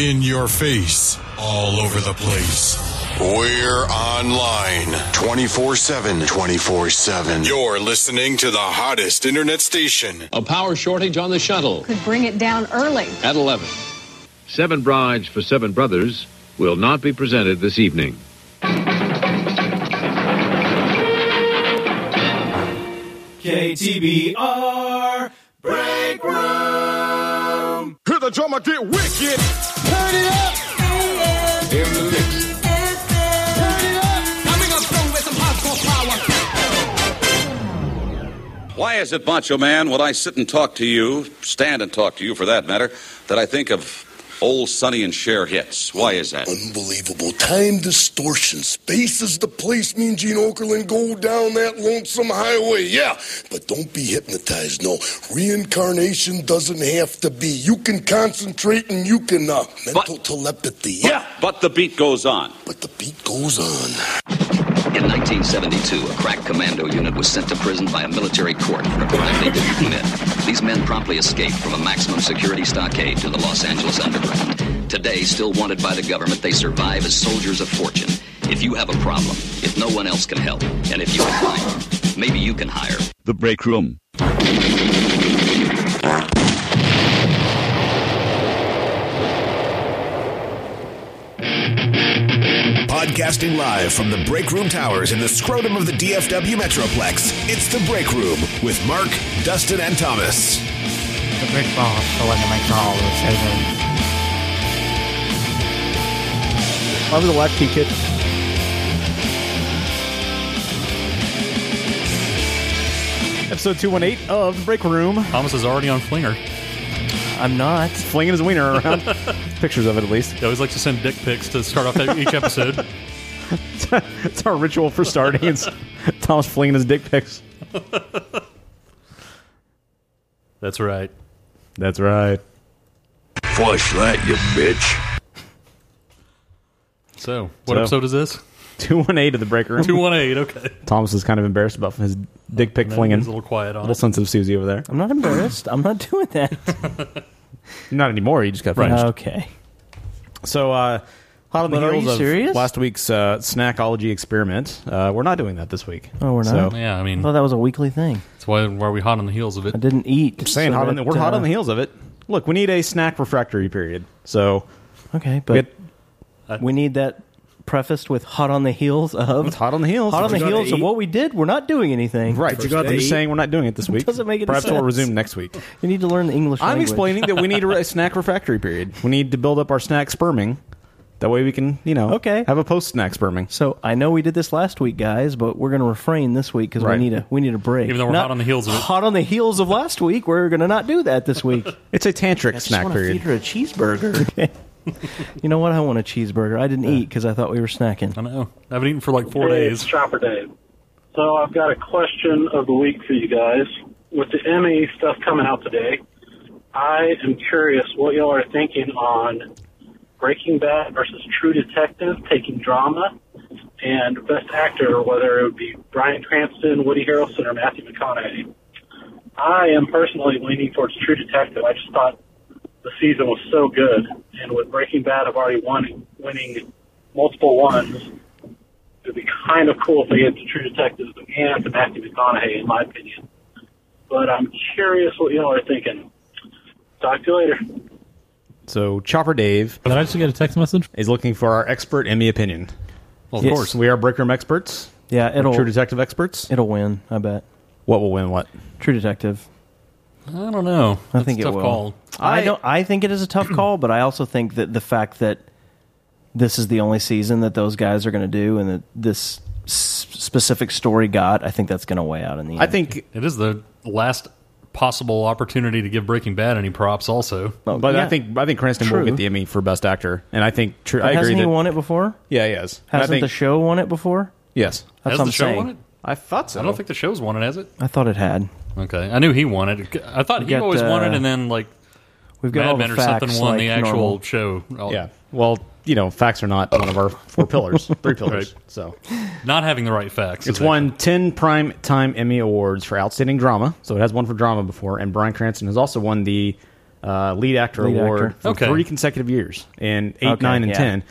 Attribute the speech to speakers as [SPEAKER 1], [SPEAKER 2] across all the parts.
[SPEAKER 1] in your face, all over the place. We're online 24 7. 24 7. You're listening to the hottest internet station.
[SPEAKER 2] A power shortage on the shuttle
[SPEAKER 3] could bring it down early.
[SPEAKER 2] at 11. Seven Brides for Seven Brothers will not be presented this evening.
[SPEAKER 4] KTBR Break Room. Hear the drummer get wicked. Turn it up. In the mix. Turn it up. Coming up soon with some hardcore power.
[SPEAKER 5] Why is it, Macho Man, when I sit and talk to you, stand and talk to you for that matter, that I think of old Sonny and Cher hits? Why is that?
[SPEAKER 6] Unbelievable. Time distortion. Space is the place me and Gene Okerlund go down that lonesome highway. Yeah, but don't be hypnotized. No, reincarnation doesn't have to be. You can concentrate and you can uh, mental telepathy. Yeah.
[SPEAKER 5] But the beat goes on.
[SPEAKER 6] But the beat goes on.
[SPEAKER 7] In 1972, a crack commando unit was sent to prison by a military court for a crime they didn't commit. These men promptly escaped from a maximum security stockade to the Los Angeles underground. Today, still wanted by the government, they survive as soldiers of fortune. If you have a problem, if no one else can help, and if you can find, maybe you can hire.
[SPEAKER 8] The break room.
[SPEAKER 9] Podcasting live from the Break Room Towers in the scrotum of the DFW Metroplex, it's The Break Room with Mark, Dustin, and Thomas.
[SPEAKER 10] The brick wall is the one that makes all of us over.
[SPEAKER 11] Over the left, he could. Episode 218 of The Break Room. Thomas is already on Flinger. I'm not. Flinging his wiener around. Pictures of it, at least.
[SPEAKER 12] I always like to send dick pics to start off each episode.
[SPEAKER 11] it's our ritual for starting. It's Thomas flinging his dick pics.
[SPEAKER 12] That's right.
[SPEAKER 11] That's right.
[SPEAKER 13] Flashlight, you bitch.
[SPEAKER 12] So, what episode is this?
[SPEAKER 11] 218 of The Break Room.
[SPEAKER 12] 218, okay.
[SPEAKER 11] Thomas is kind of embarrassed about his dick pic
[SPEAKER 12] No,
[SPEAKER 11] flinging.
[SPEAKER 12] he's a little quiet on
[SPEAKER 11] little
[SPEAKER 12] it.
[SPEAKER 11] sense of Susie over there.
[SPEAKER 10] I'm not embarrassed. I'm not doing that.
[SPEAKER 11] Not anymore. He just got
[SPEAKER 10] Right.
[SPEAKER 11] finished.
[SPEAKER 10] Okay.
[SPEAKER 11] So, uh, hot on the
[SPEAKER 10] But are
[SPEAKER 11] heels
[SPEAKER 10] you
[SPEAKER 11] of
[SPEAKER 10] serious?
[SPEAKER 11] last week's uh, snackology experiment, uh, we're not doing that this week.
[SPEAKER 10] Oh, we're not.
[SPEAKER 11] So,
[SPEAKER 12] Yeah, I mean,
[SPEAKER 10] I thought that was a weekly thing.
[SPEAKER 12] that's why why are we hot on the heels of it? I
[SPEAKER 10] didn't eat. uh,
[SPEAKER 11] saying hot on the, we're hot on the
[SPEAKER 10] heels.
[SPEAKER 11] heels of it. Look, we need a snack refractory period. So,
[SPEAKER 10] Okay,
[SPEAKER 11] we
[SPEAKER 10] but
[SPEAKER 11] had-
[SPEAKER 10] we need that prefaced with hot on the heels of. It's
[SPEAKER 11] hot on the heels.
[SPEAKER 10] Hot on
[SPEAKER 11] What
[SPEAKER 10] the
[SPEAKER 11] you gotta
[SPEAKER 10] heels of
[SPEAKER 11] eat.
[SPEAKER 10] what we did. We're not doing anything.
[SPEAKER 11] right, you got I'm just saying we're not doing it this week.
[SPEAKER 10] Doesn't make any
[SPEAKER 11] Perhaps we'll
[SPEAKER 10] sense.
[SPEAKER 11] resume next week.
[SPEAKER 10] You need to learn the English
[SPEAKER 11] I'm
[SPEAKER 10] language.
[SPEAKER 11] explaining that we need a, re- snack refractory period. We need to build up our snack sperming. That way we can, you know,
[SPEAKER 10] Okay.
[SPEAKER 11] have a post snack sperming.
[SPEAKER 10] So I know we did this last week, guys, but we're going to refrain this week because
[SPEAKER 11] Right.
[SPEAKER 10] we need a we need a break.
[SPEAKER 12] Even though we're
[SPEAKER 10] Not
[SPEAKER 12] hot on the heels of it.
[SPEAKER 10] hot on the heels of last week, we're going to not do that this week.
[SPEAKER 11] It's a tantric snack period.
[SPEAKER 10] her a cheeseburger. okay. You know what? I want a cheeseburger. I didn't eat because I thought we were snacking.
[SPEAKER 12] I know. I haven't eaten for like four
[SPEAKER 14] Hey,
[SPEAKER 12] days.
[SPEAKER 14] It's Chopper Day. So I've got a question of the week for you guys. With the Emmy stuff coming out today, I am curious what y'all are thinking on Breaking Bad versus True Detective taking drama and Best Actor, whether it would be Brian Cranston, Woody Harrelson, or Matthew McConaughey. I am personally leaning towards True Detective. I just thought the season was so good, and with Breaking Bad, I've already won winning multiple ones. It'd be kind of cool if they had the True Detectives and the Matthew McConaughey, in my opinion. But I'm curious what y'all are thinking. Talk to you later.
[SPEAKER 11] So Chopper Dave. Did I just get a text message? Is looking for our expert Emmy opinion.
[SPEAKER 12] Well, of Yes. course.
[SPEAKER 11] we are break room experts.
[SPEAKER 10] Yeah,
[SPEAKER 11] We're
[SPEAKER 10] it'll-
[SPEAKER 11] True Detective experts.
[SPEAKER 10] It'll win. I bet.
[SPEAKER 11] What will win? What?
[SPEAKER 10] True Detective.
[SPEAKER 12] I don't know.
[SPEAKER 10] I
[SPEAKER 12] That's
[SPEAKER 10] think
[SPEAKER 12] a
[SPEAKER 10] it
[SPEAKER 12] tough
[SPEAKER 10] will.
[SPEAKER 12] call.
[SPEAKER 10] I, don't. I think it is a tough call, but I also think that the fact that this is the only season that those guys are going to do, and that this s- specific story got, I think that's going to weigh out in the end.
[SPEAKER 11] think
[SPEAKER 12] it is the last possible opportunity to give Breaking Bad any props. Also,
[SPEAKER 10] Oh,
[SPEAKER 11] But I think I think Cranston will
[SPEAKER 12] True.
[SPEAKER 11] get the Emmy for best actor, and I think true.
[SPEAKER 10] But
[SPEAKER 11] I agree
[SPEAKER 10] hasn't
[SPEAKER 11] that
[SPEAKER 10] he won it before?
[SPEAKER 11] yeah, he has. And I
[SPEAKER 10] Hasn't
[SPEAKER 11] think-
[SPEAKER 10] the show won it before?
[SPEAKER 11] yes.
[SPEAKER 10] That's
[SPEAKER 12] has
[SPEAKER 10] what
[SPEAKER 12] the
[SPEAKER 10] I'm
[SPEAKER 12] show
[SPEAKER 10] saying.
[SPEAKER 12] won it?
[SPEAKER 11] I thought so.
[SPEAKER 12] I don't think the show's won it, has it?
[SPEAKER 10] I thought it had.
[SPEAKER 12] Okay, I knew he won it. I thought he
[SPEAKER 10] got,
[SPEAKER 12] always won it,
[SPEAKER 10] uh,
[SPEAKER 12] and then like
[SPEAKER 10] we've got
[SPEAKER 12] Mad
[SPEAKER 10] all the
[SPEAKER 12] Men or something
[SPEAKER 10] facts
[SPEAKER 12] won
[SPEAKER 10] like
[SPEAKER 12] the actual
[SPEAKER 10] normal.
[SPEAKER 12] show. Oh,
[SPEAKER 11] Yeah. Well, you know, facts are not one of our four pillars, three pillars.
[SPEAKER 12] Right.
[SPEAKER 11] So
[SPEAKER 12] not having the right facts.
[SPEAKER 11] It's
[SPEAKER 12] is it?
[SPEAKER 11] won 10 Prime Time Emmy Awards for Outstanding Drama, so it has won for drama before, and Brian Cranston has also won the uh, lead actor
[SPEAKER 12] Lead
[SPEAKER 11] award
[SPEAKER 12] actor.
[SPEAKER 11] for
[SPEAKER 12] Okay.
[SPEAKER 11] three consecutive years in eight,
[SPEAKER 12] Okay,
[SPEAKER 11] nine, and
[SPEAKER 12] yeah.
[SPEAKER 11] ten.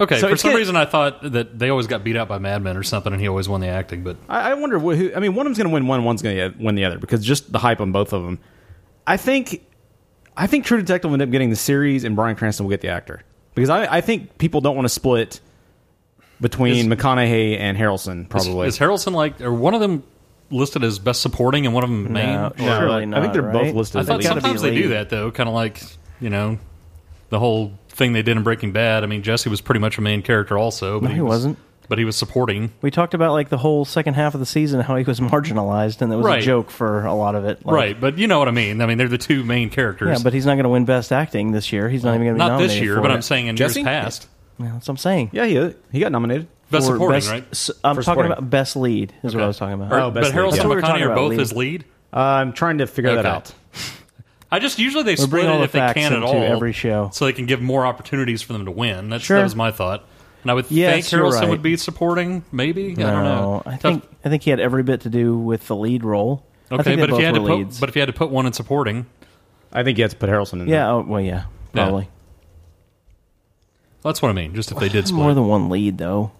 [SPEAKER 12] Okay,
[SPEAKER 11] So
[SPEAKER 12] for
[SPEAKER 11] it's
[SPEAKER 12] some
[SPEAKER 11] get-
[SPEAKER 12] reason I thought that they always got beat out by Mad Men or something, and he always won the acting. But
[SPEAKER 11] I, I wonder wh- who. I mean, one of them's going to win one, one's going to win the other because just the hype on both of them. I think, I think True Detective will end up getting the series, and Brian Cranston will get the actor because I, I think people don't want to split between McConaughey and Harrelson. Probably
[SPEAKER 12] is, is Harrelson like or one of them listed as best supporting and one of them main?
[SPEAKER 11] No, surely
[SPEAKER 12] Or-
[SPEAKER 11] Uh, I think they're not, both right? listed
[SPEAKER 12] I
[SPEAKER 11] as
[SPEAKER 12] thought
[SPEAKER 11] lead. Gotta be
[SPEAKER 12] sometimes they do
[SPEAKER 11] lead.
[SPEAKER 12] that though, kind of like you know the whole thing they did in Breaking Bad. I mean, Jesse was pretty much a main character also, but
[SPEAKER 10] No, he
[SPEAKER 12] was,
[SPEAKER 10] wasn't.
[SPEAKER 12] But he was supporting.
[SPEAKER 10] We talked about like the whole second half of the season, how he was marginalized, and that was
[SPEAKER 12] Right.
[SPEAKER 10] a joke for a lot of it. Like,
[SPEAKER 12] right, but you know what I mean. I mean, they're the two main characters.
[SPEAKER 10] Yeah, but he's not going to win Best Acting this year. He's not even going to be
[SPEAKER 12] Not this
[SPEAKER 10] nominated
[SPEAKER 12] year,
[SPEAKER 10] for
[SPEAKER 12] but
[SPEAKER 10] it.
[SPEAKER 12] I'm saying in years Jesse? past.
[SPEAKER 10] Yeah, that's what I'm saying.
[SPEAKER 11] Yeah, he he got nominated.
[SPEAKER 12] Best
[SPEAKER 10] for
[SPEAKER 12] supporting,
[SPEAKER 10] best,
[SPEAKER 12] right?
[SPEAKER 10] s- I'm
[SPEAKER 12] For
[SPEAKER 10] talking
[SPEAKER 12] supporting.
[SPEAKER 10] about best lead. Is what I was talking about.
[SPEAKER 11] Oh,
[SPEAKER 12] Or- but Harrelson and McConaughey are both his lead.
[SPEAKER 11] Uh, I'm trying to figure that
[SPEAKER 12] Okay.
[SPEAKER 11] out.
[SPEAKER 12] I just usually they
[SPEAKER 10] We'll
[SPEAKER 12] split
[SPEAKER 10] bring all
[SPEAKER 12] it
[SPEAKER 10] the
[SPEAKER 12] if they
[SPEAKER 10] facts
[SPEAKER 12] can at
[SPEAKER 10] into
[SPEAKER 12] all
[SPEAKER 10] every show.
[SPEAKER 12] so they can give more opportunities for them to win. That's
[SPEAKER 10] Sure.
[SPEAKER 12] that was my thought, and I would
[SPEAKER 10] Yes,
[SPEAKER 12] think
[SPEAKER 10] you're
[SPEAKER 12] Harrelson
[SPEAKER 10] right.
[SPEAKER 12] would be supporting. Maybe
[SPEAKER 10] No,
[SPEAKER 12] I don't know.
[SPEAKER 10] I
[SPEAKER 12] Tough-
[SPEAKER 10] think I think he had every bit to do with the lead role. I
[SPEAKER 12] okay,
[SPEAKER 10] think they
[SPEAKER 12] but if
[SPEAKER 10] both
[SPEAKER 12] you had to
[SPEAKER 10] were leads.
[SPEAKER 12] put, but if you had to put one in supporting,
[SPEAKER 11] I think you had to put Harrelson in.
[SPEAKER 10] yeah, oh, well, yeah,
[SPEAKER 12] Yeah.
[SPEAKER 10] probably.
[SPEAKER 12] That's what I mean. Just if they did split,
[SPEAKER 10] more than one lead though.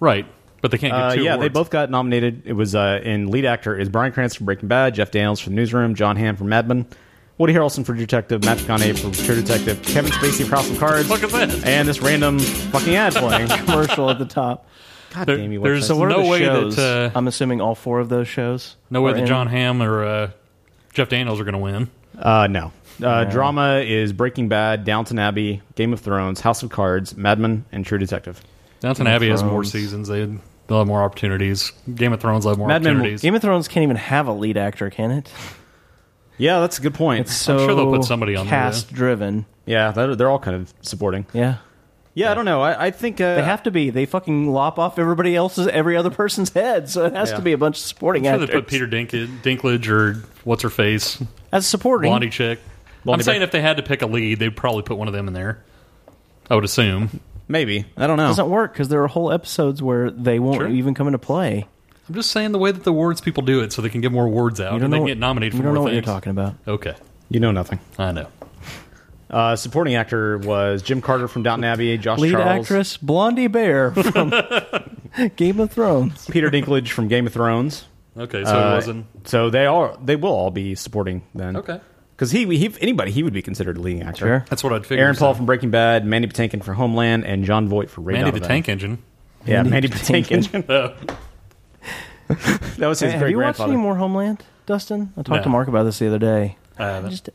[SPEAKER 12] right? But they can't get
[SPEAKER 11] Uh,
[SPEAKER 12] two.
[SPEAKER 11] yeah, they
[SPEAKER 12] awards.
[SPEAKER 11] both got nominated. It was uh, in lead actor is Brian Cranston for Breaking Bad, Jeff Daniels for The Newsroom, John Hamm for Mad Men, Woody Harrelson for Detective, Matt McConaughey for True Detective, Kevin Spacey for House of Cards,
[SPEAKER 12] Look at that.
[SPEAKER 11] and this random fucking ad playing
[SPEAKER 10] commercial at the top.
[SPEAKER 11] God
[SPEAKER 12] There-
[SPEAKER 11] damn you!
[SPEAKER 12] there's
[SPEAKER 10] So what
[SPEAKER 12] no
[SPEAKER 10] are the
[SPEAKER 12] way that,
[SPEAKER 10] shows?
[SPEAKER 12] uh,
[SPEAKER 10] I'm assuming all four of those shows.
[SPEAKER 12] no way
[SPEAKER 10] are
[SPEAKER 12] that
[SPEAKER 10] in-
[SPEAKER 12] John Hamm or uh, Jeff Daniels are going to win.
[SPEAKER 11] Uh, no.
[SPEAKER 10] No.
[SPEAKER 11] Uh, Drama is Breaking Bad, Downton Abbey, Game of Thrones, House of Cards, Mad Men, and True Detective.
[SPEAKER 12] Downton
[SPEAKER 11] Game of
[SPEAKER 12] Abbey has more
[SPEAKER 11] Thrones.
[SPEAKER 12] seasons. They they'll have more opportunities. Game of Thrones will have more
[SPEAKER 10] Mad Men.
[SPEAKER 12] opportunities.
[SPEAKER 10] Game of Thrones can't even have a lead actor, can it?
[SPEAKER 11] Yeah, that's a good point.
[SPEAKER 10] It's so
[SPEAKER 11] I'm sure
[SPEAKER 12] they'll put somebody on there, yeah.
[SPEAKER 10] cast driven.
[SPEAKER 11] Yeah, they're, they're all kind of supporting.
[SPEAKER 10] Yeah.
[SPEAKER 11] Yeah, I don't know. I, I think uh,
[SPEAKER 10] They have to be. They fucking lop off everybody else's, every other person's head. So it has
[SPEAKER 12] Yeah.
[SPEAKER 10] to be a bunch of supporting
[SPEAKER 12] I'm sure they
[SPEAKER 10] actors.
[SPEAKER 12] put Peter Dinklage, Dinklage or what's her face
[SPEAKER 10] As supporting.
[SPEAKER 12] Blondie chick.
[SPEAKER 11] Blondie
[SPEAKER 12] I'm saying
[SPEAKER 11] Beck.
[SPEAKER 12] if they had to pick a lead, they'd probably put one of them in there. I would assume.
[SPEAKER 11] maybe. I don't
[SPEAKER 10] It
[SPEAKER 11] know.
[SPEAKER 10] doesn't work because there are whole episodes where they won't
[SPEAKER 12] Sure.
[SPEAKER 10] even come into play.
[SPEAKER 12] I'm just saying the way that the awards people do it, so they can get more awards out
[SPEAKER 10] You don't
[SPEAKER 12] and they
[SPEAKER 10] know
[SPEAKER 12] can
[SPEAKER 10] what-
[SPEAKER 12] get nominated for
[SPEAKER 10] you don't
[SPEAKER 12] more
[SPEAKER 10] know what you're
[SPEAKER 12] things.
[SPEAKER 10] talking about.
[SPEAKER 12] Okay,
[SPEAKER 11] You know nothing.
[SPEAKER 12] I know.
[SPEAKER 11] Uh, supporting actor was Jim Carter from Downton Abbey, Josh
[SPEAKER 10] Lead
[SPEAKER 11] Charles,
[SPEAKER 10] actress Blondie Bear from Game of Thrones.
[SPEAKER 11] Peter Dinklage from Game of Thrones. Uh,
[SPEAKER 12] Okay, so it wasn't.
[SPEAKER 11] So they are. They will all be supporting then.
[SPEAKER 12] Okay.
[SPEAKER 11] Because he, he, if anybody, he would be considered a leading actor.
[SPEAKER 10] Sure.
[SPEAKER 12] That's what I'd figure.
[SPEAKER 11] Aaron Paul from Breaking Bad, Mandy Patinkin for Homeland, and John Voight for Ray
[SPEAKER 12] Mandy the
[SPEAKER 11] Donovan.
[SPEAKER 12] Tank Engine.
[SPEAKER 11] Yeah, Mandy
[SPEAKER 10] Mandy
[SPEAKER 11] Patinkin.
[SPEAKER 12] Oh.
[SPEAKER 11] that was his
[SPEAKER 10] Hey, have
[SPEAKER 11] great
[SPEAKER 10] you watched
[SPEAKER 11] grandfather.
[SPEAKER 10] any more Homeland, Dustin? I talked
[SPEAKER 12] No. Uh,
[SPEAKER 10] to Mark about this the other day.
[SPEAKER 12] I haven't.
[SPEAKER 10] just-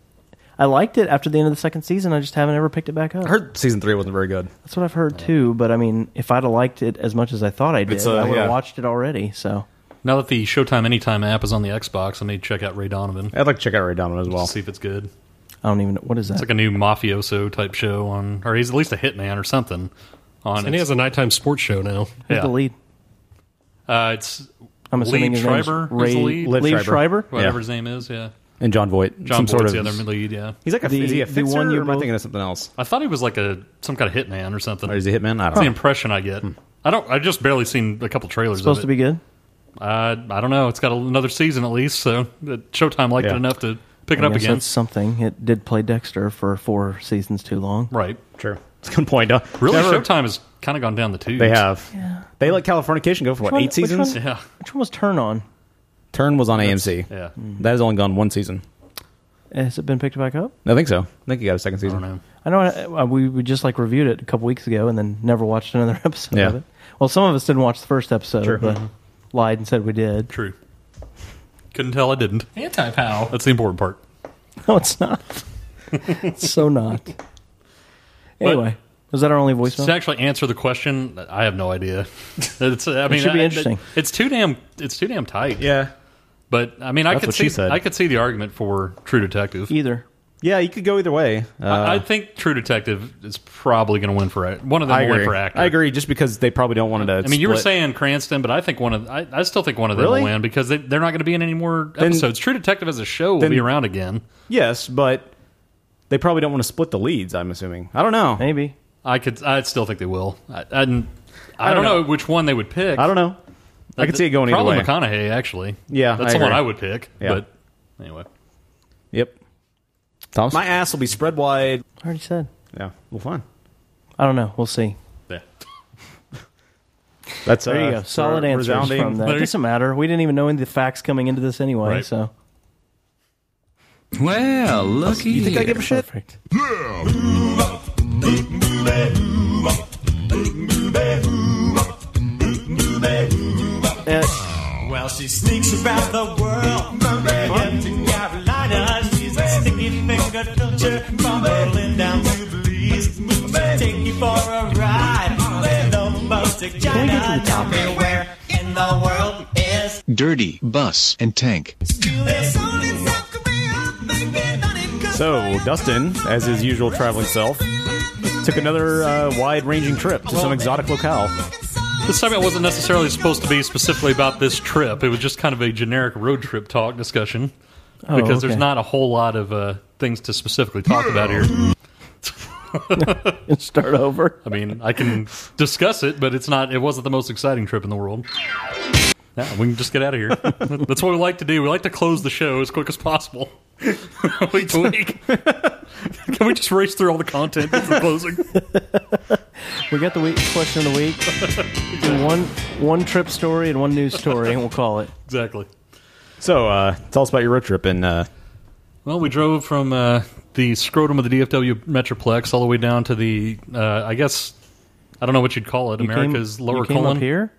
[SPEAKER 10] I liked it after the end of the second season. I just haven't ever picked it back up.
[SPEAKER 11] I heard season three wasn't very good.
[SPEAKER 10] That's what I've heard too. But I mean, if I'd have liked it as much as I thought I did,
[SPEAKER 11] It's, uh,
[SPEAKER 10] I would have
[SPEAKER 11] yeah.
[SPEAKER 10] watched it already. So
[SPEAKER 12] Now that the Showtime Anytime app is on the Xbox, I may check out Ray Donovan.
[SPEAKER 11] I'd like to check out Ray Donovan as well.
[SPEAKER 12] See if it's good.
[SPEAKER 10] I don't even know what is that.
[SPEAKER 12] It's like a new mafioso type show on, or he's at least a hitman or something. On
[SPEAKER 3] And he has a nighttime sports show now.
[SPEAKER 10] Who's the
[SPEAKER 12] yeah.
[SPEAKER 10] lead?
[SPEAKER 12] Uh, it's
[SPEAKER 10] I'm assuming
[SPEAKER 12] Lee
[SPEAKER 10] his name's
[SPEAKER 12] Schreiber.
[SPEAKER 10] Ray-
[SPEAKER 12] is the lead?
[SPEAKER 11] Liv
[SPEAKER 10] Liv
[SPEAKER 11] Schreiber.
[SPEAKER 10] Schreiber?
[SPEAKER 12] Whatever
[SPEAKER 11] Yeah.
[SPEAKER 12] his name is, yeah.
[SPEAKER 11] And John Voight.
[SPEAKER 12] John
[SPEAKER 11] some
[SPEAKER 12] Boyd's
[SPEAKER 11] sort
[SPEAKER 12] the
[SPEAKER 11] of,
[SPEAKER 12] other lead, yeah.
[SPEAKER 11] He's like a
[SPEAKER 10] The-
[SPEAKER 11] is he a
[SPEAKER 10] the
[SPEAKER 11] fixer
[SPEAKER 10] one
[SPEAKER 11] or
[SPEAKER 10] you
[SPEAKER 11] am I
[SPEAKER 10] both-
[SPEAKER 11] thinking of something else?
[SPEAKER 12] I thought he was like a some kind of hitman or something.
[SPEAKER 11] Or is he a hitman? I
[SPEAKER 12] That's the
[SPEAKER 11] don't know. Hmm.
[SPEAKER 12] impression I get. I don't. I just barely seen a couple trailers.
[SPEAKER 10] Supposed
[SPEAKER 12] of
[SPEAKER 10] to
[SPEAKER 12] it.
[SPEAKER 10] be good.
[SPEAKER 12] Uh, I don't know. It's got another season at least, so that Showtime liked
[SPEAKER 11] Yeah.
[SPEAKER 12] it enough to pick it
[SPEAKER 10] I
[SPEAKER 12] up
[SPEAKER 10] guess
[SPEAKER 12] again.
[SPEAKER 10] That's something. It did play Dexter for four seasons too long.
[SPEAKER 12] Right.
[SPEAKER 11] True. It's a good point. Huh?
[SPEAKER 12] Really,
[SPEAKER 11] Never-
[SPEAKER 12] Showtime has kind of gone down the tubes.
[SPEAKER 11] They have. They let Californication go for what
[SPEAKER 10] one-
[SPEAKER 11] eight
[SPEAKER 10] which one-
[SPEAKER 11] seasons?
[SPEAKER 12] Yeah.
[SPEAKER 10] Which one was Turn On?
[SPEAKER 11] Turn was on AMC.
[SPEAKER 12] Yeah.
[SPEAKER 11] Mm. That has only gone one season.
[SPEAKER 10] Has it been picked back up?
[SPEAKER 11] I think so. I think you got a second
[SPEAKER 12] I don't
[SPEAKER 11] season.
[SPEAKER 12] know.
[SPEAKER 10] I know I, uh, we, we just like reviewed it a couple weeks ago and then never watched another episode
[SPEAKER 11] Yeah.
[SPEAKER 10] of it. Well, some of us didn't watch the first episode,
[SPEAKER 11] True.
[SPEAKER 10] but lied and said we did.
[SPEAKER 12] Mm-hmm. True. Couldn't tell I didn't.
[SPEAKER 3] Anti pal.
[SPEAKER 12] That's the important part.
[SPEAKER 10] No, it's not. it's so not. Anyway, was that our only voicemail?
[SPEAKER 12] To actually answer the question, I have no idea. It's, I mean,
[SPEAKER 10] should be
[SPEAKER 12] I-
[SPEAKER 10] interesting.
[SPEAKER 12] It's too damn. It's too damn tight.
[SPEAKER 11] Yeah.
[SPEAKER 12] But I mean, I
[SPEAKER 11] That's
[SPEAKER 12] could
[SPEAKER 11] what
[SPEAKER 12] see.
[SPEAKER 11] she said.
[SPEAKER 12] I could see the argument for True Detective.
[SPEAKER 10] Either.
[SPEAKER 11] Yeah, you could go either way. Uh,
[SPEAKER 12] I I think True Detective is probably going to win for one of them.
[SPEAKER 11] I
[SPEAKER 12] will
[SPEAKER 11] agree.
[SPEAKER 12] Win for actor.
[SPEAKER 11] I agree. Just because they probably don't want to.
[SPEAKER 12] I mean, you were saying Cranston, but I think one of I, I still think one of them
[SPEAKER 11] Really?
[SPEAKER 12] will win because they, they're not going to be in any more
[SPEAKER 11] Then- oh,
[SPEAKER 12] episodes. True Detective as a show will
[SPEAKER 11] then-
[SPEAKER 12] be around again.
[SPEAKER 11] yes, but they probably don't want to split the leads. I'm assuming. I don't know.
[SPEAKER 10] Maybe.
[SPEAKER 12] I could. I still think they will. I, I, I don't,
[SPEAKER 11] don't
[SPEAKER 12] know.
[SPEAKER 11] know.
[SPEAKER 12] which one they would pick.
[SPEAKER 11] I don't know. I could see it going either
[SPEAKER 12] Probably
[SPEAKER 11] way.
[SPEAKER 12] McConaughey actually.
[SPEAKER 11] Yeah,
[SPEAKER 12] that's
[SPEAKER 11] I
[SPEAKER 12] the one
[SPEAKER 11] agree.
[SPEAKER 12] I would pick.
[SPEAKER 11] Yeah.
[SPEAKER 12] But anyway,
[SPEAKER 11] Yep.
[SPEAKER 10] Thompson?
[SPEAKER 11] My ass will be spread wide.
[SPEAKER 10] I already said.
[SPEAKER 11] Yeah. Well, fine.
[SPEAKER 10] I don't know. We'll see.
[SPEAKER 11] Yeah. That's
[SPEAKER 10] there you
[SPEAKER 11] uh,
[SPEAKER 10] go. Solid
[SPEAKER 11] re-
[SPEAKER 10] answers
[SPEAKER 11] resounding-
[SPEAKER 10] from that. Doesn't matter. We didn't even know any of the facts coming into this anyway.
[SPEAKER 11] Right.
[SPEAKER 10] So
[SPEAKER 8] Well, looky.
[SPEAKER 10] You think I give a
[SPEAKER 8] here.
[SPEAKER 10] shit?
[SPEAKER 4] Well, she sneaks about the world from Birmingham to Carolina. She's a sticky finger toucher from Berlin down to Belize. She'll take you for a ride on the most vagina. Tell me where in the world is
[SPEAKER 8] Dirty, bus, and tank.
[SPEAKER 4] this?
[SPEAKER 11] So, Dustin, as his usual traveling self, took another uh, wide ranging trip to some exotic locale.
[SPEAKER 12] This segment wasn't necessarily supposed to be specifically about this trip. It was just kind of a generic road trip talk discussion
[SPEAKER 10] Oh,
[SPEAKER 12] because there's
[SPEAKER 10] okay.
[SPEAKER 12] not a whole lot of uh, things to specifically talk about here.
[SPEAKER 10] Start over.
[SPEAKER 12] I mean, I can discuss it, but it's not. It wasn't the most exciting trip in the world. Yeah, we can just get out of here. That's what we like to do. We like to close the show as quick as possible. week to week. can we just race through all the content before closing?
[SPEAKER 10] we got the week question of the week. Do one one trip story and one news story, and we'll call it
[SPEAKER 12] exactly.
[SPEAKER 11] So, uh, tell us about your road trip in uh,
[SPEAKER 12] Well, we drove from uh, the scrotum of the DFW Metroplex all the way down to the, uh, I guess, I don't know what you'd call it,
[SPEAKER 10] You came-
[SPEAKER 12] America's lower
[SPEAKER 10] you came
[SPEAKER 12] colon.
[SPEAKER 10] up here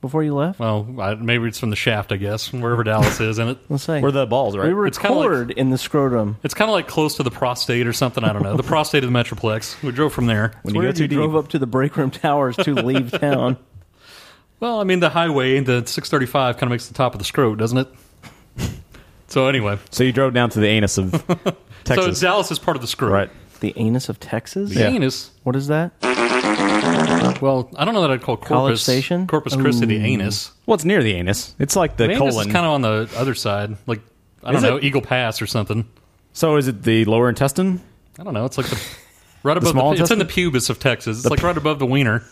[SPEAKER 10] before you left.
[SPEAKER 12] Well, I, maybe it's from the shaft, I guess, wherever Dallas is, isn't it?
[SPEAKER 10] Let's say
[SPEAKER 11] where the balls, right?
[SPEAKER 10] We were
[SPEAKER 12] It's kinda like-
[SPEAKER 10] record in the scrotum.
[SPEAKER 12] It's kind of like close to the prostate or something. I don't know. The prostate of the Metroplex. We drove from there.
[SPEAKER 10] It's weird you drove up to the break room towers to leave town.
[SPEAKER 12] Well, I mean, the highway, the 635 kind of makes the top of the scrote, doesn't it? so, anyway.
[SPEAKER 11] So, you drove down to the anus of Texas.
[SPEAKER 12] So, Dallas is part of the scrote.
[SPEAKER 11] right.
[SPEAKER 10] The anus of Texas.
[SPEAKER 12] The anus.
[SPEAKER 10] What is that?
[SPEAKER 12] Well, I don't know that I'd call Corpus,
[SPEAKER 10] College Station?
[SPEAKER 12] Corpus Christi the
[SPEAKER 10] Ooh.
[SPEAKER 12] anus.
[SPEAKER 11] Well, it's near the anus. It's like the,
[SPEAKER 12] The anus
[SPEAKER 11] colon.
[SPEAKER 12] is kind of on the other side. Like, I don't
[SPEAKER 11] Is
[SPEAKER 12] know,
[SPEAKER 11] it?
[SPEAKER 12] Eagle Pass or something.
[SPEAKER 11] so, is it the lower intestine?
[SPEAKER 12] I don't know. It's like the. Right
[SPEAKER 11] The
[SPEAKER 12] above
[SPEAKER 11] small
[SPEAKER 12] the, it's in
[SPEAKER 11] intestine?
[SPEAKER 12] the pubis of Texas. It's like right above the wiener.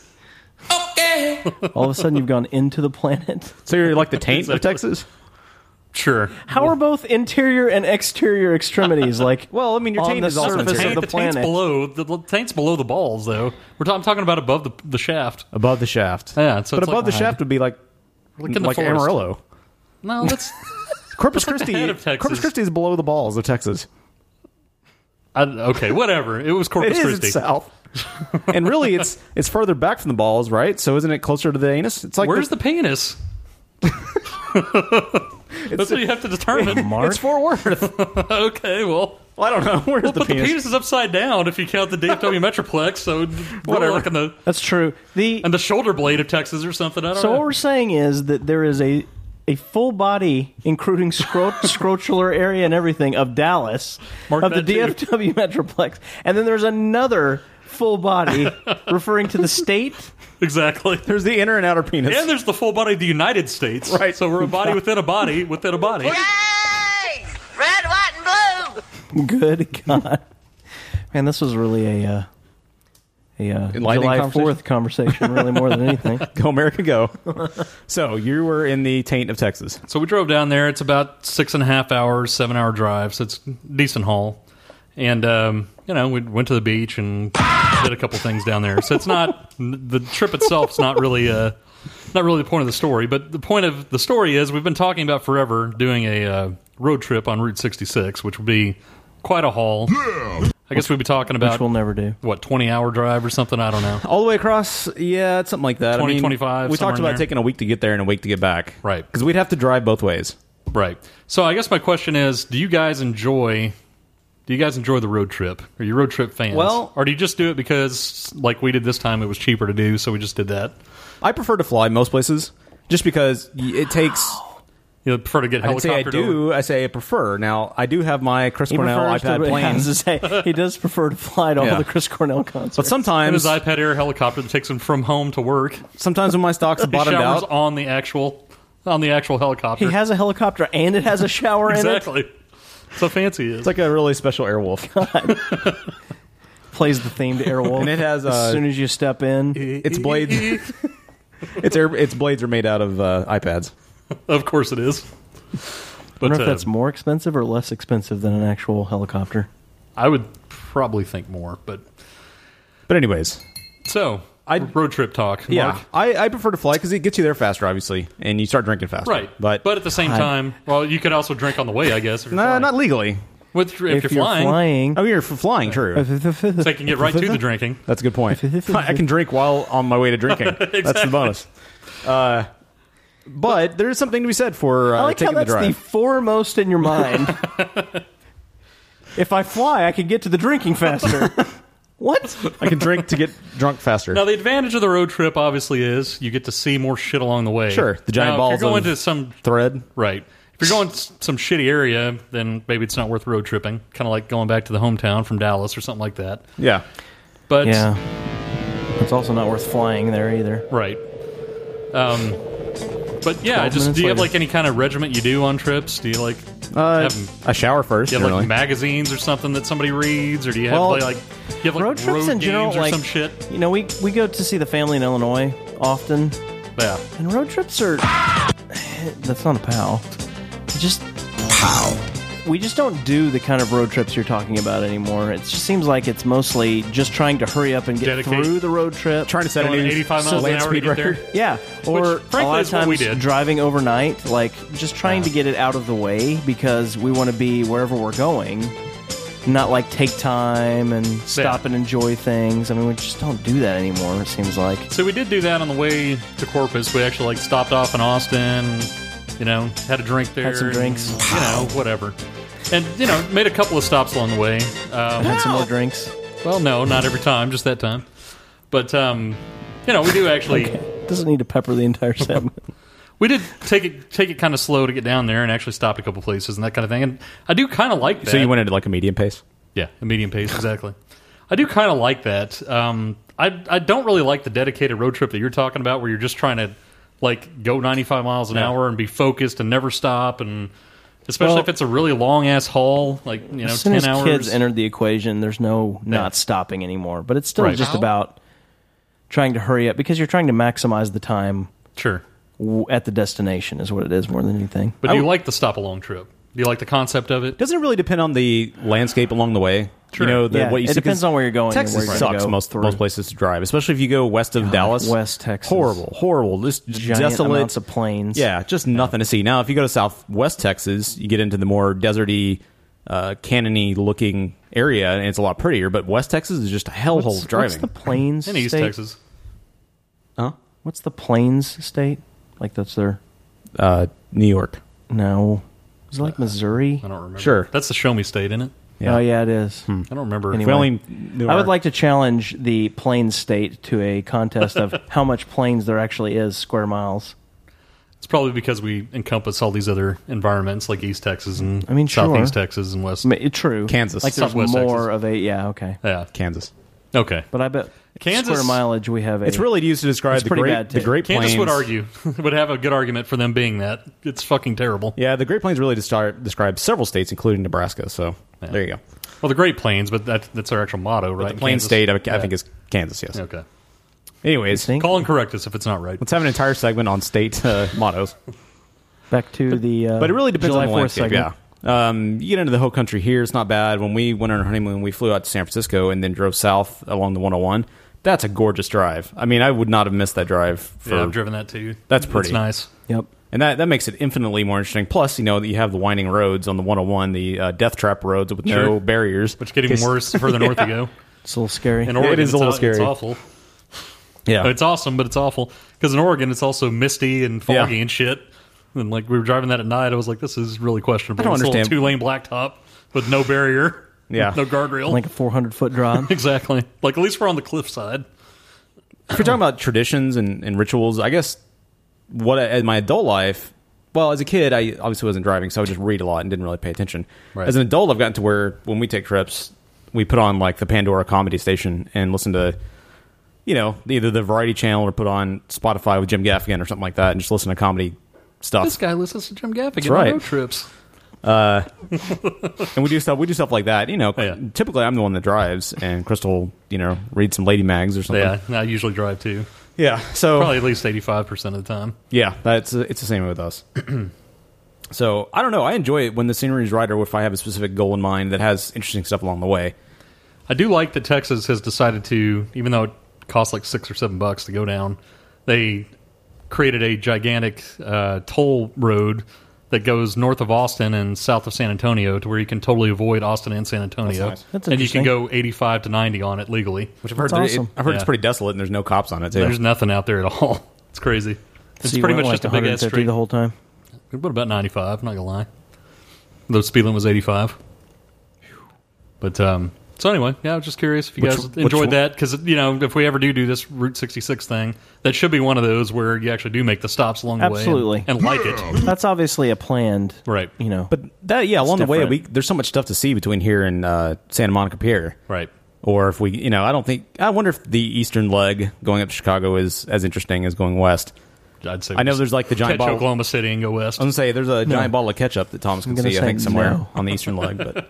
[SPEAKER 10] All of a sudden, you've gone into the planet.
[SPEAKER 11] So, you're like the taint of
[SPEAKER 12] Exactly.
[SPEAKER 11] Texas?
[SPEAKER 12] Sure.
[SPEAKER 10] How are both interior and exterior extremities like?
[SPEAKER 11] Well, I mean, your
[SPEAKER 10] on
[SPEAKER 11] taint
[SPEAKER 10] the
[SPEAKER 11] is also
[SPEAKER 10] surface
[SPEAKER 11] interior.
[SPEAKER 10] of the
[SPEAKER 12] the taint's
[SPEAKER 10] planet.
[SPEAKER 12] below the, the taint's below the balls, though. We're ta- I'm talking about above the, the shaft.
[SPEAKER 11] Above the shaft.
[SPEAKER 12] Yeah, so
[SPEAKER 11] but
[SPEAKER 12] it's
[SPEAKER 11] above the
[SPEAKER 12] like-
[SPEAKER 11] shaft would be like,
[SPEAKER 12] in the
[SPEAKER 11] like
[SPEAKER 12] forest.
[SPEAKER 11] Amarillo.
[SPEAKER 12] No, that's
[SPEAKER 11] Corpus
[SPEAKER 12] That's like the
[SPEAKER 11] Christi.
[SPEAKER 12] head of Texas.
[SPEAKER 11] Corpus Christi is below the balls of Texas.
[SPEAKER 12] I, okay. Whatever. It was
[SPEAKER 11] It
[SPEAKER 12] Corpus
[SPEAKER 11] is
[SPEAKER 12] Christi.
[SPEAKER 11] it's south. and really, it's it's further back from the balls, right? So isn't it closer to the anus? It's like
[SPEAKER 12] Where's
[SPEAKER 11] the,
[SPEAKER 12] the penis? That's what you have to determine.
[SPEAKER 11] it's Fort Worth.
[SPEAKER 12] okay, well,
[SPEAKER 11] Well, I don't know. Where's
[SPEAKER 12] well,
[SPEAKER 11] the
[SPEAKER 12] but
[SPEAKER 11] penis?
[SPEAKER 12] the penis is upside down if you count the DFW Metroplex. So
[SPEAKER 11] Whatever.
[SPEAKER 12] whatever, like in the
[SPEAKER 10] That's true. The
[SPEAKER 12] and the shoulder blade of Texas or something. I don't
[SPEAKER 10] so what
[SPEAKER 12] know.
[SPEAKER 10] we're saying is that there is a a full body, including scro- scrotular area and everything of Dallas
[SPEAKER 12] Mark
[SPEAKER 10] of the
[SPEAKER 12] that, too.
[SPEAKER 10] DFW Metroplex, and then there's another full body referring to the state.
[SPEAKER 12] Exactly.
[SPEAKER 11] There's the inner and outer penis.
[SPEAKER 12] And there's the full body of the United States.
[SPEAKER 11] Right.
[SPEAKER 12] So we're a body within a body within a body.
[SPEAKER 4] Red, white, and blue.
[SPEAKER 10] Good God, man, this was really a. Uh, a uh,
[SPEAKER 11] Enlightening
[SPEAKER 10] July Fourth conversation, really more than anything.
[SPEAKER 11] go America, go. so you were in the taint of Texas.
[SPEAKER 12] So we drove down there. It's about six and a half hours, seven hour drive. So it's decent haul. And um, you know, we went to the beach and did a couple things down there. So it's not the trip itself's not really uh, not really the point of the story. But the point of the story is we've been talking about forever doing a uh, road trip on Route 66, which would be quite a haul. I guess we'd be talking
[SPEAKER 10] Which
[SPEAKER 12] about
[SPEAKER 10] we'll never do.
[SPEAKER 12] what 20 hour drive or something. I don't know.
[SPEAKER 11] All the way across, yeah, it's something like that. I
[SPEAKER 12] 20,
[SPEAKER 11] mean,
[SPEAKER 12] 25,
[SPEAKER 11] We
[SPEAKER 12] somewhere
[SPEAKER 11] talked
[SPEAKER 12] in
[SPEAKER 11] about
[SPEAKER 12] there.
[SPEAKER 11] taking a week to get there and a week to get back,
[SPEAKER 12] Right.
[SPEAKER 11] Because we'd have to drive both ways.
[SPEAKER 12] Right. So I guess my question is, do you guys enjoy do you guys enjoy the road trip? Are you road trip fans?
[SPEAKER 11] Well-
[SPEAKER 12] or do you just do it because like we did this time it was cheaper to do, so we just did that.
[SPEAKER 11] I prefer to fly most places, just because y- it takes.
[SPEAKER 12] You know, prefer to get
[SPEAKER 11] I didn't
[SPEAKER 12] helicopter.
[SPEAKER 11] say I do. I say I prefer. Now I do have my Chris Cornell
[SPEAKER 10] prefers to-
[SPEAKER 11] iPad
[SPEAKER 10] I was
[SPEAKER 11] plane,
[SPEAKER 10] to say, he does prefer to fly to
[SPEAKER 11] Yeah.
[SPEAKER 10] all the Chris Cornell concerts.
[SPEAKER 11] but
[SPEAKER 12] And his
[SPEAKER 11] sometimes,
[SPEAKER 12] iPad Air helicopter that takes him from home to work. He
[SPEAKER 11] sometimes when my stocks have bottomed
[SPEAKER 12] showers
[SPEAKER 11] out,
[SPEAKER 12] on the actual on the actual helicopter.
[SPEAKER 10] He has a helicopter and it has a shower in
[SPEAKER 12] exactly. So fancy is
[SPEAKER 11] it's like a really special Airwolf.
[SPEAKER 10] it. Plays the theme to Airwolf.
[SPEAKER 11] And it has, uh,
[SPEAKER 10] as soon as you step in.
[SPEAKER 11] Its blades, its air, its blades are made out of uh, iPads.
[SPEAKER 12] Of course it is.
[SPEAKER 10] I wonder
[SPEAKER 12] But,
[SPEAKER 10] if that's
[SPEAKER 12] uh,
[SPEAKER 10] more expensive or less expensive than an actual helicopter.
[SPEAKER 12] I would probably think more, but
[SPEAKER 11] But anyways,
[SPEAKER 12] so I road trip talk.
[SPEAKER 11] yeah,
[SPEAKER 12] Mark.
[SPEAKER 11] I, I prefer to fly because it gets you there faster, obviously, and you start drinking faster.
[SPEAKER 12] right.
[SPEAKER 11] but
[SPEAKER 12] at the same
[SPEAKER 11] I-
[SPEAKER 12] time, well, you could also drink on the way, I guess. If you're
[SPEAKER 11] no,
[SPEAKER 12] flying.
[SPEAKER 11] not legally.
[SPEAKER 12] With, if, you're, flying,
[SPEAKER 11] oh, you're for flying, true.
[SPEAKER 10] so
[SPEAKER 12] I can get right to the drinking.
[SPEAKER 11] That's a good point. I can drink while on my way to drinking. That's the
[SPEAKER 12] Exactly.
[SPEAKER 11] bonus. Uh, but there is something to be said for uh,
[SPEAKER 10] I like how
[SPEAKER 11] taking
[SPEAKER 10] that's
[SPEAKER 11] the
[SPEAKER 10] the,
[SPEAKER 11] drive.
[SPEAKER 10] foremost in your mind. if I fly, I could get to the drinking faster. what?
[SPEAKER 11] I can drink to get drunk faster.
[SPEAKER 12] Now, the advantage of the road trip obviously is you get to see more shit along the way.
[SPEAKER 11] Sure, the giant
[SPEAKER 12] now,
[SPEAKER 11] balls
[SPEAKER 12] If you're going
[SPEAKER 11] of
[SPEAKER 12] to some
[SPEAKER 11] thread.
[SPEAKER 12] right, if you're going to s- some shitty area, then maybe it's not worth road tripping. Kind of like going back to the hometown from Dallas or something like that.
[SPEAKER 11] Yeah.
[SPEAKER 12] But
[SPEAKER 10] yeah, it's also not worth flying there either.
[SPEAKER 12] Right. Um, but yeah, I
[SPEAKER 10] 12
[SPEAKER 12] just
[SPEAKER 10] minutes
[SPEAKER 12] do you have
[SPEAKER 10] later.
[SPEAKER 12] like any kind of regiment you do on trips? Do you like
[SPEAKER 11] Uh,
[SPEAKER 12] have
[SPEAKER 11] I shower first.
[SPEAKER 12] do you have
[SPEAKER 11] generally.
[SPEAKER 12] like magazines or something that somebody reads, or do you have
[SPEAKER 10] Well,
[SPEAKER 12] like, like do you have like road,
[SPEAKER 10] road trips in
[SPEAKER 12] games
[SPEAKER 10] general,
[SPEAKER 12] or
[SPEAKER 10] like
[SPEAKER 12] some shit?
[SPEAKER 10] you know, we we go to see the family in Illinois often.
[SPEAKER 12] Yeah,
[SPEAKER 10] and road trips are that's not a pow. Just
[SPEAKER 9] pow.
[SPEAKER 10] We just don't do the kind of road trips you're talking about anymore. It just seems like it's mostly just trying to hurry up and get
[SPEAKER 12] Dedicate-
[SPEAKER 10] through the road trip,
[SPEAKER 11] trying to set a Going new 85 miles land an hour to speed get there? record.
[SPEAKER 10] Yeah, or
[SPEAKER 11] Which, frankly,
[SPEAKER 10] a lot of
[SPEAKER 11] is what we
[SPEAKER 10] times
[SPEAKER 11] did.
[SPEAKER 10] driving overnight, like just trying to get it out of the way because we want to be wherever we're going. Not like take time and stop and enjoy things. I mean, we just don't do that anymore. It seems like.
[SPEAKER 12] So we did do that on the way to Corpus. We actually like stopped off in Austin, you know, had a drink there,
[SPEAKER 10] Had some
[SPEAKER 12] and,
[SPEAKER 10] drinks.
[SPEAKER 12] you know, whatever, and you know, made a couple of stops along the way. Um,
[SPEAKER 10] Had some more drinks.
[SPEAKER 12] Well, no, not every time, just that time. But um, you know, we do actually.
[SPEAKER 10] Doesn't need to pepper the entire segment.
[SPEAKER 12] We did take it take it kind of slow to get down there and actually stopped a couple places and that kind of thing. And I do kind of like that.
[SPEAKER 11] So you went into like a medium pace.
[SPEAKER 12] yeah, a medium pace exactly. I do kind of like that. Um, I I don't really like the dedicated road trip that you're talking about, where you're just trying to like go 95 miles an
[SPEAKER 11] Yeah.
[SPEAKER 12] hour and be focused and never stop, and especially
[SPEAKER 10] Well-
[SPEAKER 12] if it's a really long ass haul, like you know,
[SPEAKER 10] as soon
[SPEAKER 12] 10
[SPEAKER 10] as
[SPEAKER 12] hours.
[SPEAKER 10] kids entered the equation, there's no not stopping anymore. But it's still
[SPEAKER 12] Right.
[SPEAKER 10] just
[SPEAKER 12] How?
[SPEAKER 10] about trying to hurry up because you're trying to maximize the time.
[SPEAKER 12] Sure.
[SPEAKER 10] W- at the destination is what it is more than anything.
[SPEAKER 12] but do you like the stop along trip? Do you like the concept of it?
[SPEAKER 11] Doesn't it really depend on the landscape along the way?
[SPEAKER 12] Sure.
[SPEAKER 11] You know, the,
[SPEAKER 12] Yeah,
[SPEAKER 11] what you
[SPEAKER 12] it
[SPEAKER 11] see, 'cause
[SPEAKER 12] depends on where you're going and
[SPEAKER 11] Texas
[SPEAKER 12] where you're gonna
[SPEAKER 11] sucks
[SPEAKER 12] go
[SPEAKER 11] most
[SPEAKER 12] through.
[SPEAKER 11] most places to drive, especially if you go west of Dallas.
[SPEAKER 10] West Texas,
[SPEAKER 11] horrible, horrible, just
[SPEAKER 10] Giant
[SPEAKER 11] desolate
[SPEAKER 10] amounts of plains.
[SPEAKER 11] Yeah, just nothing to see. Now, if you go to southwest Texas, you get into the more deserty, uh, canyony looking area, and it's a lot prettier. But West Texas is just a hellhole
[SPEAKER 10] What's-
[SPEAKER 11] of driving.
[SPEAKER 10] what's the plains
[SPEAKER 12] in East
[SPEAKER 10] state?
[SPEAKER 12] Texas?
[SPEAKER 11] Huh?
[SPEAKER 10] What's the plains state? Like that's their
[SPEAKER 11] uh, New York.
[SPEAKER 10] No, is it like Missouri?
[SPEAKER 12] Uh, I don't remember.
[SPEAKER 11] Sure.
[SPEAKER 12] that's the Show Me State, isn't it?
[SPEAKER 10] Oh yeah, it is.
[SPEAKER 12] I don't remember.
[SPEAKER 10] Anyway, I would like to challenge the plains state to a contest of how much plains there actually is square miles.
[SPEAKER 12] It's probably because we encompass all these other environments like East Texas and
[SPEAKER 10] I mean, sure.
[SPEAKER 12] Southeast Texas and West.
[SPEAKER 10] Ma- eh, true.
[SPEAKER 12] Kansas.
[SPEAKER 10] Like there's
[SPEAKER 12] Southwest Texas.
[SPEAKER 10] more of a yeah. Okay.
[SPEAKER 12] Yeah.
[SPEAKER 11] Kansas.
[SPEAKER 12] Okay.
[SPEAKER 10] But I bet
[SPEAKER 12] Kansas-
[SPEAKER 10] square mileage we have. A,
[SPEAKER 11] It's really used to describe
[SPEAKER 10] It's
[SPEAKER 11] the
[SPEAKER 10] pretty
[SPEAKER 11] great-
[SPEAKER 10] bad
[SPEAKER 11] the
[SPEAKER 10] too.
[SPEAKER 11] great
[SPEAKER 12] Kansas would
[SPEAKER 11] Plains.
[SPEAKER 12] argue would have a good argument for them being that. It's fucking terrible.
[SPEAKER 11] Yeah, the Great Plains really destar- describes several states, including Nebraska. So there you go.
[SPEAKER 12] Well, the Great Plains, but that, that's our actual motto, right?
[SPEAKER 11] the
[SPEAKER 12] Kansas?
[SPEAKER 11] Plains state, I, I
[SPEAKER 12] Yeah.
[SPEAKER 11] think, is Kansas. Yes.
[SPEAKER 12] Okay.
[SPEAKER 11] Anyways,
[SPEAKER 12] call and correct us if it's not right.
[SPEAKER 11] Let's have an entire segment on state uh, mottos.
[SPEAKER 10] Back to the. Uh,
[SPEAKER 11] But it really depends
[SPEAKER 10] July
[SPEAKER 11] on the
[SPEAKER 10] 4th
[SPEAKER 11] landscape.
[SPEAKER 10] segment.
[SPEAKER 11] Yeah. Um, you get into the whole country here, it's not bad. When we went on our honeymoon, we flew out to San Francisco and then drove south along the 101. That's a gorgeous drive. I mean, I would not have missed that drive. For,
[SPEAKER 12] Yeah, I've driven that too.
[SPEAKER 11] That's
[SPEAKER 12] It's
[SPEAKER 11] pretty
[SPEAKER 12] nice.
[SPEAKER 10] Yep.
[SPEAKER 11] And that, that makes it infinitely more interesting. Plus, you know, you have the winding roads on the 101, the uh, death trap roads with no
[SPEAKER 12] Sure.
[SPEAKER 11] barriers.
[SPEAKER 12] Which get even worse the further north you go.
[SPEAKER 10] It's a little scary.
[SPEAKER 12] In Oregon,
[SPEAKER 11] it is
[SPEAKER 12] it's
[SPEAKER 11] a little
[SPEAKER 12] aw-
[SPEAKER 11] scary.
[SPEAKER 12] It's awful.
[SPEAKER 11] Yeah.
[SPEAKER 12] It's awesome, but it's awful because in Oregon it's also misty and foggy and shit. And like we were driving that at night, I was like, "This is really questionable."
[SPEAKER 11] I don't understand.
[SPEAKER 12] Two lane blacktop with no barrier,
[SPEAKER 11] Yeah.
[SPEAKER 12] no guardrail,
[SPEAKER 10] Like a 400 foot drop.
[SPEAKER 12] exactly. Like at least we're on the cliff side.
[SPEAKER 11] if we're talking about traditions and, and rituals, I guess what I, in my adult life, well, as a kid, I obviously wasn't driving, so I would just read a lot and didn't really pay attention.
[SPEAKER 12] Right.
[SPEAKER 11] As an adult, I've gotten to where when we take trips, we put on like the Pandora comedy station and listen to, you know, either the Variety Channel or put on Spotify with Jim Gaffigan or something like that, and just listen to comedy stuff.
[SPEAKER 12] This guy listens to Jim Gaffigan
[SPEAKER 11] That's
[SPEAKER 12] on
[SPEAKER 11] right.
[SPEAKER 12] road trips.
[SPEAKER 11] Uh, and we do stuff. We do stuff like that. You know,
[SPEAKER 12] Oh,
[SPEAKER 11] typically I'm the one that drives, and Crystal, you know, reads some lady mags or something.
[SPEAKER 12] Yeah, and I usually drive too.
[SPEAKER 11] Yeah, so
[SPEAKER 12] probably at least eighty five percent of the time.
[SPEAKER 11] Yeah, that's it's the same with us. So I don't know. I enjoy it when the scenery is right, or if I have a specific goal in mind that has interesting stuff along the way.
[SPEAKER 12] I do like that Texas has decided to, even though it costs like six or seven bucks to go down, they created a gigantic uh, toll road that goes north of Austin and south of San Antonio to where you can totally avoid Austin and San Antonio.
[SPEAKER 11] nice. That's
[SPEAKER 12] and you can
[SPEAKER 11] interesting.
[SPEAKER 12] go 85 to 90 on it legally.
[SPEAKER 11] Which I've heard, that it- I've heard it's pretty desolate, and there's no cops on it. Too.
[SPEAKER 12] There's nothing out there at all. It's crazy. It's
[SPEAKER 10] So you
[SPEAKER 12] pretty
[SPEAKER 10] went
[SPEAKER 12] much
[SPEAKER 10] like
[SPEAKER 12] just a big ass
[SPEAKER 10] 150
[SPEAKER 12] street.
[SPEAKER 10] the whole time.
[SPEAKER 12] What about 95? Not going to lie. The speed limit was 85. But, um, so anyway, yeah, I was just curious if you
[SPEAKER 15] Which-
[SPEAKER 12] guys
[SPEAKER 15] which
[SPEAKER 12] enjoyed
[SPEAKER 15] one-
[SPEAKER 12] that because you know if we ever do do this Route 66 thing, that should be one of those where you actually do make the stops along the
[SPEAKER 10] Absolutely.
[SPEAKER 12] way and, and like it.
[SPEAKER 10] That's obviously a planned,
[SPEAKER 12] right?
[SPEAKER 10] You know,
[SPEAKER 11] but that yeah, along
[SPEAKER 10] It's
[SPEAKER 11] the way, we
[SPEAKER 10] different.
[SPEAKER 11] there's so much stuff to see between here and uh, Santa Monica Pier,
[SPEAKER 12] right?
[SPEAKER 11] Or if we, you know, I don't think I wonder if the eastern leg going up to Chicago is as interesting as going west.
[SPEAKER 12] I'd say
[SPEAKER 11] I know there's like the giant
[SPEAKER 12] catch
[SPEAKER 11] bottle.
[SPEAKER 12] Oklahoma City and go west.
[SPEAKER 11] I'm gonna say there's a
[SPEAKER 12] No.
[SPEAKER 11] giant bottle of ketchup that Thomas
[SPEAKER 12] I'm
[SPEAKER 11] can
[SPEAKER 12] gonna
[SPEAKER 11] see I
[SPEAKER 12] say
[SPEAKER 11] think somewhere
[SPEAKER 12] no.
[SPEAKER 11] on the eastern leg, but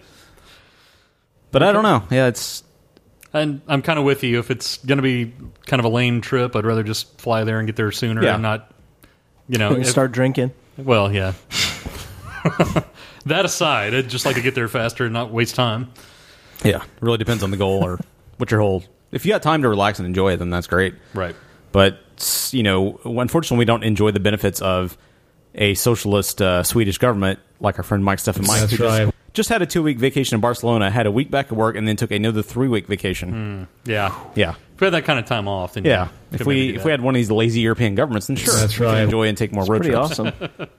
[SPEAKER 11] but I don't know. Yeah, it's
[SPEAKER 12] and I'm kind of with you. If it's going to be kind of a lame trip, I'd rather just fly there and get there sooner.
[SPEAKER 10] Yeah.
[SPEAKER 12] I'm not, you know,
[SPEAKER 10] We can
[SPEAKER 12] if-
[SPEAKER 10] start drinking.
[SPEAKER 12] Well, yeah. that aside, I'd just like to get there faster and not waste time.
[SPEAKER 11] Yeah, it really depends on the goal or what your whole. If you got time to relax and enjoy it, then that's great.
[SPEAKER 12] Right.
[SPEAKER 11] But s- you know, unfortunately, we don't enjoy the benefits of a socialist uh, Swedish government like our friend Mike Stefan Mike.
[SPEAKER 3] That's
[SPEAKER 11] who just-
[SPEAKER 3] right.
[SPEAKER 11] Just had a two week vacation in Barcelona, had a week back at work, and then took another three week vacation.
[SPEAKER 12] Hmm. Yeah.
[SPEAKER 11] Yeah.
[SPEAKER 12] If we had that kind of time off, then
[SPEAKER 11] Yeah.
[SPEAKER 12] could
[SPEAKER 11] If
[SPEAKER 12] maybe
[SPEAKER 11] we
[SPEAKER 12] do
[SPEAKER 11] if
[SPEAKER 12] that.
[SPEAKER 11] we had one of these lazy European governments, then sure,
[SPEAKER 12] That's
[SPEAKER 11] we could
[SPEAKER 12] right.
[SPEAKER 11] Enjoy and take more
[SPEAKER 12] It's
[SPEAKER 11] road
[SPEAKER 12] pretty
[SPEAKER 11] trips.
[SPEAKER 12] awesome.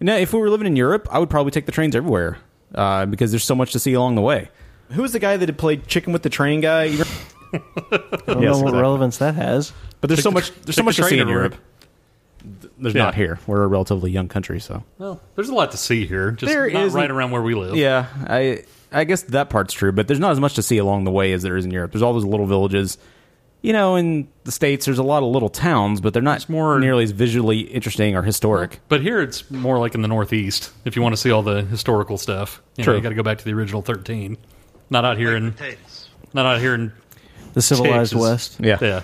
[SPEAKER 11] now, if we were living in Europe, I would probably take the trains everywhere uh, because there's so much to see along the way. Who was the guy that had played Chicken with the Train guy? You remember-
[SPEAKER 10] I don't
[SPEAKER 11] Yes,
[SPEAKER 10] know what
[SPEAKER 11] exactly.
[SPEAKER 10] relevance that has.
[SPEAKER 11] But there's so much. There's so much to see in Europe. There's
[SPEAKER 12] Yeah.
[SPEAKER 11] not here. We're a relatively young country, so
[SPEAKER 12] Well, there's a lot to see here. Just
[SPEAKER 11] There
[SPEAKER 12] not
[SPEAKER 11] isn't-
[SPEAKER 12] right around where we live.
[SPEAKER 11] Yeah, I I guess that part's true, but there's not as much to see along the way as there is in Europe. There's all those little villages. You know, in the states, there's a lot of little towns, but they're not more nearly as visually interesting or historic.
[SPEAKER 12] But here it's more like in the Northeast. If you want to see all the historical stuff, you, know,
[SPEAKER 11] True.
[SPEAKER 12] you got to go back to the original 13. Not out here in not out here in
[SPEAKER 10] The civilized
[SPEAKER 12] Texas.
[SPEAKER 10] West.
[SPEAKER 11] Yeah.
[SPEAKER 12] Yeah.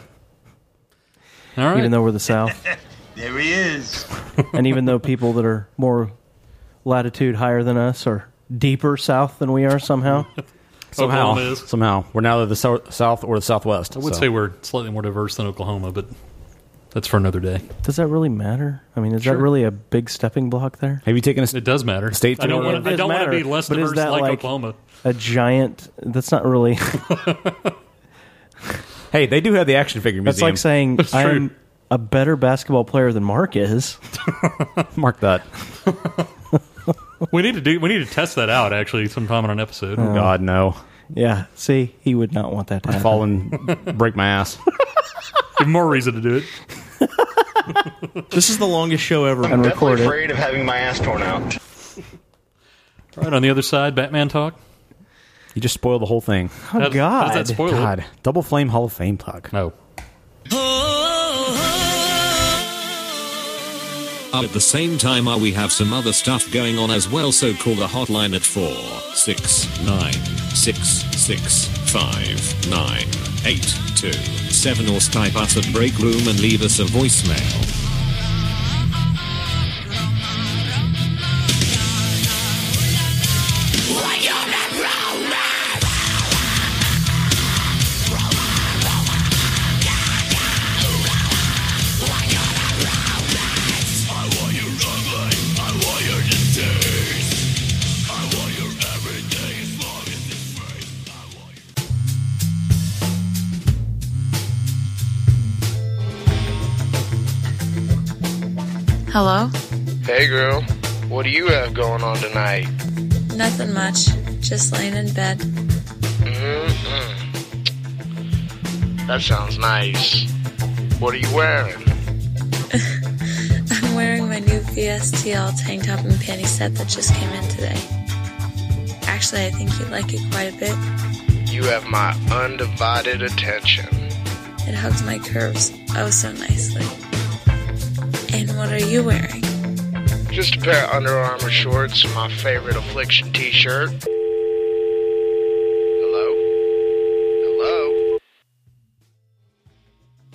[SPEAKER 12] All right.
[SPEAKER 10] Even though we're the South,
[SPEAKER 16] There he is.
[SPEAKER 10] and even though people that are more latitude higher than us are deeper south than we are somehow.
[SPEAKER 11] Somehow,
[SPEAKER 12] Oklahoma is.
[SPEAKER 11] somehow, we're now the so- south or the southwest.
[SPEAKER 12] I would
[SPEAKER 11] so.
[SPEAKER 12] say we're slightly more diverse than Oklahoma, but that's for another day.
[SPEAKER 10] Does that really matter? I mean, is
[SPEAKER 12] Sure.
[SPEAKER 10] that really a big stepping block there?
[SPEAKER 11] Have you taken a
[SPEAKER 12] It does matter.
[SPEAKER 11] State
[SPEAKER 12] I don't
[SPEAKER 11] tour?
[SPEAKER 12] want to. I
[SPEAKER 10] It
[SPEAKER 12] don't want to
[SPEAKER 10] matter,
[SPEAKER 12] be less
[SPEAKER 10] but is
[SPEAKER 12] diverse
[SPEAKER 10] that
[SPEAKER 12] like, Oklahoma.
[SPEAKER 10] A giant. That's not really.
[SPEAKER 11] hey, they do have the action figure
[SPEAKER 10] That's
[SPEAKER 11] museum.
[SPEAKER 10] like saying
[SPEAKER 11] It's true.
[SPEAKER 10] I'm a better basketball player than Mark is.
[SPEAKER 11] Mark that.
[SPEAKER 12] We need to do. We need to test that out actually sometime on an episode.
[SPEAKER 10] Oh.
[SPEAKER 11] God no.
[SPEAKER 10] Yeah. See, he would not want that to happen.
[SPEAKER 11] fall and break my ass.
[SPEAKER 12] Even more reason to do it.
[SPEAKER 15] This is the longest show ever.
[SPEAKER 10] I'm And definitely record it.
[SPEAKER 15] afraid of having my ass torn out.
[SPEAKER 12] All right on the other side, Batman talk.
[SPEAKER 11] You just spoiled the whole thing.
[SPEAKER 10] Oh, How- God.
[SPEAKER 12] how's that spoiled?
[SPEAKER 11] God. Double Flame Hall of Fame talk.
[SPEAKER 12] No.
[SPEAKER 17] At the same time, uh, we have some other stuff going on as well, so call the hotline at 4 6 9 6 6 5 9 8 2 7 or Skype us at Break Room and leave us a voicemail.
[SPEAKER 18] Hello?
[SPEAKER 19] Hey girl, what do you have going on tonight?
[SPEAKER 18] Nothing much. Just laying in bed.
[SPEAKER 19] Mm-mm. That sounds nice. What are you wearing?
[SPEAKER 18] I'm wearing my new VSTL tank top and panty set that just came in today. Actually, I think you'd like it quite a bit.
[SPEAKER 19] You have my undivided attention.
[SPEAKER 18] It hugs my curves oh so nicely. And what are you wearing?
[SPEAKER 19] Just a pair of Under Armour shorts and my favorite Affliction t-shirt. Hello? Hello?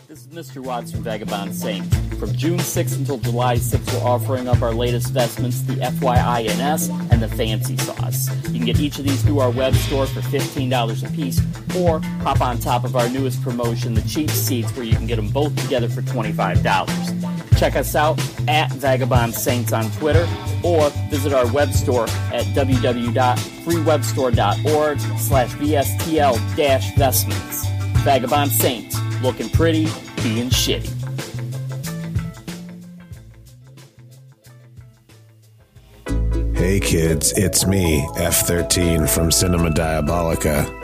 [SPEAKER 20] This is Mr. Watts from Vagabond Saint. From June 6th until July 6th, we're offering up our latest vestments, the FYINS and the Fancy Sauce. You can get each of these through our web store for $15 a piece, or hop on top of our newest promotion, the Cheap Seats, where you can get them both together for $25. Check us out at Vagabond Saints on Twitter, or visit our web store at www.freewebstore.org slash VSTL dash vestments. Vagabond Saints, looking pretty, being shitty.
[SPEAKER 21] Hey kids, it's me, F13 from Cinema Diabolica.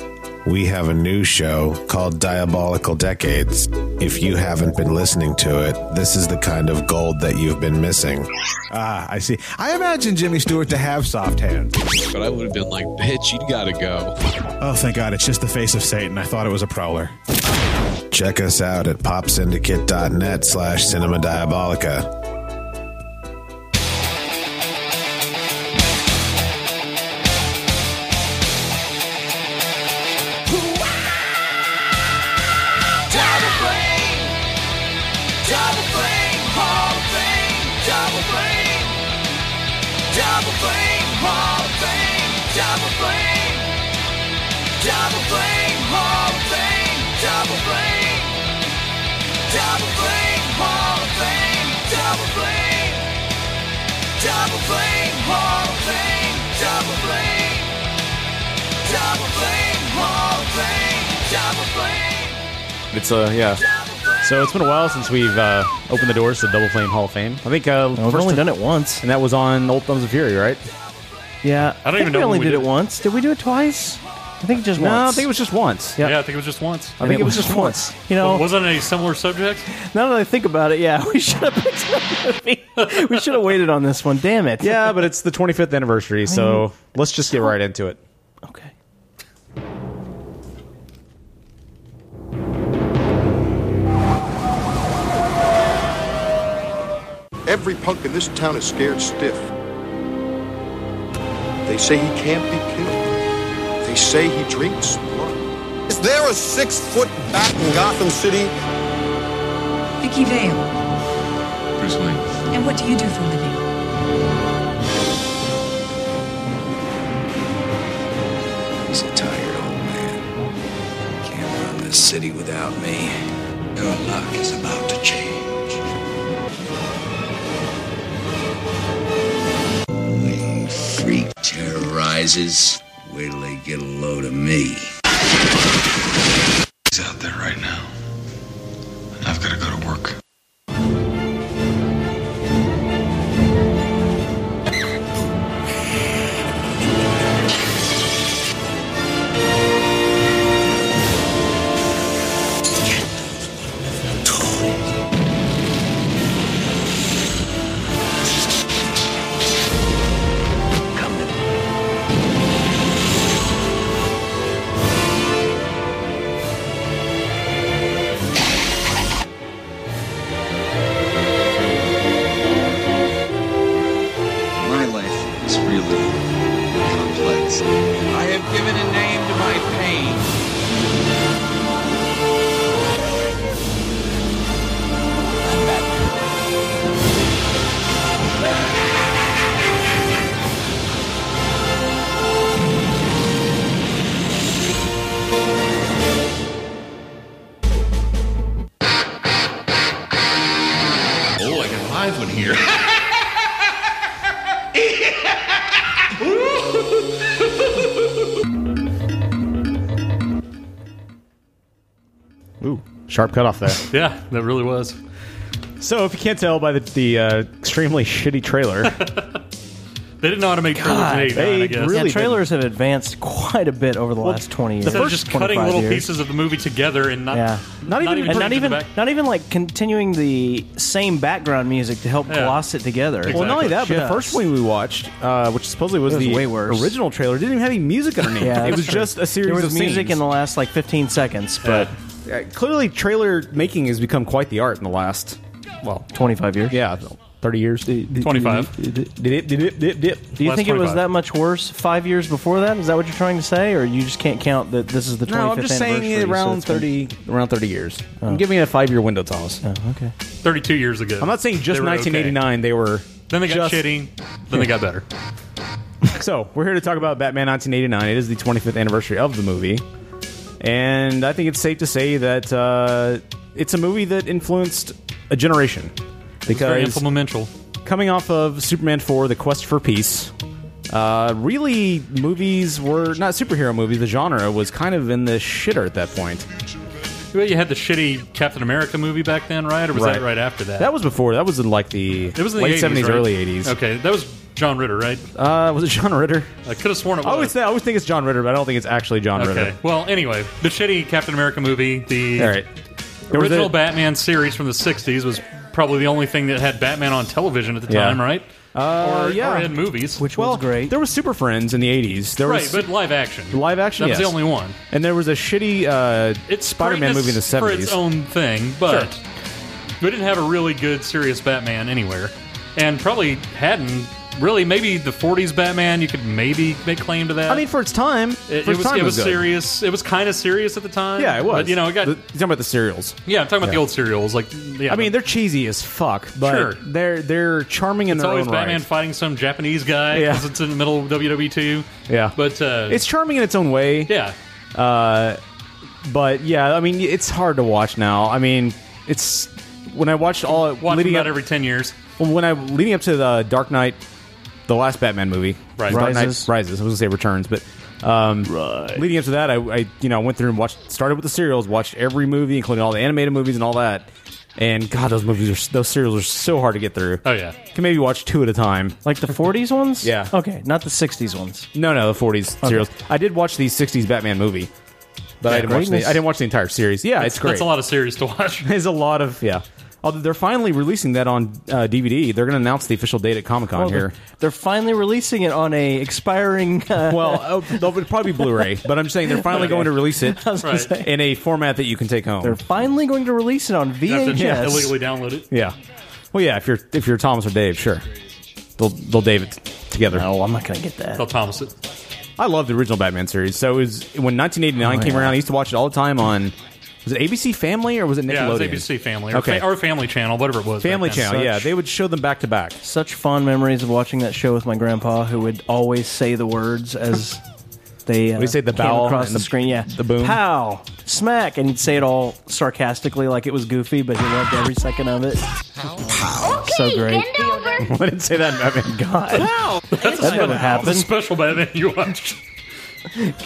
[SPEAKER 21] We have a new show called Diabolical Decades. If you haven't been listening to it, this is the kind of gold that you've been missing.
[SPEAKER 22] Ah, I see. I imagine Jimmy Stewart to have soft hands.
[SPEAKER 23] But I would have been like, bitch, you gotta go.
[SPEAKER 22] Oh, thank God, it's just the face of Satan. I thought it was a prowler. Check us out at popsyndicate.net slash cinema diabolica.
[SPEAKER 4] Double bang, double bang, hall of fame. Double bang, double bang, hall of fame. Double bang, double bang, hall of fame. Double bang, double bang, hall of fame. Double bang, double bang, hall of fame. Double bang, double bang, hall of fame. Double bang.
[SPEAKER 11] It's uh yeah. So it's been a while since we've uh, opened the doors to Double Flame Hall of Fame. I think uh,
[SPEAKER 10] we've only done
[SPEAKER 11] it once, and that was on Old Thumbs of Fury, right?
[SPEAKER 10] Yeah,
[SPEAKER 11] I don't
[SPEAKER 10] think
[SPEAKER 11] even know
[SPEAKER 10] We
[SPEAKER 11] when
[SPEAKER 10] only
[SPEAKER 11] we
[SPEAKER 10] did,
[SPEAKER 11] did
[SPEAKER 10] it
[SPEAKER 11] it.
[SPEAKER 10] once. Did we do it twice? I think just
[SPEAKER 11] No, I
[SPEAKER 10] once.
[SPEAKER 11] think it was just once.
[SPEAKER 12] Yeah, I think it was just once.
[SPEAKER 11] I think it was just once.
[SPEAKER 10] You know,
[SPEAKER 12] Well, wasn't it a similar subject?
[SPEAKER 10] now that I think about it, yeah, we should have picked another movie. We should have waited on this one. Damn it.
[SPEAKER 11] yeah, but it's the 25th anniversary, so let's just get right into it.
[SPEAKER 24] Every punk in this town is scared stiff. They say he can't be killed. They say he drinks blood. Is there a six foot bat in Gotham City?
[SPEAKER 25] Vicky Vale.
[SPEAKER 24] Bruce Wayne.
[SPEAKER 25] And what do you do for a living?
[SPEAKER 26] He's a tired old man. Can't run this city without me. Your luck is about to change. Wing freak terrorizes. Wait till they get a load of me. He's out there right now. And I've got to go to work. My life is really complex.
[SPEAKER 4] I have given a name to my pain.
[SPEAKER 13] Oh, I got a live one here.
[SPEAKER 11] Ooh, sharp cutoff there.
[SPEAKER 12] Yeah, that really was.
[SPEAKER 11] So if you can't tell by the, the uh, extremely shitty trailer,
[SPEAKER 12] They didn't know how to make trailers in
[SPEAKER 10] God,
[SPEAKER 12] 89, I guess.
[SPEAKER 10] yeah, trailers have advailed quite a bit over the last 20 years.
[SPEAKER 12] Instead of just cutting
[SPEAKER 10] 25
[SPEAKER 12] little
[SPEAKER 10] years.
[SPEAKER 12] pieces of the movie together and not,
[SPEAKER 10] Yeah.
[SPEAKER 12] not, even,
[SPEAKER 10] and not
[SPEAKER 12] putting it
[SPEAKER 10] even
[SPEAKER 12] back.
[SPEAKER 10] not even like continuing the same background music to help gloss it together.
[SPEAKER 11] Well, not only that, but the first one we watched, uh, which supposedly was,
[SPEAKER 10] It was
[SPEAKER 11] the
[SPEAKER 10] way worse.
[SPEAKER 11] original trailer, didn't even have any music underneath.
[SPEAKER 10] Yeah,
[SPEAKER 11] it
[SPEAKER 10] that's
[SPEAKER 11] was
[SPEAKER 10] true.
[SPEAKER 11] just a series
[SPEAKER 10] There was
[SPEAKER 11] of
[SPEAKER 10] music
[SPEAKER 11] memes.
[SPEAKER 10] in the last like 15 seconds, but
[SPEAKER 11] Yeah, clearly trailer making has become quite the art in the last well
[SPEAKER 10] 25 years
[SPEAKER 11] yeah Thirty years.
[SPEAKER 12] Twenty-five.
[SPEAKER 11] Dip, dip, dip, dip, dip.
[SPEAKER 10] Do you think it was that much worse five years before that? Is that what you're trying to say, or you just can't count that this is the 25th
[SPEAKER 11] No, I'm just saying
[SPEAKER 10] anniversary, so
[SPEAKER 11] around
[SPEAKER 10] it's been- Oh.
[SPEAKER 11] thirty, around thirty years. I'm giving it a five-year window, Thomas.
[SPEAKER 10] okay.
[SPEAKER 12] Thirty-two years ago.
[SPEAKER 11] I'm not saying just
[SPEAKER 12] They were okay.
[SPEAKER 11] 1989. They were.
[SPEAKER 12] Then they got
[SPEAKER 11] just-
[SPEAKER 12] shitty. Then they got better.
[SPEAKER 11] So we're here to talk about Batman 1989. It is the 25th anniversary of the movie, and I think it's safe to say that uh, it's a movie that influenced a generation because
[SPEAKER 12] very influential.
[SPEAKER 11] Coming off of Superman 4, The Quest for Peace, uh, really movies were not superhero movies. The genre was kind of in the shitter at that point.
[SPEAKER 12] Well, you had the shitty Captain America movie back then, right? Or was that right after that?
[SPEAKER 11] That was before. That was in like the,
[SPEAKER 12] It was in the
[SPEAKER 11] late
[SPEAKER 12] 80s,
[SPEAKER 11] 70s,
[SPEAKER 12] right?
[SPEAKER 11] early 80s.
[SPEAKER 12] Okay, that was John Ritter, right?
[SPEAKER 11] Uh, was it John Ritter?
[SPEAKER 12] I could have sworn it
[SPEAKER 11] I always,
[SPEAKER 12] was.
[SPEAKER 11] I always think it's John Ritter, but I don't think it's actually John
[SPEAKER 12] okay.
[SPEAKER 11] Ritter.
[SPEAKER 12] Well, anyway, the shitty Captain America movie, the
[SPEAKER 11] All right. There was
[SPEAKER 12] original
[SPEAKER 11] a-
[SPEAKER 12] Batman series from the '60s, was probably the only thing that had Batman on television at the
[SPEAKER 11] Yeah.
[SPEAKER 12] time, right?
[SPEAKER 11] Uh,
[SPEAKER 12] or,
[SPEAKER 11] yeah.
[SPEAKER 12] or in movies, which
[SPEAKER 11] well, great. There was Super Friends in the 80s. There
[SPEAKER 12] right,
[SPEAKER 11] was
[SPEAKER 12] but live action.
[SPEAKER 11] live action.
[SPEAKER 12] That was
[SPEAKER 11] yes.
[SPEAKER 12] the only one.
[SPEAKER 11] And there was a shitty uh,
[SPEAKER 12] It's
[SPEAKER 11] Spider-Man movie in the 70s.
[SPEAKER 12] for its own thing, but we didn't have a really good serious Batman anywhere, and probably hadn't really. Maybe the '40s Batman, you could maybe make claim to that.
[SPEAKER 11] I mean, for its time,
[SPEAKER 12] It,
[SPEAKER 11] for
[SPEAKER 12] it
[SPEAKER 11] its
[SPEAKER 12] was,
[SPEAKER 11] time
[SPEAKER 12] it was
[SPEAKER 11] good.
[SPEAKER 12] serious. It was kind of serious at the time.
[SPEAKER 11] Yeah, it was.
[SPEAKER 12] But, you know, it got.
[SPEAKER 11] The- you're talking about the serials.
[SPEAKER 12] yeah, I'm talking about
[SPEAKER 11] Yeah.
[SPEAKER 12] the old serials. Like, yeah,
[SPEAKER 11] I mean, they're cheesy as fuck, but
[SPEAKER 12] Sure.
[SPEAKER 11] they're they're charming in
[SPEAKER 12] it's
[SPEAKER 11] their
[SPEAKER 12] always
[SPEAKER 11] own
[SPEAKER 12] Batman
[SPEAKER 11] right.
[SPEAKER 12] fighting some Japanese guy
[SPEAKER 11] Yeah.
[SPEAKER 12] because it's in the middle of WWE two.
[SPEAKER 11] Yeah.
[SPEAKER 12] but uh,
[SPEAKER 11] It's charming in its own way.
[SPEAKER 12] Yeah.
[SPEAKER 11] Uh, but yeah, I mean, it's hard to watch now. I mean, it's when I watched all
[SPEAKER 12] watching
[SPEAKER 11] leading
[SPEAKER 12] about
[SPEAKER 11] up,
[SPEAKER 12] every ten years.
[SPEAKER 11] Well, when I leading up to the Dark Knight, the last Batman movie,
[SPEAKER 12] Rises.
[SPEAKER 11] Dark Knight
[SPEAKER 12] Rises.
[SPEAKER 11] Rises. I was gonna say Returns, but um, leading up to that, I, I you know I went through and watched, started with the serials, watched every movie, including all the animated movies and all that. And God, those movies are those serials are so hard to get through.
[SPEAKER 12] Oh yeah,
[SPEAKER 11] can maybe watch two at a time.
[SPEAKER 10] Like the 40s ones?
[SPEAKER 11] Yeah.
[SPEAKER 10] Okay, not the 60s ones.
[SPEAKER 11] No, no, the 40s
[SPEAKER 10] Okay.
[SPEAKER 11] serials. I did watch the 60s Batman movie, but I
[SPEAKER 12] Yeah,
[SPEAKER 11] didn't watch the,
[SPEAKER 12] greatness.
[SPEAKER 11] I didn't watch the entire series. Yeah,
[SPEAKER 12] That's-
[SPEAKER 11] it's great.
[SPEAKER 12] That's a lot of series to watch.
[SPEAKER 11] There's a lot of yeah. Although they're finally releasing that on uh, DVD, they're going to announce the official date at Comic Con
[SPEAKER 10] Well,
[SPEAKER 11] here.
[SPEAKER 10] They're, they're finally releasing it on a expiring. Uh,
[SPEAKER 11] well, they'll probably Blu-ray, but I'm just saying they're finally going to release it
[SPEAKER 10] I was gonna Right. say.
[SPEAKER 11] in a format that you can take home.
[SPEAKER 10] They're finally going to release it on VHS.
[SPEAKER 12] illegally download it.
[SPEAKER 11] yeah. Well, yeah. If you're if you're Thomas or Dave, sure. They'll they'll Dave it t- together.
[SPEAKER 10] No, I'm not going to get that.
[SPEAKER 12] Tell Thomas it.
[SPEAKER 11] I love the original Batman series. So it was when 1989
[SPEAKER 12] Oh,
[SPEAKER 11] came
[SPEAKER 12] yeah.
[SPEAKER 11] around. I used to watch it all the time on. Was it ABC Family or was it Nickelodeon?
[SPEAKER 12] Yeah, it was ABC Family or,
[SPEAKER 11] Okay.
[SPEAKER 12] fa- or Family Channel, whatever it was. back
[SPEAKER 11] Family
[SPEAKER 12] then.
[SPEAKER 11] Channel. yeah, they would show them back to back.
[SPEAKER 10] Such fond memories of watching that show with my grandpa, who would always say the words as they uh,
[SPEAKER 11] We say the
[SPEAKER 10] came
[SPEAKER 11] bowel
[SPEAKER 10] across
[SPEAKER 11] and
[SPEAKER 10] the,
[SPEAKER 11] the-
[SPEAKER 10] screen. Yeah,
[SPEAKER 11] the boom.
[SPEAKER 10] pow, smack, and he'd say it all sarcastically, like it was goofy, but he loved every second of it. so great.
[SPEAKER 11] I didn't say that, Batman.
[SPEAKER 10] God,
[SPEAKER 12] That's
[SPEAKER 10] that never
[SPEAKER 12] The
[SPEAKER 10] happened.
[SPEAKER 12] special Batman you watched.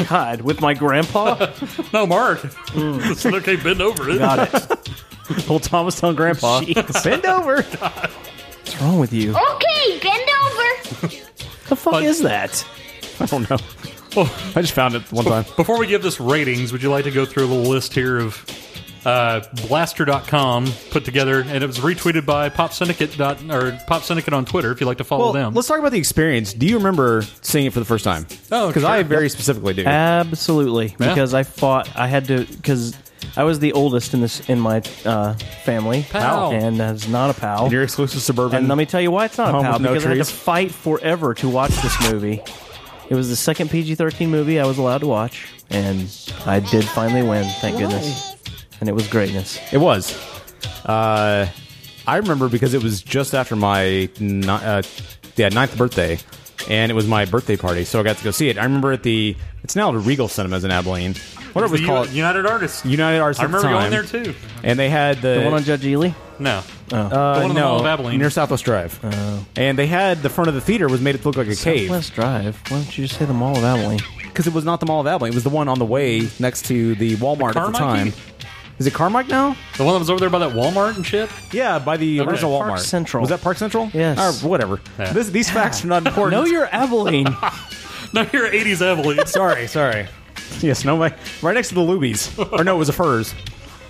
[SPEAKER 10] God, with my grandpa. Hmm.
[SPEAKER 12] no, Mark. It's okay, bend over it.
[SPEAKER 10] Got it.
[SPEAKER 11] Old Thomas telling Grandpa,
[SPEAKER 10] Jeez.
[SPEAKER 11] bend over.
[SPEAKER 10] What's wrong with you?
[SPEAKER 1] Okay, bend over.
[SPEAKER 10] The fuck
[SPEAKER 12] But-
[SPEAKER 10] is that?
[SPEAKER 11] I don't know. Oh, I just found it one time.
[SPEAKER 12] Before we give this ratings, would you like to go through a little list here of uh, blaster.com put together and it was retweeted by pop syndicate dot, or pop syndicate on twitter if you'd like to follow
[SPEAKER 11] Well,
[SPEAKER 12] them
[SPEAKER 11] let's talk about the experience. Do you remember seeing it for the first time?
[SPEAKER 12] Oh,
[SPEAKER 11] because
[SPEAKER 12] sure.
[SPEAKER 11] I very specifically do.
[SPEAKER 10] Absolutely,
[SPEAKER 11] Yeah.
[SPEAKER 10] because I fought. I had to because I was the oldest in this in my uh, family,
[SPEAKER 11] Pal.
[SPEAKER 10] and that's not a pal.
[SPEAKER 11] And you're exclusive suburban.
[SPEAKER 10] And let me tell you why it's not a
[SPEAKER 11] home
[SPEAKER 10] pal
[SPEAKER 11] with no
[SPEAKER 10] because I had
[SPEAKER 11] trees.
[SPEAKER 10] to fight forever to watch this movie. It was the second PG-13 movie I was allowed to watch, and I did finally win. Thank goodness, and it was greatness.
[SPEAKER 11] It was. Uh, I remember because it was just after my ni- uh, yeah ninth birthday, and it was my birthday party, so I got to go see it. I remember at the it's now the Regal Cinemas in Abilene. What it was
[SPEAKER 12] The U-
[SPEAKER 11] called
[SPEAKER 12] united artists
[SPEAKER 11] United Arts.
[SPEAKER 12] i
[SPEAKER 11] at the
[SPEAKER 12] remember going
[SPEAKER 11] time.
[SPEAKER 12] there too
[SPEAKER 11] And they had the,
[SPEAKER 10] The one on Judge Ely.
[SPEAKER 12] no
[SPEAKER 10] Oh.
[SPEAKER 11] Uh,
[SPEAKER 12] The one on the
[SPEAKER 11] no,
[SPEAKER 12] Mall of Abilene.
[SPEAKER 11] near Southwest Drive. And they had the front of the theater was made it look like a cave
[SPEAKER 10] Southwest Drive. Why don't you just say the Mall of Abilene?
[SPEAKER 11] because it was not the Mall of Abilene. It was the one on the way next to the Walmart at the
[SPEAKER 12] Carmike?
[SPEAKER 11] time. Is it Carmike now?
[SPEAKER 12] the one that was over there by that walmart and shit
[SPEAKER 11] Yeah, by the
[SPEAKER 12] Okay.
[SPEAKER 11] original Walmart.
[SPEAKER 12] Park
[SPEAKER 10] Central.
[SPEAKER 11] Was that Park Central?
[SPEAKER 10] Yes.
[SPEAKER 11] Or whatever.
[SPEAKER 12] Yeah.
[SPEAKER 11] This, these facts are not important.
[SPEAKER 10] No, you're Abilene.
[SPEAKER 12] no you're 80s abilene
[SPEAKER 11] sorry, sorry. Yes, no way. Right next to the Lubies. or no, it was a Furs.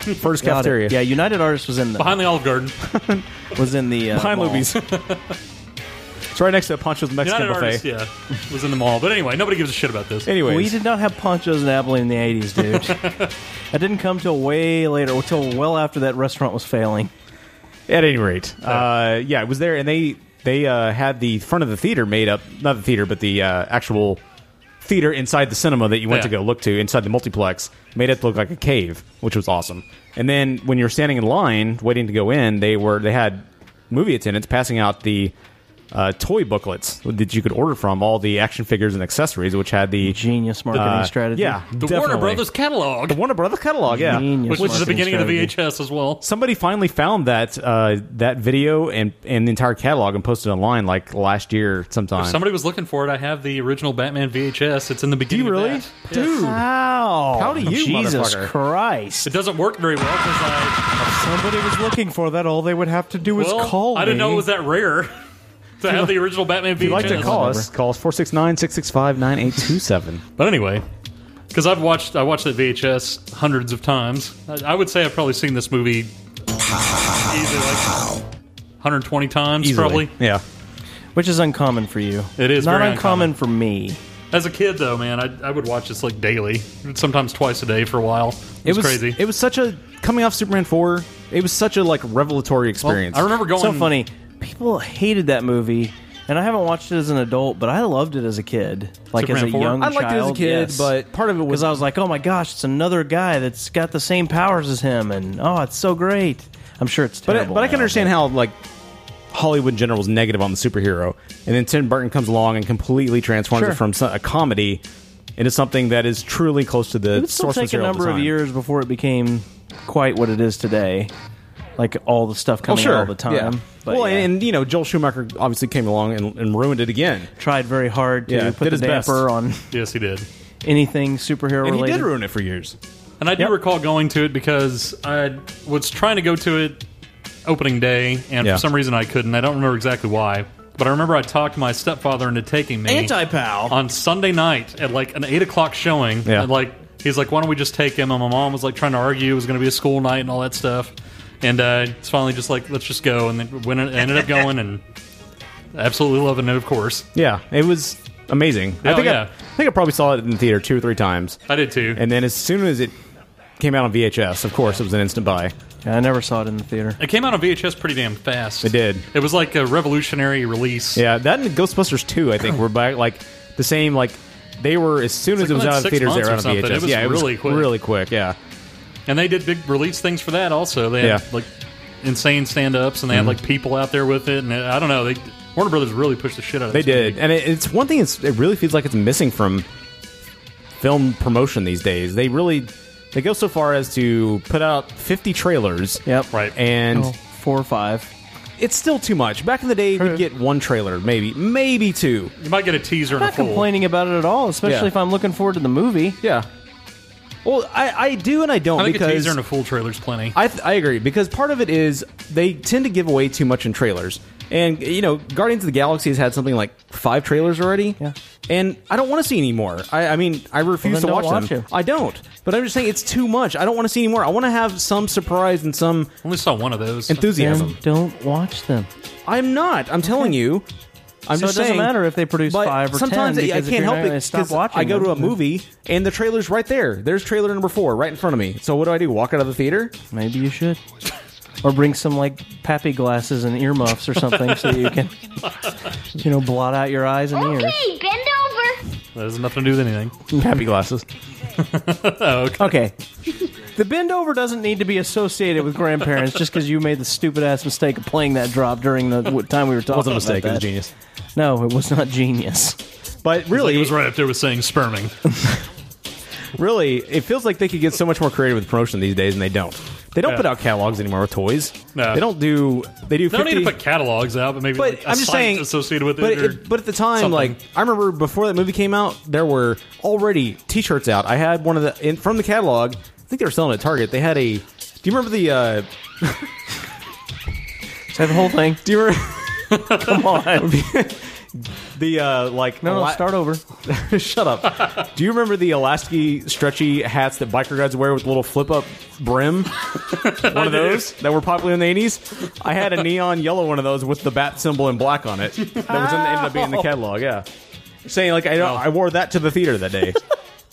[SPEAKER 11] Furs
[SPEAKER 10] Got it.
[SPEAKER 11] cafeteria.
[SPEAKER 10] Yeah, United Artists was in the
[SPEAKER 12] behind the olive garden
[SPEAKER 10] was in the uh,
[SPEAKER 11] Behind
[SPEAKER 10] mall.
[SPEAKER 11] Lubies. it's right next to Pancho's Mexican
[SPEAKER 12] united
[SPEAKER 11] buffet.
[SPEAKER 12] artists yeah was in the mall but anyway nobody gives a shit about this
[SPEAKER 11] Anyways.
[SPEAKER 10] We did not have ponchos in Abilene in the eighties, dude. that didn't come till way later, till well after that restaurant was failing.
[SPEAKER 11] At any rate, uh, yeah, it was there, and they they uh, had the front of the theater made up, not the theater, but the uh, actual theater inside the cinema that you went
[SPEAKER 12] Yeah.
[SPEAKER 11] to go look to inside the multiplex made it look like a cave, which was awesome. And then when you were standing in line waiting to go in, they were they had movie attendants passing out the uh, toy booklets that you could order from all the action figures and accessories, which had the genius
[SPEAKER 10] marketing
[SPEAKER 12] Uh,
[SPEAKER 10] strategy. Mm-hmm.
[SPEAKER 11] Yeah,
[SPEAKER 10] The
[SPEAKER 12] The
[SPEAKER 11] definitely.
[SPEAKER 12] Warner Brothers catalog. The
[SPEAKER 11] Warner Brothers catalog, yeah.
[SPEAKER 12] Which is the beginning of the
[SPEAKER 11] VHS.
[SPEAKER 12] VHS as well.
[SPEAKER 11] Somebody finally found that uh, that video and and the entire catalog and posted it online like last year sometime.
[SPEAKER 12] If somebody was looking for it, I have the original Batman VHS. It's in the beginning. Do you really,
[SPEAKER 11] Dude.
[SPEAKER 10] Wow.
[SPEAKER 12] How do you,
[SPEAKER 10] Jesus
[SPEAKER 12] motherfucker?
[SPEAKER 10] Christ.
[SPEAKER 12] It doesn't work very well because I
[SPEAKER 2] Somebody was looking for that. All they would have to do was
[SPEAKER 12] well,
[SPEAKER 2] call.
[SPEAKER 12] I didn't know
[SPEAKER 2] me.
[SPEAKER 12] it was that rare to have the original Batman VHS.
[SPEAKER 11] if you'd like to call us, call us 469 665 9827.
[SPEAKER 12] But anyway, because I've watched I watched that VHS hundreds of times. I, I would say I've probably seen this movie easily like 120 times, probably.
[SPEAKER 11] Yeah.
[SPEAKER 10] Which is uncommon for you.
[SPEAKER 12] It is
[SPEAKER 10] not
[SPEAKER 12] very
[SPEAKER 10] uncommon, for me.
[SPEAKER 12] As a kid, though, man, I, I would watch this like daily, sometimes twice a day for a while. It, was, crazy.
[SPEAKER 11] It was such a coming off Superman 4. It was such a like revelatory experience.
[SPEAKER 10] So funny. People hated that movie, and I haven't watched it as an adult, but I loved it as a kid, like
[SPEAKER 11] Superman
[SPEAKER 10] as a
[SPEAKER 11] 4?
[SPEAKER 10] young.
[SPEAKER 11] I liked it as a
[SPEAKER 10] child,
[SPEAKER 11] kid,
[SPEAKER 10] yes.
[SPEAKER 11] but part of it was-
[SPEAKER 10] because I was like, oh my gosh, it's another guy that's got the same powers as him, and oh, it's so great. I'm sure it's
[SPEAKER 11] But I,
[SPEAKER 10] terrible.
[SPEAKER 11] but I can
[SPEAKER 10] now,
[SPEAKER 11] understand how like Hollywood in general was negative on the superhero, and then Tim Burton comes along and completely transforms
[SPEAKER 10] Sure.
[SPEAKER 11] it from so- a comedy into something that is truly close to the
[SPEAKER 10] it would still
[SPEAKER 11] source
[SPEAKER 10] take a
[SPEAKER 11] material at the
[SPEAKER 10] number of
[SPEAKER 11] time.
[SPEAKER 10] years before it became quite what it is today. Like all the stuff
[SPEAKER 11] Oh,
[SPEAKER 10] coming
[SPEAKER 11] sure.
[SPEAKER 10] out all the time.
[SPEAKER 11] Yeah.
[SPEAKER 10] But
[SPEAKER 11] well,
[SPEAKER 10] yeah.
[SPEAKER 11] and, and, you know, Joel Schumacher obviously came along and, and ruined it again.
[SPEAKER 10] Tried very hard to put the damper on
[SPEAKER 12] Yes, he did.
[SPEAKER 10] anything superhero
[SPEAKER 12] And he did
[SPEAKER 10] related.
[SPEAKER 12] ruin
[SPEAKER 11] it for years.
[SPEAKER 12] And I do recall going to it because I was trying to go to it opening day, and
[SPEAKER 11] Yeah.
[SPEAKER 12] for some reason I couldn't. I don't remember exactly why, but I remember I talked my stepfather into taking me
[SPEAKER 11] Anti-pal.
[SPEAKER 12] on Sunday night at like an eight o'clock showing.
[SPEAKER 11] Yeah.
[SPEAKER 12] And like he's like, "Why don't we just take him?" And my mom was like trying to argue it was going to be a school night and all that stuff. And uh, it's finally just like, "Let's just go," and then went and ended up going and absolutely loving it. Of course,
[SPEAKER 11] Yeah, it was amazing. I
[SPEAKER 12] Oh,
[SPEAKER 11] think
[SPEAKER 12] yeah.
[SPEAKER 11] I, I think I probably saw it in the theater two or three times.
[SPEAKER 12] I did too.
[SPEAKER 11] And then as soon as it came out on VHS, of course, it was an instant buy.
[SPEAKER 10] Yeah, I never saw it in the theater.
[SPEAKER 12] It came out on VHS pretty damn fast.
[SPEAKER 11] It did.
[SPEAKER 12] It was like a revolutionary release.
[SPEAKER 11] Yeah, that and Ghostbusters 2, I think, were back like the same. Like they were as soon
[SPEAKER 12] It's
[SPEAKER 11] as
[SPEAKER 12] like
[SPEAKER 11] it was
[SPEAKER 12] like
[SPEAKER 11] out in
[SPEAKER 12] six
[SPEAKER 11] theaters, they
[SPEAKER 12] months
[SPEAKER 11] were
[SPEAKER 12] or
[SPEAKER 11] out on
[SPEAKER 12] something.
[SPEAKER 11] VHS.
[SPEAKER 12] It was
[SPEAKER 11] yeah,
[SPEAKER 12] really quick.
[SPEAKER 11] Really quick. Yeah.
[SPEAKER 12] And they did big release things for that also. They had
[SPEAKER 11] Yeah.
[SPEAKER 12] like insane stand ups and they had
[SPEAKER 11] Mhm.
[SPEAKER 12] like people out there with it and I don't know, they Warner Brothers really pushed the shit out of
[SPEAKER 11] They
[SPEAKER 12] this movie.
[SPEAKER 11] did, and it, it's one thing. It's, it really feels like it's missing from film promotion these days. They really they go so far as to put out fifty trailers.
[SPEAKER 10] Yep,
[SPEAKER 11] right, and
[SPEAKER 10] Oh, four or five.
[SPEAKER 11] It's still too much. Back in the day, we'd get one trailer, maybe, maybe two.
[SPEAKER 12] You might get a teaser
[SPEAKER 10] I'm not complaining about it at all, especially
[SPEAKER 11] Yeah.
[SPEAKER 10] if I'm looking forward to the movie.
[SPEAKER 11] Yeah. Well, I, I do and I don't
[SPEAKER 12] I think a
[SPEAKER 11] because
[SPEAKER 12] teaser and a full trailer's plenty.
[SPEAKER 11] I, th- I agree because part of it is they tend to give away too much in trailers. And you know, Guardians of the Galaxy has had something like five trailers already. Yeah. And I don't want to see any more. I, I mean, I refuse
[SPEAKER 10] then
[SPEAKER 11] to
[SPEAKER 10] don't
[SPEAKER 11] watch,
[SPEAKER 10] watch
[SPEAKER 11] them.
[SPEAKER 10] it.
[SPEAKER 11] I don't. But I'm just saying it's too much. I don't want to see any more. I want to have some surprise and some
[SPEAKER 12] only saw one of those
[SPEAKER 11] enthusiasm.
[SPEAKER 10] Then don't watch them.
[SPEAKER 11] I'm not. I'm telling you. I'm
[SPEAKER 10] So
[SPEAKER 11] just
[SPEAKER 10] it doesn't
[SPEAKER 11] saying,
[SPEAKER 10] matter if they produce
[SPEAKER 11] but
[SPEAKER 10] five or
[SPEAKER 11] sometimes
[SPEAKER 10] 10,
[SPEAKER 11] I- I
[SPEAKER 10] because if you're
[SPEAKER 11] can't help
[SPEAKER 10] not
[SPEAKER 11] it.
[SPEAKER 10] gonna stop
[SPEAKER 11] 'cause
[SPEAKER 10] watching
[SPEAKER 11] I go
[SPEAKER 10] them,
[SPEAKER 11] to a
[SPEAKER 10] then-
[SPEAKER 11] movie and the trailer's right there. There's trailer number four right in front of me. So what do I do? Walk out of the theater?
[SPEAKER 10] Maybe you should. Or bring some like pappy glasses and earmuffs or something so that you can, you know, blot out your eyes and ears.
[SPEAKER 1] Okay, bend over.
[SPEAKER 12] That has nothing to do with anything.
[SPEAKER 11] Happy glasses.
[SPEAKER 12] okay.
[SPEAKER 10] Okay. The bend over doesn't need to be associated with grandparents just because you made the stupid ass mistake of playing that drop during the w- time we were talking.
[SPEAKER 11] Wasn't a
[SPEAKER 10] about
[SPEAKER 11] mistake, it was
[SPEAKER 10] that.
[SPEAKER 11] genius.
[SPEAKER 10] No, it was not genius.
[SPEAKER 11] But really,
[SPEAKER 12] it was right up there with saying sperming.
[SPEAKER 11] Really, it feels like they could get so much more creative with promotion these days, and they don't. They don't
[SPEAKER 12] Yeah.
[SPEAKER 11] put out catalogs anymore with toys.
[SPEAKER 12] No.
[SPEAKER 11] They don't do. They do.
[SPEAKER 12] They don't
[SPEAKER 11] 50,
[SPEAKER 12] need to put catalogs out, but maybe
[SPEAKER 11] But
[SPEAKER 12] like, a
[SPEAKER 11] I'm just
[SPEAKER 12] site
[SPEAKER 11] saying,
[SPEAKER 12] associated with
[SPEAKER 11] but
[SPEAKER 12] it. or
[SPEAKER 11] it- but at the time,
[SPEAKER 12] something.
[SPEAKER 11] like I remember before that movie came out, there were already T-shirts out. I had one of the in, from the catalog. I think they were selling at Target. They had a. Do you remember the? Uh,
[SPEAKER 10] Say the whole thing.
[SPEAKER 11] Do you remember?
[SPEAKER 10] Come on.
[SPEAKER 11] the uh, like
[SPEAKER 10] No, no,
[SPEAKER 11] ela-
[SPEAKER 10] start over.
[SPEAKER 11] Shut up. Do you remember the Elasty stretchy hats that biker guys wear with little flip up brim? one of those that were popular in the 80s? I had a neon yellow one of those with the bat symbol in black on it. That was in, ended up being in the catalog, yeah. Saying like I don't, I wore that to the theater that day.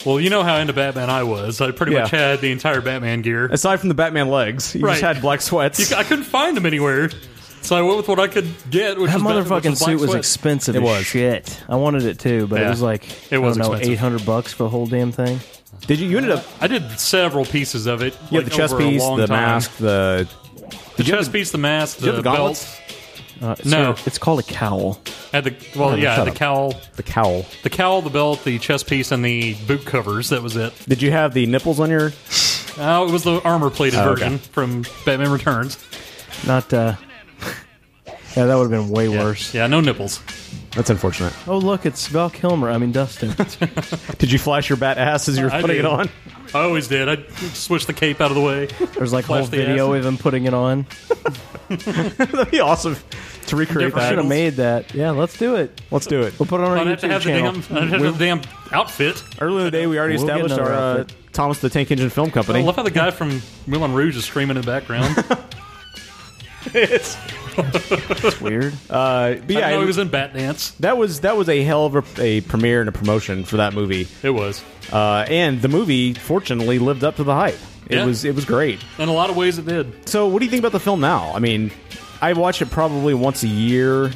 [SPEAKER 12] Well, you know how into Batman I was. I pretty
[SPEAKER 11] Yeah.
[SPEAKER 12] much had the entire Batman gear.
[SPEAKER 11] Aside from the Batman legs, you just
[SPEAKER 12] Right.
[SPEAKER 11] had black sweats.
[SPEAKER 12] You- I couldn't find them anywhere, so I went with what I could get. Which
[SPEAKER 10] that
[SPEAKER 12] was Batman,
[SPEAKER 10] motherfucking
[SPEAKER 12] which
[SPEAKER 10] suit
[SPEAKER 12] black
[SPEAKER 10] was
[SPEAKER 12] sweat.
[SPEAKER 10] expensive
[SPEAKER 12] It
[SPEAKER 10] as
[SPEAKER 12] was.
[SPEAKER 10] shit. I wanted it too, but it
[SPEAKER 12] Yeah.
[SPEAKER 10] was like
[SPEAKER 12] It was
[SPEAKER 10] I don't know
[SPEAKER 12] expensive.
[SPEAKER 10] eight hundred bucks for the whole damn thing.
[SPEAKER 11] Did you? You ended up.
[SPEAKER 12] I did several pieces of it.
[SPEAKER 11] You
[SPEAKER 12] like,
[SPEAKER 11] had the chest
[SPEAKER 12] over a
[SPEAKER 11] piece,
[SPEAKER 12] long
[SPEAKER 11] the
[SPEAKER 12] time.
[SPEAKER 11] mask, the.
[SPEAKER 12] the chest piece, the mask,
[SPEAKER 11] Did you
[SPEAKER 12] the,
[SPEAKER 11] have the gauntlets?
[SPEAKER 12] belt.
[SPEAKER 10] Uh,
[SPEAKER 12] No.
[SPEAKER 10] sir, it's called a cowl.
[SPEAKER 12] Had the well,
[SPEAKER 10] No, no,
[SPEAKER 12] yeah,
[SPEAKER 10] shut
[SPEAKER 12] the
[SPEAKER 10] up.
[SPEAKER 12] cowl,
[SPEAKER 11] The cowl.
[SPEAKER 12] the cowl, the belt, the chest piece, and the boot covers. That was it.
[SPEAKER 11] Did you have the nipples on your?
[SPEAKER 12] Oh, it was the armor plated
[SPEAKER 11] Oh, okay.
[SPEAKER 12] version from Batman Returns.
[SPEAKER 10] Not. uh Yeah, that would have been way worse.
[SPEAKER 12] Yeah, no nipples.
[SPEAKER 11] That's unfortunate.
[SPEAKER 10] Oh look, it's Val Kilmer. I mean Dustin.
[SPEAKER 11] Did you flash your bat ass as you were
[SPEAKER 12] I
[SPEAKER 11] putting
[SPEAKER 12] did.
[SPEAKER 11] it on?
[SPEAKER 12] I always did. I switched the cape out of the way.
[SPEAKER 10] There's like
[SPEAKER 12] Flash
[SPEAKER 10] whole
[SPEAKER 12] the
[SPEAKER 10] video
[SPEAKER 12] ass.
[SPEAKER 10] of him putting it on.
[SPEAKER 11] That'd be awesome to recreate
[SPEAKER 10] I should have
[SPEAKER 11] that.
[SPEAKER 10] made that. Yeah, let's do it.
[SPEAKER 11] Let's do it.
[SPEAKER 10] We'll put it on our
[SPEAKER 12] I'd have to
[SPEAKER 10] YouTube
[SPEAKER 12] have the
[SPEAKER 10] channel.
[SPEAKER 12] damn, I'd have to have the damn outfit.
[SPEAKER 11] Earlier in the day, we already
[SPEAKER 12] We'll get
[SPEAKER 11] established our
[SPEAKER 12] another
[SPEAKER 11] uh,
[SPEAKER 12] outfit.
[SPEAKER 11] Thomas the Tank Engine Film
[SPEAKER 12] I
[SPEAKER 11] Company.
[SPEAKER 12] love how the guy from Moulin Rouge is screaming in the background.
[SPEAKER 11] it's,
[SPEAKER 10] weird.
[SPEAKER 11] Uh,
[SPEAKER 12] I
[SPEAKER 11] but yeah,
[SPEAKER 12] didn't know
[SPEAKER 11] it-
[SPEAKER 12] he was in Bat Dance.
[SPEAKER 11] That was that was a hell of a, a premiere and a promotion for that movie.
[SPEAKER 12] It was,
[SPEAKER 11] uh, and the movie fortunately lived up to the hype. It
[SPEAKER 12] Yeah.
[SPEAKER 11] was it was great.
[SPEAKER 12] In a lot of ways, it did.
[SPEAKER 11] So, what do you think about the film now? I mean, I watch it probably once a year,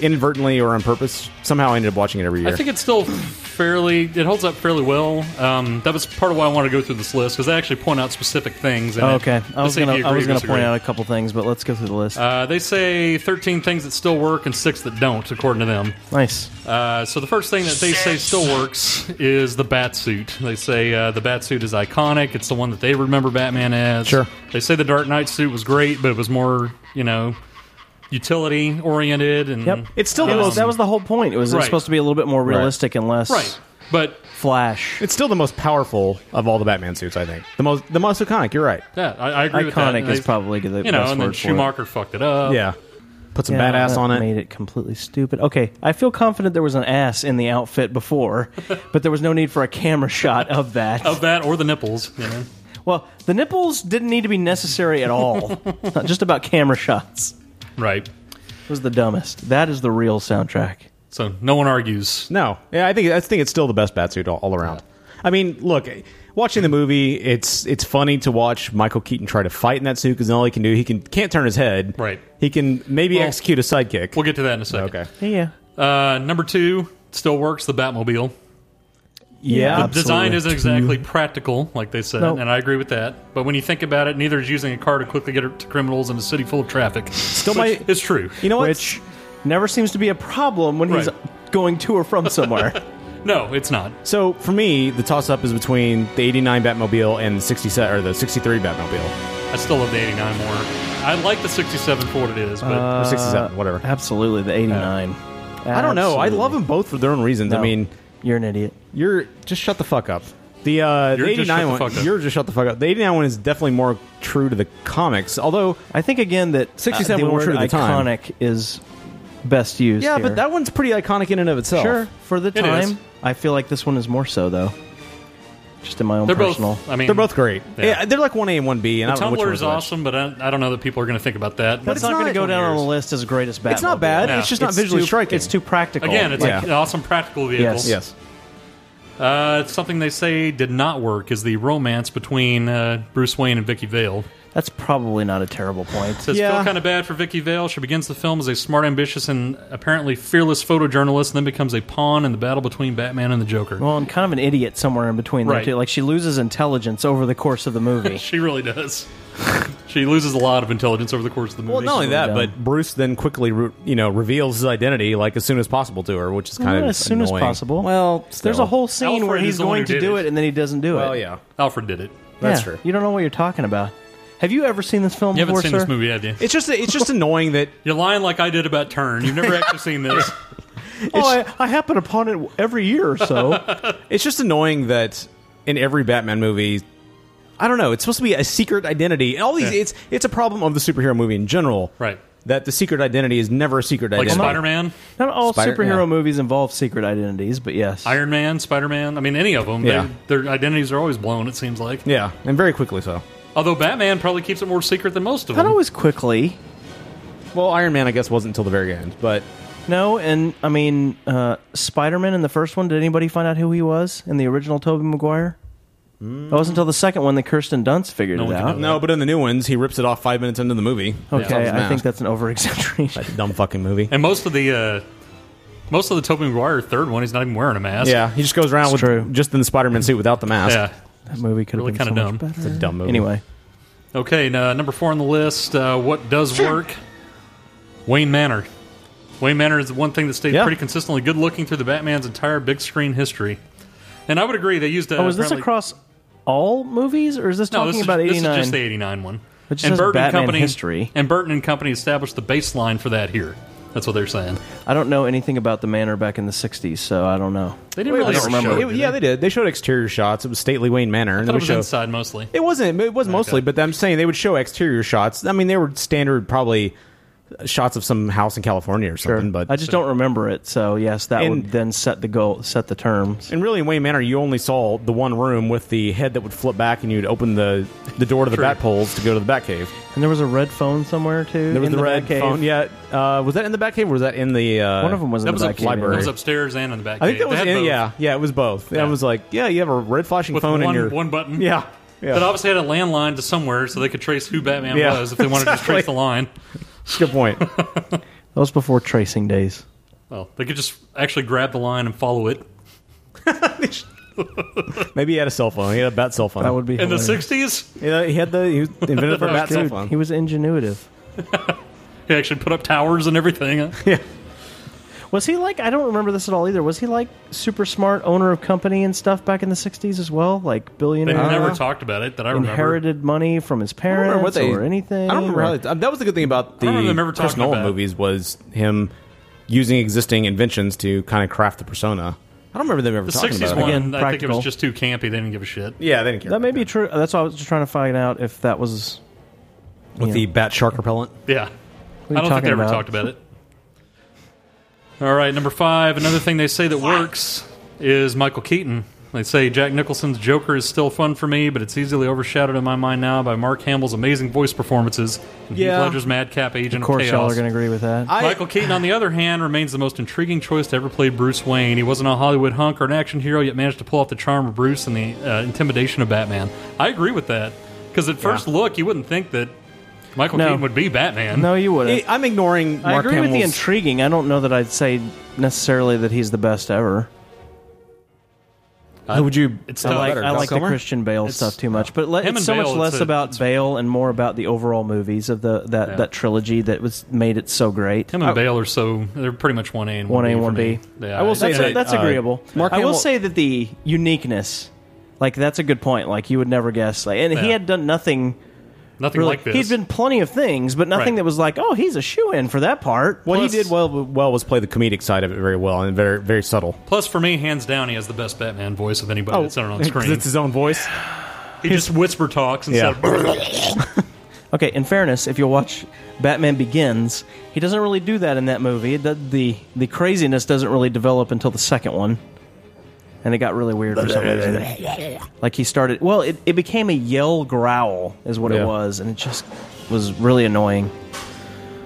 [SPEAKER 11] inadvertently or on purpose. Somehow, I ended up watching it every year.
[SPEAKER 12] I think it's still fairly. It holds up fairly well. Um, that was part of why I wanted to go through this list because they actually point out specific things. in
[SPEAKER 10] Oh,
[SPEAKER 12] it.
[SPEAKER 10] okay, I
[SPEAKER 12] Let's
[SPEAKER 10] was
[SPEAKER 12] see if
[SPEAKER 10] gonna
[SPEAKER 12] you
[SPEAKER 10] I
[SPEAKER 12] agree
[SPEAKER 10] was
[SPEAKER 12] or
[SPEAKER 10] gonna
[SPEAKER 12] disagree.
[SPEAKER 10] point out a couple things, but let's go through the list.
[SPEAKER 12] Uh, they say 13 things that still work and six that don't, according to them.
[SPEAKER 10] Nice.
[SPEAKER 12] Uh, so the first thing that they say still works is the bat suit. They say uh, the bat suit is iconic. It's the one that they remember Batman as. Sure. They say the Dark Knight suit was great, but it was more, you know, utility oriented and
[SPEAKER 10] Yep. It's still the most. That was the whole point. It was, it was
[SPEAKER 12] Mm-hmm. Right.
[SPEAKER 10] supposed to be a little bit more
[SPEAKER 11] Right.
[SPEAKER 10] realistic and less.
[SPEAKER 12] Right. But
[SPEAKER 10] Flash.
[SPEAKER 11] It's still the most powerful of all the Batman suits. I think the most the most iconic. You're right.
[SPEAKER 12] Yeah, I, I agree with that.
[SPEAKER 10] Iconic
[SPEAKER 12] And
[SPEAKER 10] is
[SPEAKER 12] they-
[SPEAKER 10] probably the
[SPEAKER 12] you know,
[SPEAKER 10] best
[SPEAKER 12] and then
[SPEAKER 10] word for it.
[SPEAKER 12] Schumacher fucked it up.
[SPEAKER 11] Yeah. Put some
[SPEAKER 10] Yeah,
[SPEAKER 11] badass
[SPEAKER 10] that
[SPEAKER 11] on it.
[SPEAKER 10] Made it completely stupid. Okay, I feel confident there was an ass in the outfit before, but there was no need for a camera shot of that.
[SPEAKER 12] of that or the nipples. You know?
[SPEAKER 10] Well, the nipples didn't need to be necessary at all. It's Not just about camera shots.
[SPEAKER 12] Right.
[SPEAKER 10] It was the dumbest. That is the real soundtrack.
[SPEAKER 12] So no one argues.
[SPEAKER 11] No, yeah, I think I think it's still the best Batsuit all, all around. I mean, look, watching the movie, it's it's funny to watch Michael Keaton try to fight in that suit because all he can do he can can't turn his head.
[SPEAKER 12] Right.
[SPEAKER 11] He can maybe
[SPEAKER 12] Well,
[SPEAKER 11] execute a sidekick.
[SPEAKER 12] We'll get to that in a second. Okay.
[SPEAKER 10] Yeah.
[SPEAKER 12] Uh, number two still works. The Batmobile.
[SPEAKER 11] Yeah,
[SPEAKER 12] the
[SPEAKER 11] absolutely.
[SPEAKER 12] design isn't exactly practical, like they said,
[SPEAKER 11] Nope.
[SPEAKER 12] and I agree with that. But when you think about it, neither is using a car to quickly get to criminals in a city full of traffic. Still,
[SPEAKER 10] my-
[SPEAKER 12] it's true.
[SPEAKER 11] You know what?
[SPEAKER 10] Which never seems to be a problem when he's going to or from somewhere. Uh,
[SPEAKER 12] No, it's not.
[SPEAKER 11] So for me, the toss up is between the '89 Batmobile and the '67 or the '63 Batmobile.
[SPEAKER 12] I still love the '89 more. I like the '67 for what it is, but
[SPEAKER 11] Uh, Or 67, whatever.
[SPEAKER 10] Absolutely, the 89.
[SPEAKER 11] I don't know. I love them both for their own reasons. I
[SPEAKER 10] No.
[SPEAKER 11] mean,
[SPEAKER 10] you're an idiot.
[SPEAKER 11] You're just shut the fuck up. The uh, the
[SPEAKER 10] You're just shut
[SPEAKER 11] 89
[SPEAKER 10] the
[SPEAKER 11] one,
[SPEAKER 10] fuck up.
[SPEAKER 11] you're just shut the fuck up. The 89 one is definitely more true to the comics. Although
[SPEAKER 10] I think again that uh,
[SPEAKER 11] 67
[SPEAKER 10] the
[SPEAKER 11] was more
[SPEAKER 10] word
[SPEAKER 11] true to the time.
[SPEAKER 10] iconic is best used.
[SPEAKER 11] Yeah,
[SPEAKER 10] here.
[SPEAKER 11] but that one's pretty iconic in and of itself.
[SPEAKER 10] Sure, for the
[SPEAKER 11] It is.
[SPEAKER 10] time. I feel like this one is more so though. Just in my own
[SPEAKER 12] They're both-
[SPEAKER 10] personal.
[SPEAKER 12] I mean-
[SPEAKER 11] they're both great.
[SPEAKER 12] Yeah.
[SPEAKER 11] Yeah. they're like one A and one B. And
[SPEAKER 12] the
[SPEAKER 11] I don't know which
[SPEAKER 12] Tumblr
[SPEAKER 11] one's
[SPEAKER 12] is
[SPEAKER 11] which.
[SPEAKER 12] awesome. But I, I don't know that people are going to think about that.
[SPEAKER 10] But it's, not going to go down on the list as greatest Batmobile.
[SPEAKER 11] It's not bad. It's just not visually
[SPEAKER 10] too-
[SPEAKER 11] striking.
[SPEAKER 10] It's too practical.
[SPEAKER 12] Again, it's like an awesome practical vehicle.
[SPEAKER 10] Yes.
[SPEAKER 11] Yes.
[SPEAKER 12] Uh, something they say did not work is the romance between uh, Bruce Wayne and Vicky Vale.
[SPEAKER 10] That's probably not a terrible point.
[SPEAKER 12] Says feel kind of bad for Vicky Vale. She begins the film as a smart, ambitious, and apparently fearless photojournalist, and then becomes a pawn in the battle between Batman and the Joker.
[SPEAKER 10] Well, and kind of an idiot somewhere in between
[SPEAKER 12] Right.
[SPEAKER 10] there too. Like she loses intelligence over the course of the movie.
[SPEAKER 12] she really does. she loses a lot of intelligence over the course of the movie.
[SPEAKER 11] Well, not only that, but Bruce then quickly re- you know reveals his identity like as soon as possible to her, which is kind
[SPEAKER 10] Not
[SPEAKER 11] of
[SPEAKER 10] as soon as
[SPEAKER 11] annoying.
[SPEAKER 10] possible.
[SPEAKER 11] Well,
[SPEAKER 10] There's
[SPEAKER 11] still.
[SPEAKER 10] a whole scene where
[SPEAKER 12] Alfred is
[SPEAKER 10] he's
[SPEAKER 12] the one
[SPEAKER 10] going
[SPEAKER 12] who
[SPEAKER 10] to
[SPEAKER 12] did
[SPEAKER 10] do
[SPEAKER 12] it.
[SPEAKER 10] it and then he doesn't do it.
[SPEAKER 11] Well, yeah.
[SPEAKER 12] Alfred did it.
[SPEAKER 10] Yeah, You don't know what you're talking about. Have you ever seen this film
[SPEAKER 12] You haven't
[SPEAKER 10] before,
[SPEAKER 12] seen
[SPEAKER 10] sir?
[SPEAKER 12] this movie, have you?
[SPEAKER 11] It's just it's just annoying that
[SPEAKER 12] you're lying like I did about Turn. You've never actually seen this.
[SPEAKER 10] Oh, I, I happen upon it every year or so.
[SPEAKER 11] it's just annoying that in every Batman movie, I don't know. It's supposed to be a secret identity. And all these,
[SPEAKER 12] Yeah.
[SPEAKER 11] it's it's a problem of the superhero movie in general,
[SPEAKER 12] Right.
[SPEAKER 11] That the secret identity is never a secret
[SPEAKER 12] Like
[SPEAKER 11] identity.
[SPEAKER 12] Spider Man,
[SPEAKER 10] Not all
[SPEAKER 11] Spider-
[SPEAKER 10] superhero
[SPEAKER 11] yeah.
[SPEAKER 10] movies involve secret identities, but yes.
[SPEAKER 12] Iron Man, Spider Man. I mean, any of them.
[SPEAKER 11] Yeah.
[SPEAKER 12] They, their identities are always blown. It seems like.
[SPEAKER 11] Yeah, and very quickly so.
[SPEAKER 12] Although Batman probably keeps it more secret than most of
[SPEAKER 11] Not
[SPEAKER 12] them.
[SPEAKER 11] always
[SPEAKER 10] quickly.
[SPEAKER 11] Well, Iron Man, I guess, wasn't until the very end, but
[SPEAKER 10] No, and I mean uh, Spider-Man in the first one. Did anybody find out who he was in the original Tobey Maguire?
[SPEAKER 11] Mm.
[SPEAKER 10] That wasn't until the second one that Kirsten Dunst figured it out.
[SPEAKER 11] No, but in the new ones, he rips it off five minutes into the movie.
[SPEAKER 10] Okay, I think that's an over exaggeration.
[SPEAKER 11] That dumb fucking movie.
[SPEAKER 12] And most of the uh, most of the Tobey Maguire third one, he's not even wearing a mask.
[SPEAKER 11] Yeah, he just goes around with just in the Spider-Man suit without the mask.
[SPEAKER 12] Yeah.
[SPEAKER 10] That movie could have
[SPEAKER 12] Really
[SPEAKER 10] been so
[SPEAKER 12] kinda
[SPEAKER 10] much
[SPEAKER 12] dumb.
[SPEAKER 10] better.
[SPEAKER 11] It's a dumb movie.
[SPEAKER 10] Anyway,
[SPEAKER 12] Okay, n- uh, number four on the list. Uh, what does work? Wayne Manor. Wayne Manor is the one thing that stayed pretty consistently good looking through the Batman's entire big screen history. And I would agree they used. Uh,
[SPEAKER 10] oh, is this
[SPEAKER 12] apparently-
[SPEAKER 10] across all movies, or is this
[SPEAKER 12] No,
[SPEAKER 10] talking
[SPEAKER 12] this is,
[SPEAKER 10] about
[SPEAKER 12] this is
[SPEAKER 10] '89?
[SPEAKER 12] just the '89 one.
[SPEAKER 10] It just says Batman history.
[SPEAKER 12] And Burton and Company established the baseline for that here. That's what they're saying.
[SPEAKER 10] I don't know anything about the manor back in the '60s, so I don't know.
[SPEAKER 12] They didn't really
[SPEAKER 11] It-
[SPEAKER 12] ever show it, did
[SPEAKER 11] yeah, they did. They showed exterior shots. It was stately Wayne Manor.
[SPEAKER 12] I
[SPEAKER 11] and
[SPEAKER 12] thought
[SPEAKER 11] they
[SPEAKER 12] it
[SPEAKER 11] would
[SPEAKER 12] was
[SPEAKER 11] show-
[SPEAKER 12] inside mostly.
[SPEAKER 11] It wasn't. It was mostly, but I'm saying they would show exterior shots. I mean, they were standard, probably shots of some house in California or something. But
[SPEAKER 10] I just don't remember it. So yes, that
[SPEAKER 11] And-
[SPEAKER 10] would then set the goal, set the terms.
[SPEAKER 11] And really, in Wayne Manor, you only saw the one room with the head that would flip back, and you'd open the the door to the
[SPEAKER 10] True.
[SPEAKER 11] bat poles to go to the bat cave.
[SPEAKER 10] And there was a red phone somewhere too.
[SPEAKER 11] There was
[SPEAKER 10] in
[SPEAKER 11] the, red
[SPEAKER 10] Batcave.
[SPEAKER 11] phone. Yeah, uh, was that in the bat cave? or Was that in the uh,
[SPEAKER 10] One of 'em was in That the was Batcave,
[SPEAKER 11] library?
[SPEAKER 12] It was upstairs and in the back.
[SPEAKER 11] I
[SPEAKER 12] cave.
[SPEAKER 11] think that was
[SPEAKER 12] They had
[SPEAKER 11] in,
[SPEAKER 12] both.
[SPEAKER 11] yeah, yeah. It was both. I was like, yeah, you have a red flashing
[SPEAKER 12] With
[SPEAKER 11] phone
[SPEAKER 12] one,
[SPEAKER 11] in your
[SPEAKER 12] one button.
[SPEAKER 11] Yeah, yeah.
[SPEAKER 12] That obviously had a landline to somewhere, so they could trace who Batman
[SPEAKER 11] Yeah,
[SPEAKER 12] was if they wanted to trace the line.
[SPEAKER 11] Good point.
[SPEAKER 10] That was before tracing days.
[SPEAKER 12] Well, they could just actually grab the line and follow it.
[SPEAKER 11] Maybe he had a cell phone. He had a bat cell phone.
[SPEAKER 10] That would be
[SPEAKER 12] in the
[SPEAKER 10] hilarious.
[SPEAKER 12] '60s.
[SPEAKER 11] Yeah, he had the he was invented for a bat cell
[SPEAKER 10] Dude,
[SPEAKER 11] phone.
[SPEAKER 10] he was ingenuitive.
[SPEAKER 12] He actually put up towers and everything. huh?
[SPEAKER 11] Yeah.
[SPEAKER 10] Was he like? I don't remember this at all either. Was he like super smart owner of company and stuff back in the '60s as well? Like
[SPEAKER 12] They
[SPEAKER 10] billionaire.
[SPEAKER 12] never
[SPEAKER 11] Uh-huh.
[SPEAKER 12] talked about it that I remember.
[SPEAKER 10] Inherited money from his
[SPEAKER 11] I don't
[SPEAKER 10] parents
[SPEAKER 11] remember what they-
[SPEAKER 10] or anything.
[SPEAKER 11] I don't remember
[SPEAKER 10] or-
[SPEAKER 11] how they, Uh, that was the good thing about the
[SPEAKER 12] I don't remember them ever
[SPEAKER 11] Chris
[SPEAKER 12] talking
[SPEAKER 11] Nolan
[SPEAKER 12] about it.
[SPEAKER 11] movies was him using existing inventions to kind of craft the persona. I don't remember them ever
[SPEAKER 12] The
[SPEAKER 11] talking
[SPEAKER 12] '60s
[SPEAKER 11] about it.
[SPEAKER 12] one, I think it was just too campy. They didn't give a shit.
[SPEAKER 11] Yeah, they didn't
[SPEAKER 10] That may be true. That's why I was just trying to find out if that was
[SPEAKER 11] with the bat shark repellent.
[SPEAKER 12] Yeah.
[SPEAKER 10] What are
[SPEAKER 12] I
[SPEAKER 10] you
[SPEAKER 12] don't think
[SPEAKER 10] talking
[SPEAKER 12] they ever
[SPEAKER 10] about?
[SPEAKER 12] talked about it. All right, number five. Another thing they say that works is Michael Keaton. They say Jack Nicholson's Joker is still fun for me, but it's easily overshadowed in my mind now by Mark Hamill's amazing voice performances and
[SPEAKER 10] Yeah.
[SPEAKER 12] Heath Ledger's madcap agent
[SPEAKER 10] Of course,
[SPEAKER 12] chaos.
[SPEAKER 10] y'all are going to agree with that.
[SPEAKER 12] Michael Keaton, on the other hand, remains the most intriguing choice to ever play Bruce Wayne. He wasn't a Hollywood hunk or an action hero, yet managed to pull off the charm of Bruce and the uh, intimidation of Batman. I agree with that because at first look, you wouldn't think that Michael
[SPEAKER 10] No.
[SPEAKER 12] Keaton would be Batman.
[SPEAKER 10] No, you wouldn't.
[SPEAKER 11] I'm ignoring.
[SPEAKER 10] I
[SPEAKER 11] Mark
[SPEAKER 10] agree with the
[SPEAKER 11] Hamill's-
[SPEAKER 10] intriguing. I don't know that I'd say necessarily that he's the best ever.
[SPEAKER 11] Who Uh, would you?
[SPEAKER 10] I
[SPEAKER 11] I
[SPEAKER 10] like, I like the Christian Bale stuff too much, but let,
[SPEAKER 11] him
[SPEAKER 10] it's
[SPEAKER 11] and
[SPEAKER 10] so much
[SPEAKER 11] Bale,
[SPEAKER 10] less
[SPEAKER 11] it's a-
[SPEAKER 10] about Bale and more about the overall movies of the that,
[SPEAKER 12] Yeah.
[SPEAKER 10] that trilogy that was made it so great. Uh,
[SPEAKER 12] Him and Bale are so they're pretty much one A and
[SPEAKER 10] one A and one
[SPEAKER 12] for me.
[SPEAKER 10] B.
[SPEAKER 12] Yeah,
[SPEAKER 10] that's,
[SPEAKER 12] uh,
[SPEAKER 10] that's agreeable.
[SPEAKER 12] Mark
[SPEAKER 10] I will
[SPEAKER 12] Hamill-
[SPEAKER 10] say that the uniqueness, like that's a good point. Like you would never guess. Like, and he
[SPEAKER 12] Yeah.
[SPEAKER 10] had done nothing.
[SPEAKER 12] Nothing
[SPEAKER 10] really-
[SPEAKER 12] like this.
[SPEAKER 10] He'd been plenty of things, but nothing
[SPEAKER 12] Right.
[SPEAKER 10] that was like, oh, he's a shoe in for that part.
[SPEAKER 11] What he did well well was play the comedic side of it very well and very very subtle.
[SPEAKER 12] Plus, for me, hands down, he has the best Batman voice of anybody that's ever on
[SPEAKER 11] 'cause
[SPEAKER 12] screen.
[SPEAKER 11] it's his own voice.
[SPEAKER 12] He just whisper talks instead of.
[SPEAKER 10] Okay, in fairness, if you'll watch Batman Begins, he doesn't really do that in that movie. It, does- the the craziness doesn't really develop until the second one, and it got really weird for some reason. Like he started, well, it, it became a yell growl is what
[SPEAKER 11] Yeah.
[SPEAKER 10] it was, and it just was really annoying.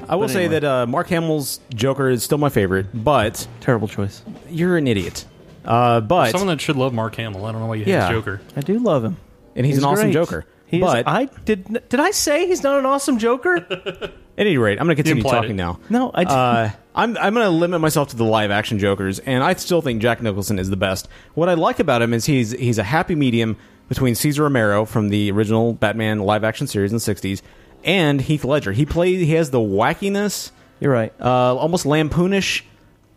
[SPEAKER 11] I will
[SPEAKER 10] But
[SPEAKER 11] say
[SPEAKER 10] anyway.
[SPEAKER 11] that uh, Mark Hamill's Joker is still my favorite, but
[SPEAKER 10] terrible choice.
[SPEAKER 11] You're an idiot. Uh, but
[SPEAKER 12] Someone that should love Mark Hamill. I don't know why you hate
[SPEAKER 11] Yeah.
[SPEAKER 12] Joker.
[SPEAKER 10] I do love him,
[SPEAKER 11] and he's, an awesome
[SPEAKER 10] great.
[SPEAKER 11] Joker.
[SPEAKER 10] He is-
[SPEAKER 11] but
[SPEAKER 10] I did n- did I say he's not an awesome Joker?
[SPEAKER 11] At any rate, I'm going to continue
[SPEAKER 10] implied
[SPEAKER 11] talking
[SPEAKER 10] it.
[SPEAKER 11] now.
[SPEAKER 10] No, I didn't.
[SPEAKER 11] Uh, I'm I'm going to limit myself to the live action Jokers, and I still think Jack Nicholson is the best. What I like about him is he's he's a happy medium between Cesar Romero from the original Batman live action series in the '60s and Heath Ledger. He plays he has the wackiness,
[SPEAKER 10] you're right,
[SPEAKER 11] uh, almost lampoonish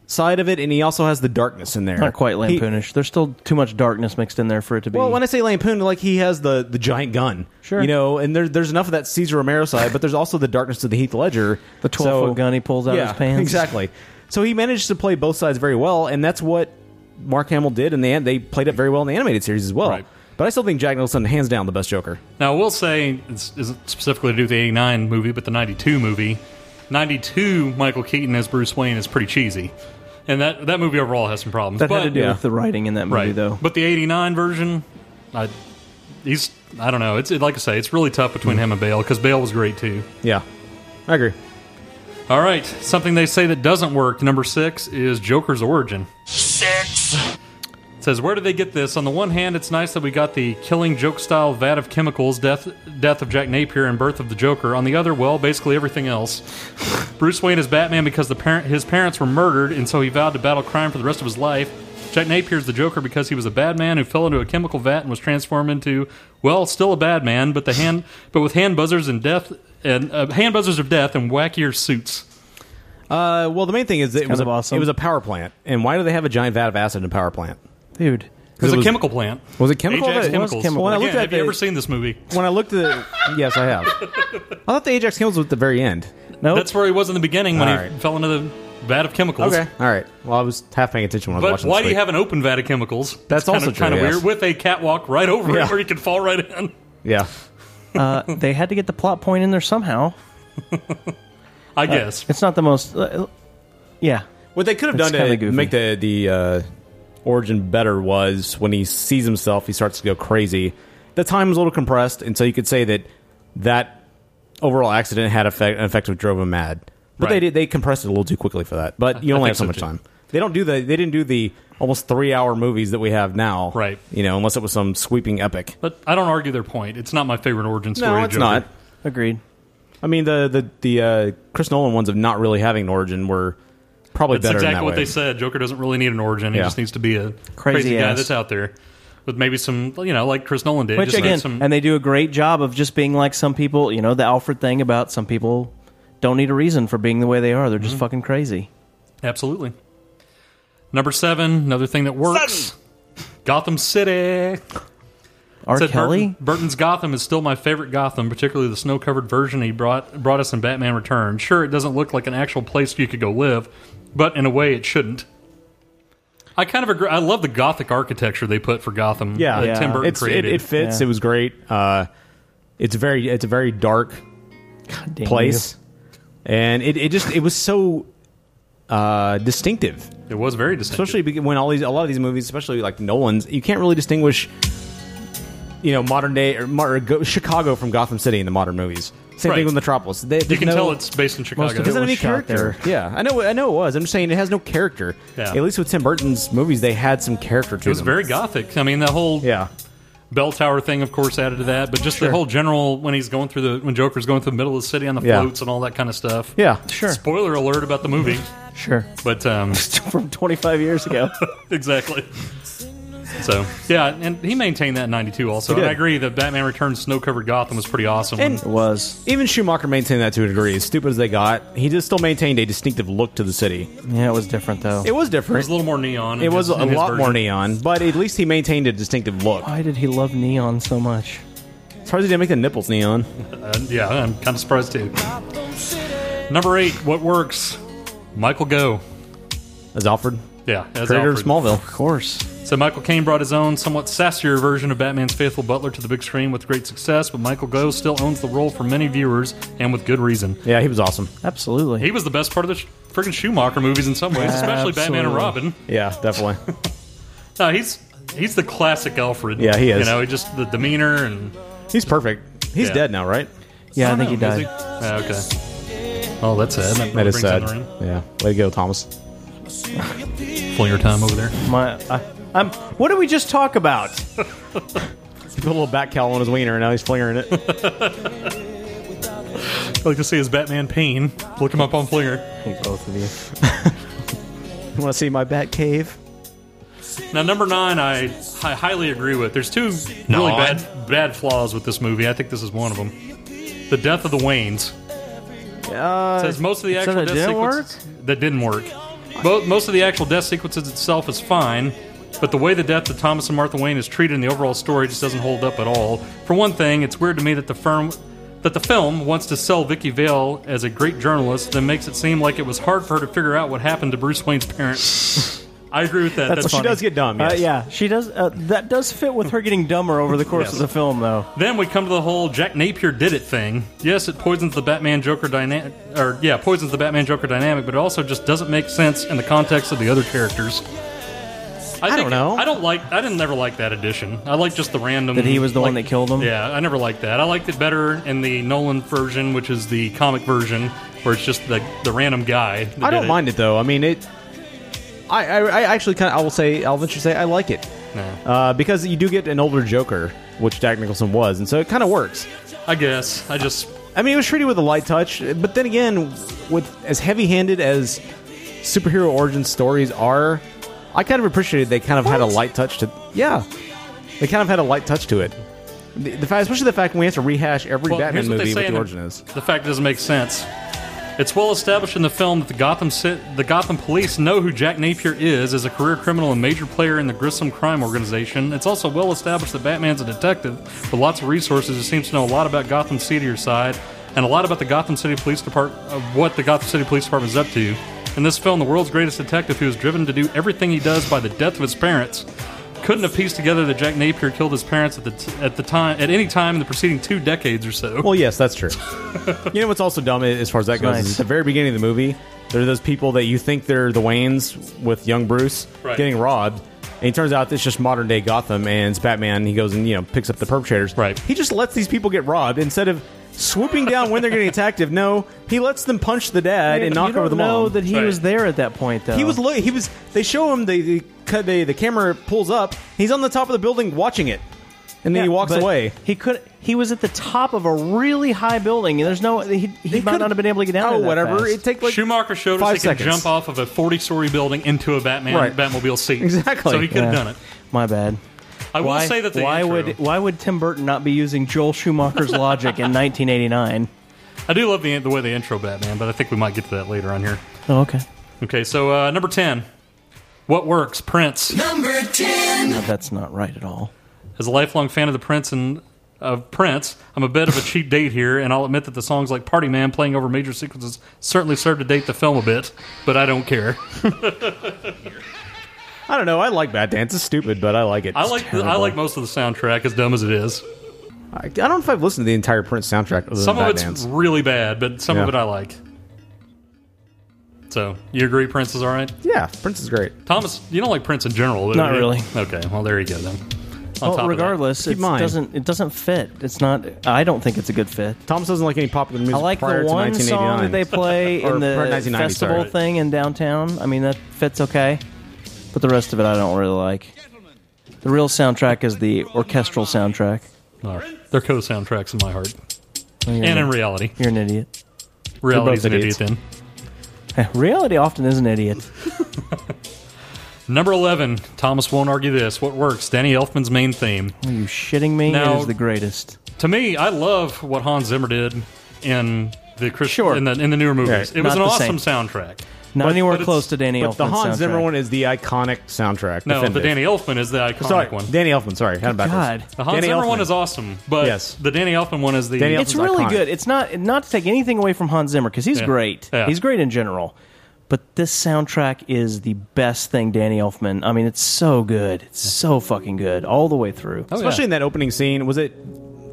[SPEAKER 11] side of it, and he also has the darkness in there.
[SPEAKER 10] not quite
[SPEAKER 11] He-
[SPEAKER 10] lampoonish. There's still too much darkness mixed in there for it to be.
[SPEAKER 11] well, when I say lampoon, like he has the the giant gun,
[SPEAKER 10] Sure.
[SPEAKER 11] you know, and there's there's enough of that Caesar Romero side, but there's also the darkness of the Heath Ledger,
[SPEAKER 10] The 12-foot gun he pulls out of
[SPEAKER 11] yeah,
[SPEAKER 10] his pants.
[SPEAKER 11] exactly. So he managed to play both sides very well, and that's what Mark Hamill did, and they they played it very well in the animated series as well. But I still think Jack Nicholson, hands down, the best Joker.
[SPEAKER 12] Now, I will say, this isn't specifically to do with the 89 movie, but the 92 movie. 92 Michael Keaton as Bruce Wayne is pretty cheesy. And that, that movie overall has some problems.
[SPEAKER 10] that
[SPEAKER 12] but,
[SPEAKER 10] had to do with the writing in that movie,
[SPEAKER 12] right.
[SPEAKER 10] though.
[SPEAKER 12] But the 89 version, I, he's, I don't know. It's Like I say, it's really tough between him and Bale because Bale was great too.
[SPEAKER 11] Yeah, I agree.
[SPEAKER 12] All right, something they say that doesn't work. Number six is Joker's origin.
[SPEAKER 4] Six.
[SPEAKER 12] It says, where did they get this? On the one hand, it's nice that we got the killing joke style vat of chemicals, death, death of Jack Napier, and birth of the Joker. On the other, well, basically everything else. Bruce Wayne is Batman because the parent, his parents were murdered, and so he vowed to battle crime for the rest of his life. Jack Napier is the Joker because he was a bad man who fell into a chemical vat and was transformed into, well, still a bad man, but the hand, but with hand buzzers and death, and uh, hand buzzers of death and wackier suits.
[SPEAKER 11] Uh, well, the main thing is that it was,
[SPEAKER 12] kind
[SPEAKER 11] a,
[SPEAKER 12] of awesome.
[SPEAKER 11] it was a power plant. And why do they have a giant vat of acid in a power plant?
[SPEAKER 10] Dude.
[SPEAKER 12] It was a chemical plant.
[SPEAKER 11] Was it chemical?
[SPEAKER 12] Ajax
[SPEAKER 11] It was
[SPEAKER 12] Chemicals.
[SPEAKER 11] chemical. When I looked
[SPEAKER 12] Again,
[SPEAKER 11] at
[SPEAKER 12] have you
[SPEAKER 11] the-
[SPEAKER 12] ever seen this movie?
[SPEAKER 11] When I looked at it, yes, I have. I thought the Ajax Chemicals was at the very end. No,
[SPEAKER 12] That's where he was in the beginning when
[SPEAKER 11] All
[SPEAKER 12] he
[SPEAKER 11] right.
[SPEAKER 12] fell into the vat of chemicals.
[SPEAKER 11] okay, all right. Well, I was half paying attention when
[SPEAKER 12] But
[SPEAKER 11] I was watching.
[SPEAKER 12] why
[SPEAKER 11] this
[SPEAKER 12] do you
[SPEAKER 11] week.
[SPEAKER 12] have an open vat of chemicals?
[SPEAKER 11] That's
[SPEAKER 12] kind
[SPEAKER 11] also
[SPEAKER 12] of, kind
[SPEAKER 11] true,
[SPEAKER 12] of
[SPEAKER 11] yes.
[SPEAKER 12] weird with a catwalk right over
[SPEAKER 10] Yeah.
[SPEAKER 12] it where you can fall right in.
[SPEAKER 11] Yeah.
[SPEAKER 10] uh, they had to get the plot point in there somehow.
[SPEAKER 12] I
[SPEAKER 10] Uh,
[SPEAKER 12] guess.
[SPEAKER 10] it's not the most. Uh, yeah.
[SPEAKER 11] What they could have
[SPEAKER 10] It's
[SPEAKER 11] done to
[SPEAKER 10] kinda goofy.
[SPEAKER 11] make the the uh, origin better was when he sees himself, he starts to go crazy. The time was a little compressed, and so you could say that that overall accident had effect, an effect of drove him mad. But they
[SPEAKER 22] Right.
[SPEAKER 11] did, they compressed it a little too quickly for that. But you
[SPEAKER 22] I
[SPEAKER 11] only
[SPEAKER 22] think
[SPEAKER 11] have so
[SPEAKER 22] so,
[SPEAKER 11] much
[SPEAKER 22] too.
[SPEAKER 11] time. They don't do the they didn't do the almost three hour movies that we have now, right? You know, unless it was some sweeping epic.
[SPEAKER 12] But I don't argue their point. It's not my favorite origin story.
[SPEAKER 11] No,
[SPEAKER 12] of
[SPEAKER 11] it's
[SPEAKER 12] Joker.
[SPEAKER 11] not.
[SPEAKER 10] Agreed.
[SPEAKER 11] I mean, the the the uh, Chris Nolan ones of not really having an origin were probably
[SPEAKER 12] That's
[SPEAKER 11] better. in
[SPEAKER 12] exactly
[SPEAKER 11] that
[SPEAKER 12] what
[SPEAKER 11] way.
[SPEAKER 12] they said. Joker doesn't really need an origin. He
[SPEAKER 11] Yeah.
[SPEAKER 12] just needs to be a crazy,
[SPEAKER 10] Crazy
[SPEAKER 12] guy
[SPEAKER 10] ass.
[SPEAKER 12] that's out there with maybe some, you know, like Chris Nolan did.
[SPEAKER 10] Which
[SPEAKER 12] just
[SPEAKER 10] again,
[SPEAKER 12] some,
[SPEAKER 10] and they do a great job of just being like some people. You know the Alfred thing about some people don't need a reason for being the way they are. They're
[SPEAKER 12] Mm-hmm.
[SPEAKER 10] just fucking crazy.
[SPEAKER 12] absolutely. Number seven, another thing that works. Gotham City.
[SPEAKER 10] R.
[SPEAKER 12] Said
[SPEAKER 10] Kelly?
[SPEAKER 12] Burton- Burton's Gotham is still my favorite Gotham, particularly the snow-covered version he brought brought us in Batman Returns. Sure, it doesn't look like an actual place you could go live, but in a way, it shouldn't. I kind of agree. I love the gothic architecture they put for Gotham.
[SPEAKER 11] yeah,
[SPEAKER 12] that Uh, Tim Burton
[SPEAKER 11] It's- it-
[SPEAKER 12] created.
[SPEAKER 11] It, fits. It was great. Uh, it's very it's a very dark
[SPEAKER 10] damn
[SPEAKER 11] place, and it, it just it was so uh, distinctive.
[SPEAKER 12] It was very distinctive,
[SPEAKER 11] especially beca- when all these a lot of these movies, especially like Nolan's, you can't really distinguish. You know, modern day or, mo- or go, Chicago from Gotham City in the modern movies. Same
[SPEAKER 12] Right.
[SPEAKER 11] thing with Metropolis. They,
[SPEAKER 12] you
[SPEAKER 11] there's
[SPEAKER 12] can
[SPEAKER 11] no-
[SPEAKER 12] tell it's based in Chicago.
[SPEAKER 11] Doesn't have any character. Yeah, I know. I know it was. I'm just saying it has no character.
[SPEAKER 12] Yeah.
[SPEAKER 11] At least with Tim Burton's movies, they had some character
[SPEAKER 12] It
[SPEAKER 11] to
[SPEAKER 12] was
[SPEAKER 11] them.
[SPEAKER 12] very gothic. I mean, the whole
[SPEAKER 11] yeah
[SPEAKER 12] bell tower thing, of course, added to that. But just the
[SPEAKER 11] Sure.
[SPEAKER 12] whole general when he's going through the when Joker's going through the middle of the city on the
[SPEAKER 11] Yeah.
[SPEAKER 12] floats and all that kind of stuff.
[SPEAKER 11] Yeah. Sure.
[SPEAKER 12] Spoiler alert about the movie.
[SPEAKER 10] Sure.
[SPEAKER 12] But um,
[SPEAKER 10] from 25 years ago.
[SPEAKER 12] exactly. So yeah, and he maintained that in '92 also.
[SPEAKER 11] He
[SPEAKER 12] And I
[SPEAKER 11] did.
[SPEAKER 12] agree that Batman Returns snow-covered Gotham was pretty awesome.
[SPEAKER 11] And
[SPEAKER 12] When-
[SPEAKER 10] was
[SPEAKER 11] even Schumacher maintained that to a degree. As stupid as they got, he just still maintained a distinctive look to the city.
[SPEAKER 10] Yeah, it was different though.
[SPEAKER 11] It was different.
[SPEAKER 12] It was a little more neon.
[SPEAKER 11] It
[SPEAKER 12] in
[SPEAKER 11] was
[SPEAKER 12] his-
[SPEAKER 11] a
[SPEAKER 12] in his
[SPEAKER 11] lot more
[SPEAKER 12] version.
[SPEAKER 11] neon, but at least he maintained a distinctive look.
[SPEAKER 10] Why did he love neon so much?
[SPEAKER 11] It's hard as he didn't make the nipples neon.
[SPEAKER 12] Uh, yeah, I'm kind of surprised too. Number eight, what works? Michael Go.
[SPEAKER 11] As Alfred?
[SPEAKER 12] Yeah, as
[SPEAKER 11] Creator
[SPEAKER 12] Alfred.
[SPEAKER 11] of Smallville.
[SPEAKER 10] Of course.
[SPEAKER 12] So Michael Caine brought his own, somewhat sassier version of Batman's faithful butler to the big screen with great success, but Michael Go still owns the role for many viewers and with good reason.
[SPEAKER 11] Yeah, he was awesome.
[SPEAKER 10] Absolutely.
[SPEAKER 12] He was the best part of the sh- freaking Schumacher movies in some ways, especially Batman and
[SPEAKER 11] Absolutely.
[SPEAKER 12] Robin.
[SPEAKER 11] Yeah, definitely.
[SPEAKER 12] No, he's he's the classic Alfred.
[SPEAKER 11] Yeah, he is.
[SPEAKER 12] You know, he just the demeanor and
[SPEAKER 11] He's perfect. He's
[SPEAKER 12] Yeah.
[SPEAKER 11] dead now, right?
[SPEAKER 10] Yeah, I
[SPEAKER 12] don't
[SPEAKER 10] think he
[SPEAKER 12] know, is
[SPEAKER 10] died.
[SPEAKER 12] Ah, okay. Oh, that's sad. That,
[SPEAKER 11] That
[SPEAKER 12] brings
[SPEAKER 11] is
[SPEAKER 12] down
[SPEAKER 11] sad.
[SPEAKER 12] the rain.
[SPEAKER 11] Yeah, way to go, Thomas.
[SPEAKER 12] Fling your time over there.
[SPEAKER 10] My, I, I'm. What did we just talk about?
[SPEAKER 11] He put a little back cowl on his wiener, and now he's flingering it.
[SPEAKER 12] I'd like to see his Batman pain. Look him up on Flinger.
[SPEAKER 10] both of you.
[SPEAKER 11] you want to see my bat cave?
[SPEAKER 12] Now, number nine, I, I highly agree with. There's two really
[SPEAKER 11] Nine.
[SPEAKER 12] bad bad flaws with this movie. I think this is one of them. The death of the Waynes.
[SPEAKER 11] Uh,
[SPEAKER 12] says most of the
[SPEAKER 10] it said
[SPEAKER 12] actual
[SPEAKER 10] it
[SPEAKER 12] death
[SPEAKER 10] didn't
[SPEAKER 12] sequences that didn't work. Both, most of the actual death sequences itself is fine, but the way the death of Thomas and Martha Wayne is treated in the overall story just doesn't hold up at all. For one thing, it's weird to me that the firm that the film wants to sell Vicky Vale as a great journalist, then makes it seem like it was hard for her to figure out what happened to Bruce Wayne's parents. I agree with that. That's, funny.
[SPEAKER 10] Uh, yeah, she does. Uh, that does fit with her getting dumber over the course
[SPEAKER 12] Yes.
[SPEAKER 10] of the film, though.
[SPEAKER 12] Then we come to the whole Jack Napier did it thing. Yes, it poisons the Batman Joker dynamic, or yeah, poisons the Batman Joker dynamic, but it also just doesn't make sense in the context of the other characters. I, don't know. I don't like. I didn't never like that addition. I like just the random
[SPEAKER 10] That he was the one
[SPEAKER 12] like-
[SPEAKER 10] that killed him?
[SPEAKER 12] Yeah, I never liked that. I liked it better in the Nolan version, which is the comic version, where it's just the the random guy. that
[SPEAKER 11] I
[SPEAKER 12] did
[SPEAKER 11] don't mind it though. I mean it. I I, I actually kind of I will say I'll venture to say I like it uh, because you do get an older Joker, which Jack Nicholson was, and so it kind of works.
[SPEAKER 12] I guess I just.
[SPEAKER 11] I mean, it was treated with a light touch, but then again, with as heavy-handed as superhero origin stories are, I kind of appreciated they kind of had a light touch to. Yeah, they kind of had a light touch to it. The, the fact, especially the fact we have to rehash every
[SPEAKER 12] Well,
[SPEAKER 11] Batman
[SPEAKER 12] here's what they
[SPEAKER 11] movie
[SPEAKER 12] say
[SPEAKER 11] with
[SPEAKER 12] in
[SPEAKER 11] the origin is.
[SPEAKER 12] The fact doesn't make sense. It's well established in the film that the Gotham Ci- the Gotham police know who Jack Napier is as a career criminal and major player in the Grissom crime organization. It's also well established that Batman's a detective with lots of resources who seems to know a lot about Gotham City or side and a lot about the Gotham City Police Department of what the Gotham City Police Department is up to. In this film, the world's greatest detective who is driven to do everything he does by the death of his parents couldn't have pieced together that Jack Napier killed his parents at the t- at the time at any time in the preceding two decades or so.
[SPEAKER 11] Well, yes, that's true. you know what's also dumb i- as far as that goes
[SPEAKER 12] Nice.
[SPEAKER 11] is at the very beginning of the movie, there are those people that you think they're the Waynes with young Bruce
[SPEAKER 12] Right.
[SPEAKER 11] getting robbed. And it turns out it's just modern day Gotham and it's Batman. He goes and, you know, picks up the perpetrators. Right. He just lets these people get robbed instead of swooping down when they're getting attacked. If no, he lets them punch the dad
[SPEAKER 10] Yeah,
[SPEAKER 11] and
[SPEAKER 10] but
[SPEAKER 11] knock
[SPEAKER 10] you don't
[SPEAKER 11] over the
[SPEAKER 10] know
[SPEAKER 11] mom.
[SPEAKER 10] that he Right. was there at that point, though.
[SPEAKER 11] He was. Lo- he was. They show him. They, they cut. They, the camera pulls up. He's on the top of the building watching it, and then
[SPEAKER 10] Yeah,
[SPEAKER 11] he walks
[SPEAKER 10] but
[SPEAKER 11] away.
[SPEAKER 10] He could. He was at the top of a really high building, and there's no. He, he, might not have been able to get down.
[SPEAKER 11] Oh,
[SPEAKER 10] there that
[SPEAKER 11] whatever.
[SPEAKER 10] fast.
[SPEAKER 11] It take like
[SPEAKER 12] Schumacher showed us
[SPEAKER 10] five
[SPEAKER 12] they can
[SPEAKER 10] seconds.
[SPEAKER 12] jump off of a 40 story building into a Batman
[SPEAKER 10] Right.
[SPEAKER 12] Batmobile seat.
[SPEAKER 10] Exactly.
[SPEAKER 12] So he could have
[SPEAKER 10] Yeah.
[SPEAKER 12] done it.
[SPEAKER 10] My bad.
[SPEAKER 12] I will
[SPEAKER 10] why,
[SPEAKER 12] say that the
[SPEAKER 10] why
[SPEAKER 12] intro-
[SPEAKER 10] would why would Tim Burton not be using Joel Schumacher's logic in 1989?
[SPEAKER 12] I do love the, the way they intro Batman, but I think we might get to that later on here.
[SPEAKER 10] Oh, okay.
[SPEAKER 12] Okay, so uh, number 10. What works? Prince.
[SPEAKER 4] Number 10.
[SPEAKER 10] No, that's not right at all.
[SPEAKER 12] As a lifelong fan of the Prince and of Prince, I'm a bit of a cheap date here, and I'll admit that the songs like "Party Man" playing over major sequences certainly serve to date the film a bit, but I don't care.
[SPEAKER 11] I don't know. I like Bad Dance. It's stupid, but I like it.
[SPEAKER 12] I like the, I like most of the soundtrack, as dumb as it is.
[SPEAKER 11] I, I don't know if I've listened to the entire Prince soundtrack. Other
[SPEAKER 12] Some
[SPEAKER 11] than
[SPEAKER 12] of
[SPEAKER 11] Bad
[SPEAKER 12] it's
[SPEAKER 11] Dance.
[SPEAKER 12] really bad, but some of
[SPEAKER 11] Yeah.
[SPEAKER 12] it I like. So you agree, Prince is all right?
[SPEAKER 11] Yeah, Prince is great.
[SPEAKER 12] Thomas, you don't like Prince in general, do
[SPEAKER 10] Not
[SPEAKER 12] you?
[SPEAKER 10] really.
[SPEAKER 12] Okay, well there you go then. On top of that.
[SPEAKER 10] well, regardless, it doesn't it doesn't fit. It's not. I don't think it's a good fit.
[SPEAKER 11] Thomas doesn't like any popular music.
[SPEAKER 10] I like
[SPEAKER 11] prior
[SPEAKER 10] the
[SPEAKER 11] to
[SPEAKER 10] one song
[SPEAKER 11] 1989.
[SPEAKER 10] that they play
[SPEAKER 11] Or
[SPEAKER 10] in
[SPEAKER 11] prior
[SPEAKER 10] the
[SPEAKER 11] to 1990,
[SPEAKER 10] festival
[SPEAKER 11] sorry.
[SPEAKER 10] thing in downtown. I mean, that fits okay, but the rest of it I don't really like. The real soundtrack is the orchestral soundtrack.
[SPEAKER 12] Oh, they're co-soundtracks in my heart, and in reality,
[SPEAKER 10] you're an idiot.
[SPEAKER 12] reality's an idiot. Then
[SPEAKER 10] reality often is an idiot.
[SPEAKER 12] number eleven, Thomas won't argue this. What works? Danny Elfman's main theme.
[SPEAKER 10] Are you shitting me?
[SPEAKER 12] Now-
[SPEAKER 10] it is the greatest.
[SPEAKER 12] To me, I love what Hans Zimmer did in the Chris, in the in the newer movies.
[SPEAKER 11] Right.
[SPEAKER 12] It was
[SPEAKER 11] Not
[SPEAKER 12] an
[SPEAKER 11] the
[SPEAKER 12] awesome soundtrack. But- but it's-
[SPEAKER 11] But the Hans Zimmer one is the iconic soundtrack.
[SPEAKER 12] No, the
[SPEAKER 11] definitive.
[SPEAKER 12] Danny Elfman is the iconic
[SPEAKER 11] sorry,
[SPEAKER 12] one.
[SPEAKER 11] Danny Elfman. Sorry, had about
[SPEAKER 12] the Hans
[SPEAKER 11] Danny
[SPEAKER 12] Zimmer
[SPEAKER 11] Elfman.
[SPEAKER 12] one is awesome, but
[SPEAKER 11] Yes.
[SPEAKER 12] the Danny Elfman one is the
[SPEAKER 10] it's really good. It's not not to take anything away from Hans Zimmer because he's
[SPEAKER 12] Yeah.
[SPEAKER 10] great.
[SPEAKER 12] Yeah.
[SPEAKER 10] He's great in general. But this soundtrack is the best thing Danny Elfman. I mean, it's so good. It's so fucking good all the way through.
[SPEAKER 12] Oh,
[SPEAKER 11] Especially in that opening scene, was it?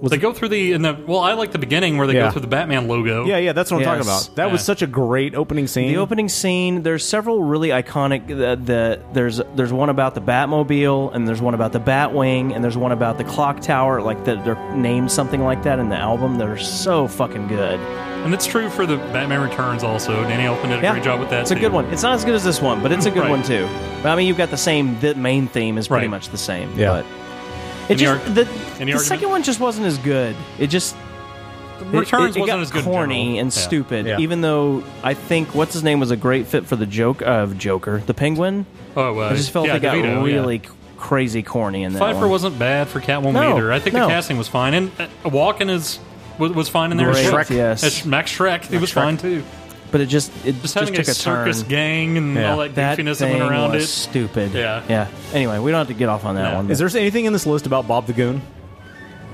[SPEAKER 11] Was
[SPEAKER 12] they go through the in the well, I like the beginning where they
[SPEAKER 11] Yeah.
[SPEAKER 12] go through the Batman logo.
[SPEAKER 11] Yeah, yeah, that's what I'm talking
[SPEAKER 10] Yes.
[SPEAKER 11] about. That was
[SPEAKER 12] Yeah.
[SPEAKER 11] such a great opening scene.
[SPEAKER 10] The opening scene. There's several really iconic. The, the there's there's one about the Batmobile, and there's one about the Batwing, and there's one about the clock tower. Like the, they're named something like that in the album. They're so fucking good.
[SPEAKER 12] And it's true for the Batman Returns also. Danny Elfman did a
[SPEAKER 10] Yeah.
[SPEAKER 12] great job with that.
[SPEAKER 10] It's a
[SPEAKER 12] too.
[SPEAKER 10] good one. It's not as good as this one, but it's a good
[SPEAKER 12] Right.
[SPEAKER 10] one too. But, I mean, you've got the same. The main theme is pretty
[SPEAKER 12] Right.
[SPEAKER 10] much the same.
[SPEAKER 12] Yeah.
[SPEAKER 10] But it
[SPEAKER 12] Any
[SPEAKER 10] just
[SPEAKER 12] arg-
[SPEAKER 10] the,
[SPEAKER 12] any
[SPEAKER 10] the
[SPEAKER 12] argument?
[SPEAKER 10] second one just wasn't as good. It just it-
[SPEAKER 12] Returns
[SPEAKER 10] it, it
[SPEAKER 12] wasn't
[SPEAKER 10] got
[SPEAKER 12] as good in
[SPEAKER 10] corny
[SPEAKER 12] general.
[SPEAKER 10] and
[SPEAKER 12] Yeah.
[SPEAKER 10] stupid.
[SPEAKER 12] Yeah.
[SPEAKER 10] Even though I think what's his name was a great fit for the joke of Joker, the Penguin.
[SPEAKER 12] Oh, uh,
[SPEAKER 10] I just felt
[SPEAKER 12] yeah,
[SPEAKER 10] they got
[SPEAKER 12] DeVito, yeah.
[SPEAKER 10] really c- crazy corny in that
[SPEAKER 12] Pfeiffer
[SPEAKER 10] one.
[SPEAKER 12] wasn't bad for Catwoman
[SPEAKER 10] No,
[SPEAKER 12] either. I think
[SPEAKER 10] no.
[SPEAKER 12] the casting was fine, and uh, Walken is was, was fine in there. as
[SPEAKER 10] Great,
[SPEAKER 12] well.
[SPEAKER 10] yes.
[SPEAKER 12] As Max Shrek, he
[SPEAKER 10] Max
[SPEAKER 12] was
[SPEAKER 10] Schreck.
[SPEAKER 12] fine too.
[SPEAKER 10] but it just it
[SPEAKER 12] Just
[SPEAKER 10] just,
[SPEAKER 12] having
[SPEAKER 10] took
[SPEAKER 12] a
[SPEAKER 10] a, turn.
[SPEAKER 12] circus gang and all that goofiness that went
[SPEAKER 10] thing
[SPEAKER 12] around
[SPEAKER 10] was
[SPEAKER 12] it.
[SPEAKER 10] Stupid.
[SPEAKER 12] Yeah.
[SPEAKER 10] Yeah. Anyway, we don't have to get off on that
[SPEAKER 12] No.
[SPEAKER 10] one.
[SPEAKER 11] Is
[SPEAKER 10] but-
[SPEAKER 11] there anything in this list about Bob the Goon?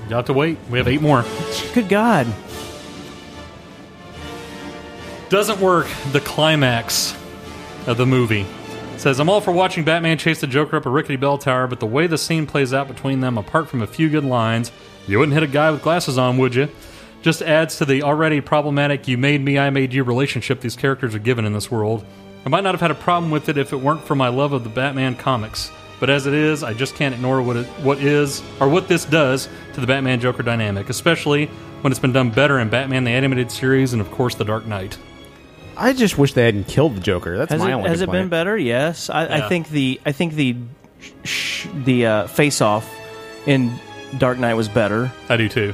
[SPEAKER 12] You have to wait. We have eight more.
[SPEAKER 10] Good God.
[SPEAKER 12] Doesn't work. The climax of the movie It says, "I'm all for watching Batman chase the Joker up a rickety bell tower, but the way the scene plays out between them, apart from a few good lines, you wouldn't hit a guy with glasses on, would you?" Just adds to the already problematic "you made me, I made you" relationship these characters are given in this world. I might not have had a problem with it if it weren't for my love of the Batman comics, but as it is, I just can't ignore what it, what is or what this does to the Batman Joker dynamic, especially when it's been done better in Batman the Animated Series and of course The Dark Knight.
[SPEAKER 11] I just wish they hadn't killed the Joker. That's
[SPEAKER 10] has
[SPEAKER 11] my
[SPEAKER 10] it,
[SPEAKER 11] only
[SPEAKER 10] has it been
[SPEAKER 11] complaint.
[SPEAKER 10] better? Yes, I,
[SPEAKER 11] Yeah.
[SPEAKER 10] I think the I think the sh- the uh, face off in Dark Knight was better.
[SPEAKER 12] I do too.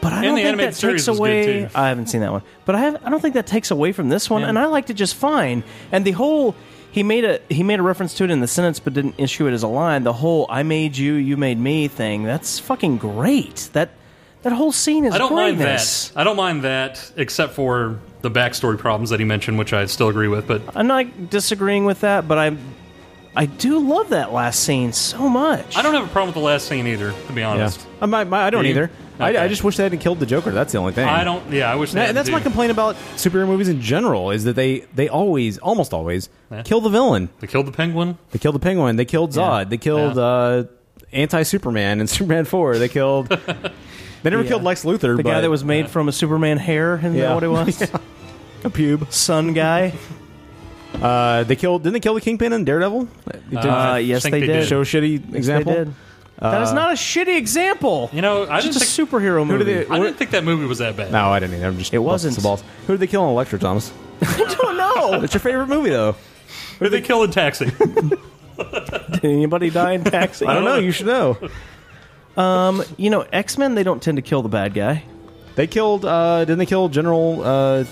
[SPEAKER 10] But I
[SPEAKER 12] And
[SPEAKER 10] don't
[SPEAKER 12] the
[SPEAKER 10] think
[SPEAKER 12] animated
[SPEAKER 10] that
[SPEAKER 12] series
[SPEAKER 10] takes
[SPEAKER 12] was good,
[SPEAKER 10] away.
[SPEAKER 12] too.
[SPEAKER 10] I haven't seen that one, but I have. I don't think that takes away from this one, and I liked it just fine. And the whole he made a he made a reference to it in the sentence, but didn't issue it as a line. The whole "I made you, you made me" thing. That's fucking great. That that whole scene is
[SPEAKER 12] I don't mind
[SPEAKER 10] greatness.
[SPEAKER 12] that. I don't mind that, except for the backstory problems that he mentioned, which I still agree with. But
[SPEAKER 10] I'm not disagreeing with that, but I I do love that last scene so much.
[SPEAKER 12] I don't have a problem with the last scene either, to be honest.
[SPEAKER 11] I, might- might- I don't
[SPEAKER 12] Do you?
[SPEAKER 11] either. I, I just wish they hadn't killed the Joker. That's the only thing.
[SPEAKER 12] I don't. Yeah, I wish.
[SPEAKER 11] And
[SPEAKER 12] That,
[SPEAKER 11] that's my complaint about superhero movies in general is that they they always, almost always, kill the villain.
[SPEAKER 12] They killed the Penguin.
[SPEAKER 11] They killed the Penguin. They killed Zod. They killed
[SPEAKER 12] Yeah.
[SPEAKER 11] uh, anti Superman and Superman Four. They killed. they never
[SPEAKER 10] Yeah.
[SPEAKER 11] killed Lex Luthor.
[SPEAKER 10] The
[SPEAKER 11] but,
[SPEAKER 10] guy that was made from a Superman hair, isn't
[SPEAKER 11] Yeah.
[SPEAKER 10] that what it was?
[SPEAKER 11] A pube.
[SPEAKER 10] Sun guy.
[SPEAKER 11] Uh, they killed. Didn't they kill the Kingpin and Daredevil? They did-
[SPEAKER 10] Uh, yes, I think they they did. did.
[SPEAKER 11] Show a
[SPEAKER 10] Yes,
[SPEAKER 11] shitty
[SPEAKER 10] they
[SPEAKER 11] example.
[SPEAKER 10] did. that is not a shitty example. You
[SPEAKER 12] know, I
[SPEAKER 10] just
[SPEAKER 12] didn't
[SPEAKER 10] a superhero
[SPEAKER 11] Who
[SPEAKER 10] movie.
[SPEAKER 11] did they-
[SPEAKER 12] I didn't think that movie was that bad.
[SPEAKER 11] No, I didn't either. I'm just it wasn't the balls. Who did they kill in Electra, Thomas?
[SPEAKER 10] no.
[SPEAKER 11] It's your favorite movie though.
[SPEAKER 12] Who did they kill in Taxi?
[SPEAKER 10] Did anybody die in Taxi?
[SPEAKER 11] I don't know. You should know.
[SPEAKER 10] Um, you know, X Men they don't tend to kill the bad guy.
[SPEAKER 11] They killed. Uh, didn't they kill General? Uh,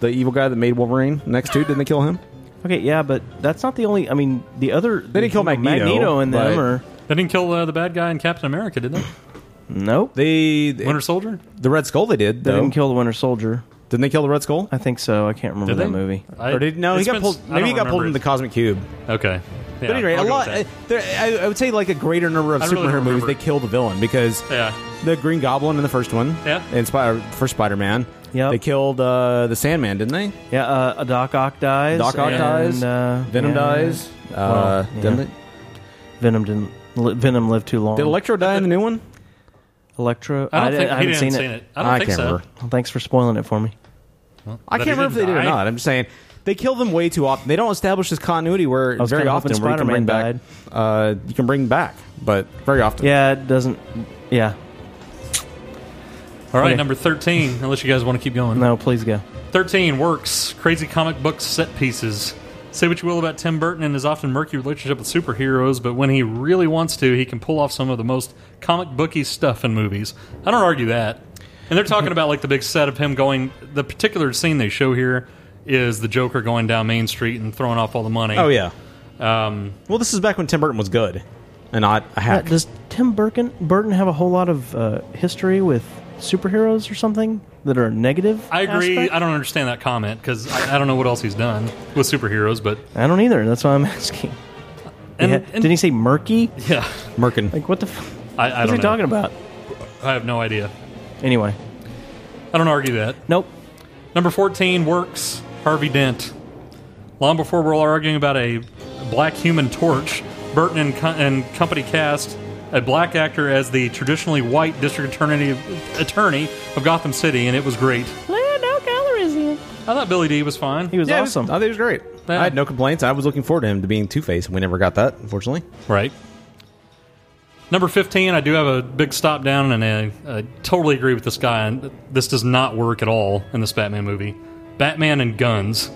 [SPEAKER 11] the evil guy that made Wolverine. Next two. Didn't they kill him?
[SPEAKER 10] Okay, yeah, but that's not the only. I mean, the other they
[SPEAKER 11] didn't kill Magneto,
[SPEAKER 10] in them,
[SPEAKER 11] but-
[SPEAKER 10] or
[SPEAKER 12] They didn't kill uh, the bad guy in Captain America, did they?
[SPEAKER 10] nope.
[SPEAKER 11] They, they
[SPEAKER 12] Winter Soldier.
[SPEAKER 11] The Red Skull. They did.
[SPEAKER 10] They
[SPEAKER 11] though.
[SPEAKER 10] didn't kill the Winter Soldier.
[SPEAKER 11] Didn't they kill the Red Skull?
[SPEAKER 10] I think so. I can't remember
[SPEAKER 11] Did
[SPEAKER 10] that
[SPEAKER 11] they?
[SPEAKER 10] movie.
[SPEAKER 12] I-
[SPEAKER 11] or did no? He
[SPEAKER 12] it's
[SPEAKER 11] got
[SPEAKER 12] been-
[SPEAKER 11] pulled.
[SPEAKER 12] I don't
[SPEAKER 11] Maybe he got
[SPEAKER 12] remember
[SPEAKER 11] pulled
[SPEAKER 12] it.
[SPEAKER 11] into the Cosmic Cube.
[SPEAKER 12] Okay.
[SPEAKER 11] but anyway, a lot. uh, There, I, I would say like a greater number of
[SPEAKER 12] I
[SPEAKER 11] superhero
[SPEAKER 12] really don't
[SPEAKER 11] movies
[SPEAKER 12] remember.
[SPEAKER 11] they kill the villain because
[SPEAKER 12] Yeah.
[SPEAKER 11] the Green Goblin in the first one.
[SPEAKER 12] Yeah.
[SPEAKER 11] And Spider for Spider Man. Yeah. They killed uh, the Sandman, didn't they?
[SPEAKER 10] Yeah. Uh, Doc Ock dies.
[SPEAKER 11] Doc Ock
[SPEAKER 10] and,
[SPEAKER 11] dies.
[SPEAKER 10] uh,
[SPEAKER 11] Venom
[SPEAKER 10] yeah.
[SPEAKER 11] dies. Uh,
[SPEAKER 10] Well, yeah.
[SPEAKER 11] didn't it?
[SPEAKER 10] Venom didn't. li- Venom lived too long.
[SPEAKER 11] Did Electro die in the new one?
[SPEAKER 10] Electro.
[SPEAKER 11] I don't
[SPEAKER 10] di-
[SPEAKER 11] think-
[SPEAKER 10] I haven't
[SPEAKER 11] he didn't
[SPEAKER 10] seen,
[SPEAKER 11] seen
[SPEAKER 10] it.
[SPEAKER 11] it. I don't I think can't so. remember.
[SPEAKER 10] Well, thanks for spoiling it for me.
[SPEAKER 11] I can't remember if they did or not. I'm just saying they kill them way too often. They don't establish this continuity where
[SPEAKER 10] I was
[SPEAKER 11] very
[SPEAKER 10] kinda
[SPEAKER 11] often
[SPEAKER 10] hoping
[SPEAKER 11] where you can bring
[SPEAKER 10] Spider-Man
[SPEAKER 11] back. Uh, you can bring back, but very often.
[SPEAKER 10] Yeah, it doesn't. Yeah.
[SPEAKER 12] All right,
[SPEAKER 10] Okay.
[SPEAKER 12] number thirteen. Unless you guys want to keep going.
[SPEAKER 10] No, please go.
[SPEAKER 12] 13 works crazy comic book set pieces say what you will about tim burton and his often murky relationship with superheroes but when he really wants to he can pull off some of the most comic booky stuff in movies i don't argue that and they're talking about like the big set of him going the particular scene they show here is the joker going down main street and throwing off all the money
[SPEAKER 11] Oh yeah.
[SPEAKER 12] um,
[SPEAKER 11] Well, this is back when Tim Burton was good, and not a hack.
[SPEAKER 10] Uh, does Tim Burton Burton have a whole lot of uh, history with superheroes or something that are negative?
[SPEAKER 12] i agree
[SPEAKER 10] aspect?
[SPEAKER 12] i don't understand that comment because I, I don't know what else he's done with superheroes but
[SPEAKER 10] I don't either. That's why I'm asking.
[SPEAKER 12] And-
[SPEAKER 10] yeah.
[SPEAKER 12] and-
[SPEAKER 10] Didn't he say murky?
[SPEAKER 12] Yeah.
[SPEAKER 11] Merkin.
[SPEAKER 10] Like what the? F-
[SPEAKER 12] I- I
[SPEAKER 10] what's
[SPEAKER 12] don't
[SPEAKER 10] he
[SPEAKER 12] know.
[SPEAKER 10] talking about?
[SPEAKER 12] i have no idea
[SPEAKER 10] Anyway,
[SPEAKER 12] I don't argue that.
[SPEAKER 10] Nope.
[SPEAKER 12] Number 14 works Harvey Dent. Long before we're all arguing about a black human torch, Burton and, co- and company cast a black actor as the traditionally white district attorney, attorney of Gotham City, and it was great.
[SPEAKER 10] no calories in.
[SPEAKER 12] I thought Billy D was fine. He
[SPEAKER 10] was
[SPEAKER 11] Yeah, it was- I thought he was great.
[SPEAKER 12] Yeah.
[SPEAKER 11] I had no complaints. I was looking forward to him to being Two Face, and we never got that, unfortunately.
[SPEAKER 12] Right. Number 15, I do have a big stop down, and I, I totally agree with this guy. And this does not work at all in this Batman movie. Batman and guns.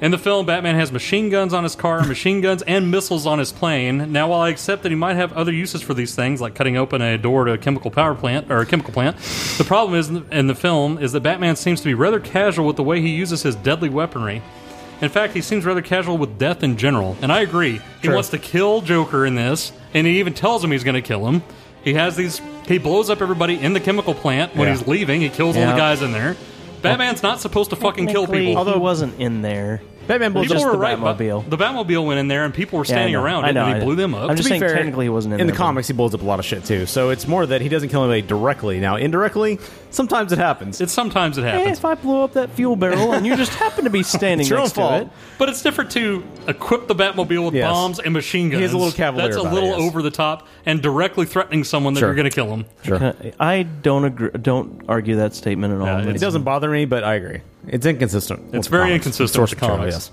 [SPEAKER 12] In the film, Batman has machine guns on his car, machine guns, and missiles on his plane. Now, while I accept that he might have other uses for these things, like cutting open a door to a chemical power plant or a chemical plant, the problem is in the film is that Batman seems to be rather casual with the way he uses his deadly weaponry. In fact, he seems rather casual with death in general, and I agree. He
[SPEAKER 11] Sure.
[SPEAKER 12] wants to kill Joker in this, and he even tells him he's going to kill him. He has these. He blows up everybody in the chemical plant when
[SPEAKER 10] Yeah.
[SPEAKER 12] he's leaving. He kills all
[SPEAKER 10] Yeah.
[SPEAKER 12] the guys in there. Batman's not supposed to fucking kill
[SPEAKER 10] Technically,
[SPEAKER 12] people.
[SPEAKER 10] Although it wasn't in there. Batman
[SPEAKER 12] People
[SPEAKER 10] just
[SPEAKER 12] were
[SPEAKER 10] the
[SPEAKER 12] right. but
[SPEAKER 10] Batmobile.
[SPEAKER 12] The Batmobile went in there, and people were
[SPEAKER 10] Yeah, I
[SPEAKER 12] standing
[SPEAKER 10] know.
[SPEAKER 12] around
[SPEAKER 10] I
[SPEAKER 12] it,
[SPEAKER 10] know,
[SPEAKER 12] and
[SPEAKER 10] I
[SPEAKER 12] he
[SPEAKER 10] know.
[SPEAKER 12] blew them up.
[SPEAKER 10] I'm just saying technically he wasn't in
[SPEAKER 11] In the
[SPEAKER 10] there, but-
[SPEAKER 11] comics, he blows up a lot of shit, too. So it's more that he doesn't kill anybody directly. Now, indirectly, sometimes it happens.
[SPEAKER 12] It's sometimes it
[SPEAKER 10] Hey,
[SPEAKER 12] happens.
[SPEAKER 10] if I blew up that fuel barrel and you just happen to be standing
[SPEAKER 12] It's your own
[SPEAKER 10] next
[SPEAKER 12] fault.
[SPEAKER 10] to it,
[SPEAKER 12] But it's different to equip the Batmobile with
[SPEAKER 10] Yes.
[SPEAKER 12] bombs and machine
[SPEAKER 10] He
[SPEAKER 12] guns.
[SPEAKER 10] is a little cavalier
[SPEAKER 12] That's a
[SPEAKER 10] about it,
[SPEAKER 12] little
[SPEAKER 10] yes.
[SPEAKER 12] over the top and directly threatening someone that
[SPEAKER 10] Sure.
[SPEAKER 12] you're going to kill them.
[SPEAKER 10] Okay, I don't agree. Don't argue that statement at all.
[SPEAKER 11] it doesn't bother me, but I agree. It's inconsistent. with
[SPEAKER 12] It's
[SPEAKER 11] the
[SPEAKER 12] very
[SPEAKER 11] comics.
[SPEAKER 12] inconsistent
[SPEAKER 11] Source
[SPEAKER 12] with the
[SPEAKER 11] material,
[SPEAKER 12] comics.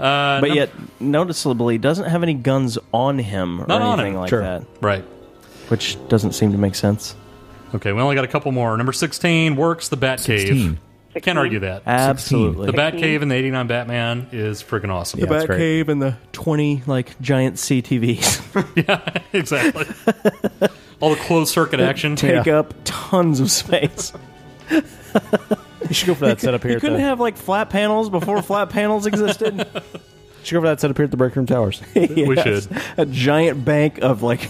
[SPEAKER 12] Uh,
[SPEAKER 10] but
[SPEAKER 12] num-
[SPEAKER 10] yet, noticeably, doesn't have any guns on him or
[SPEAKER 12] Not on
[SPEAKER 10] anything
[SPEAKER 12] him.
[SPEAKER 10] like
[SPEAKER 12] Sure.
[SPEAKER 10] that.
[SPEAKER 12] Right.
[SPEAKER 10] Which doesn't seem to make sense.
[SPEAKER 12] Okay, we only got a couple more. Number 16 works the Batcave. Can't argue that.
[SPEAKER 10] Absolutely.
[SPEAKER 12] The Batcave and the 89 Batman is freaking awesome.
[SPEAKER 10] the Bat Cave and the twenty like giant CTVs
[SPEAKER 12] exactly. All the closed circuit action.
[SPEAKER 10] take up tons of space.
[SPEAKER 5] You should go for that setup here.
[SPEAKER 10] You
[SPEAKER 5] at
[SPEAKER 10] couldn't
[SPEAKER 5] the-
[SPEAKER 10] have like flat panels before flat panels existed.
[SPEAKER 5] you should go for that setup here at the Break Room Towers.
[SPEAKER 10] Yes. a giant bank of like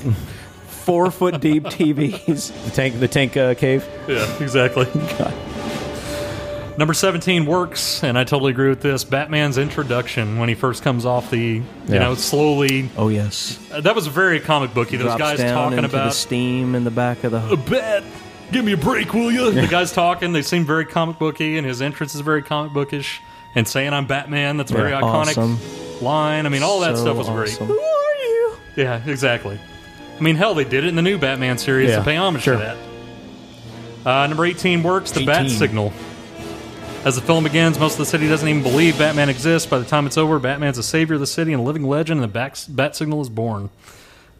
[SPEAKER 10] four foot deep TVs.
[SPEAKER 5] The tank, the tank uh, cave.
[SPEAKER 12] Yeah, exactly. Number 17 works, and I totally agree with this. Batman's introduction when he first comes off the, you
[SPEAKER 10] Yeah.
[SPEAKER 12] know, slowly.
[SPEAKER 10] Oh yes,
[SPEAKER 12] Uh, that was very comic booky. Those
[SPEAKER 10] Drops
[SPEAKER 12] guys
[SPEAKER 10] down
[SPEAKER 12] talking
[SPEAKER 10] into the
[SPEAKER 12] about
[SPEAKER 10] steam in the back of
[SPEAKER 12] a
[SPEAKER 10] the.
[SPEAKER 12] bat. Give me a break, will you? the guys talking. They seem very comic booky, and his entrance is very comic bookish. And saying I'm Batman, that's a very
[SPEAKER 10] Yeah,
[SPEAKER 12] iconic
[SPEAKER 10] awesome.
[SPEAKER 12] line. I mean, all that
[SPEAKER 10] So
[SPEAKER 12] stuff was
[SPEAKER 10] awesome.
[SPEAKER 12] great. Yeah, exactly. I mean, hell, they did it in the new Batman series
[SPEAKER 5] Yeah,
[SPEAKER 12] to pay homage
[SPEAKER 5] sure.
[SPEAKER 12] to that. Uh, number 18 works, the bat
[SPEAKER 5] 18.
[SPEAKER 12] signal. As the film begins, most of the city doesn't even believe Batman exists. By the time it's over, Batman's a savior of the city and a living legend, and the bat, bat signal is born.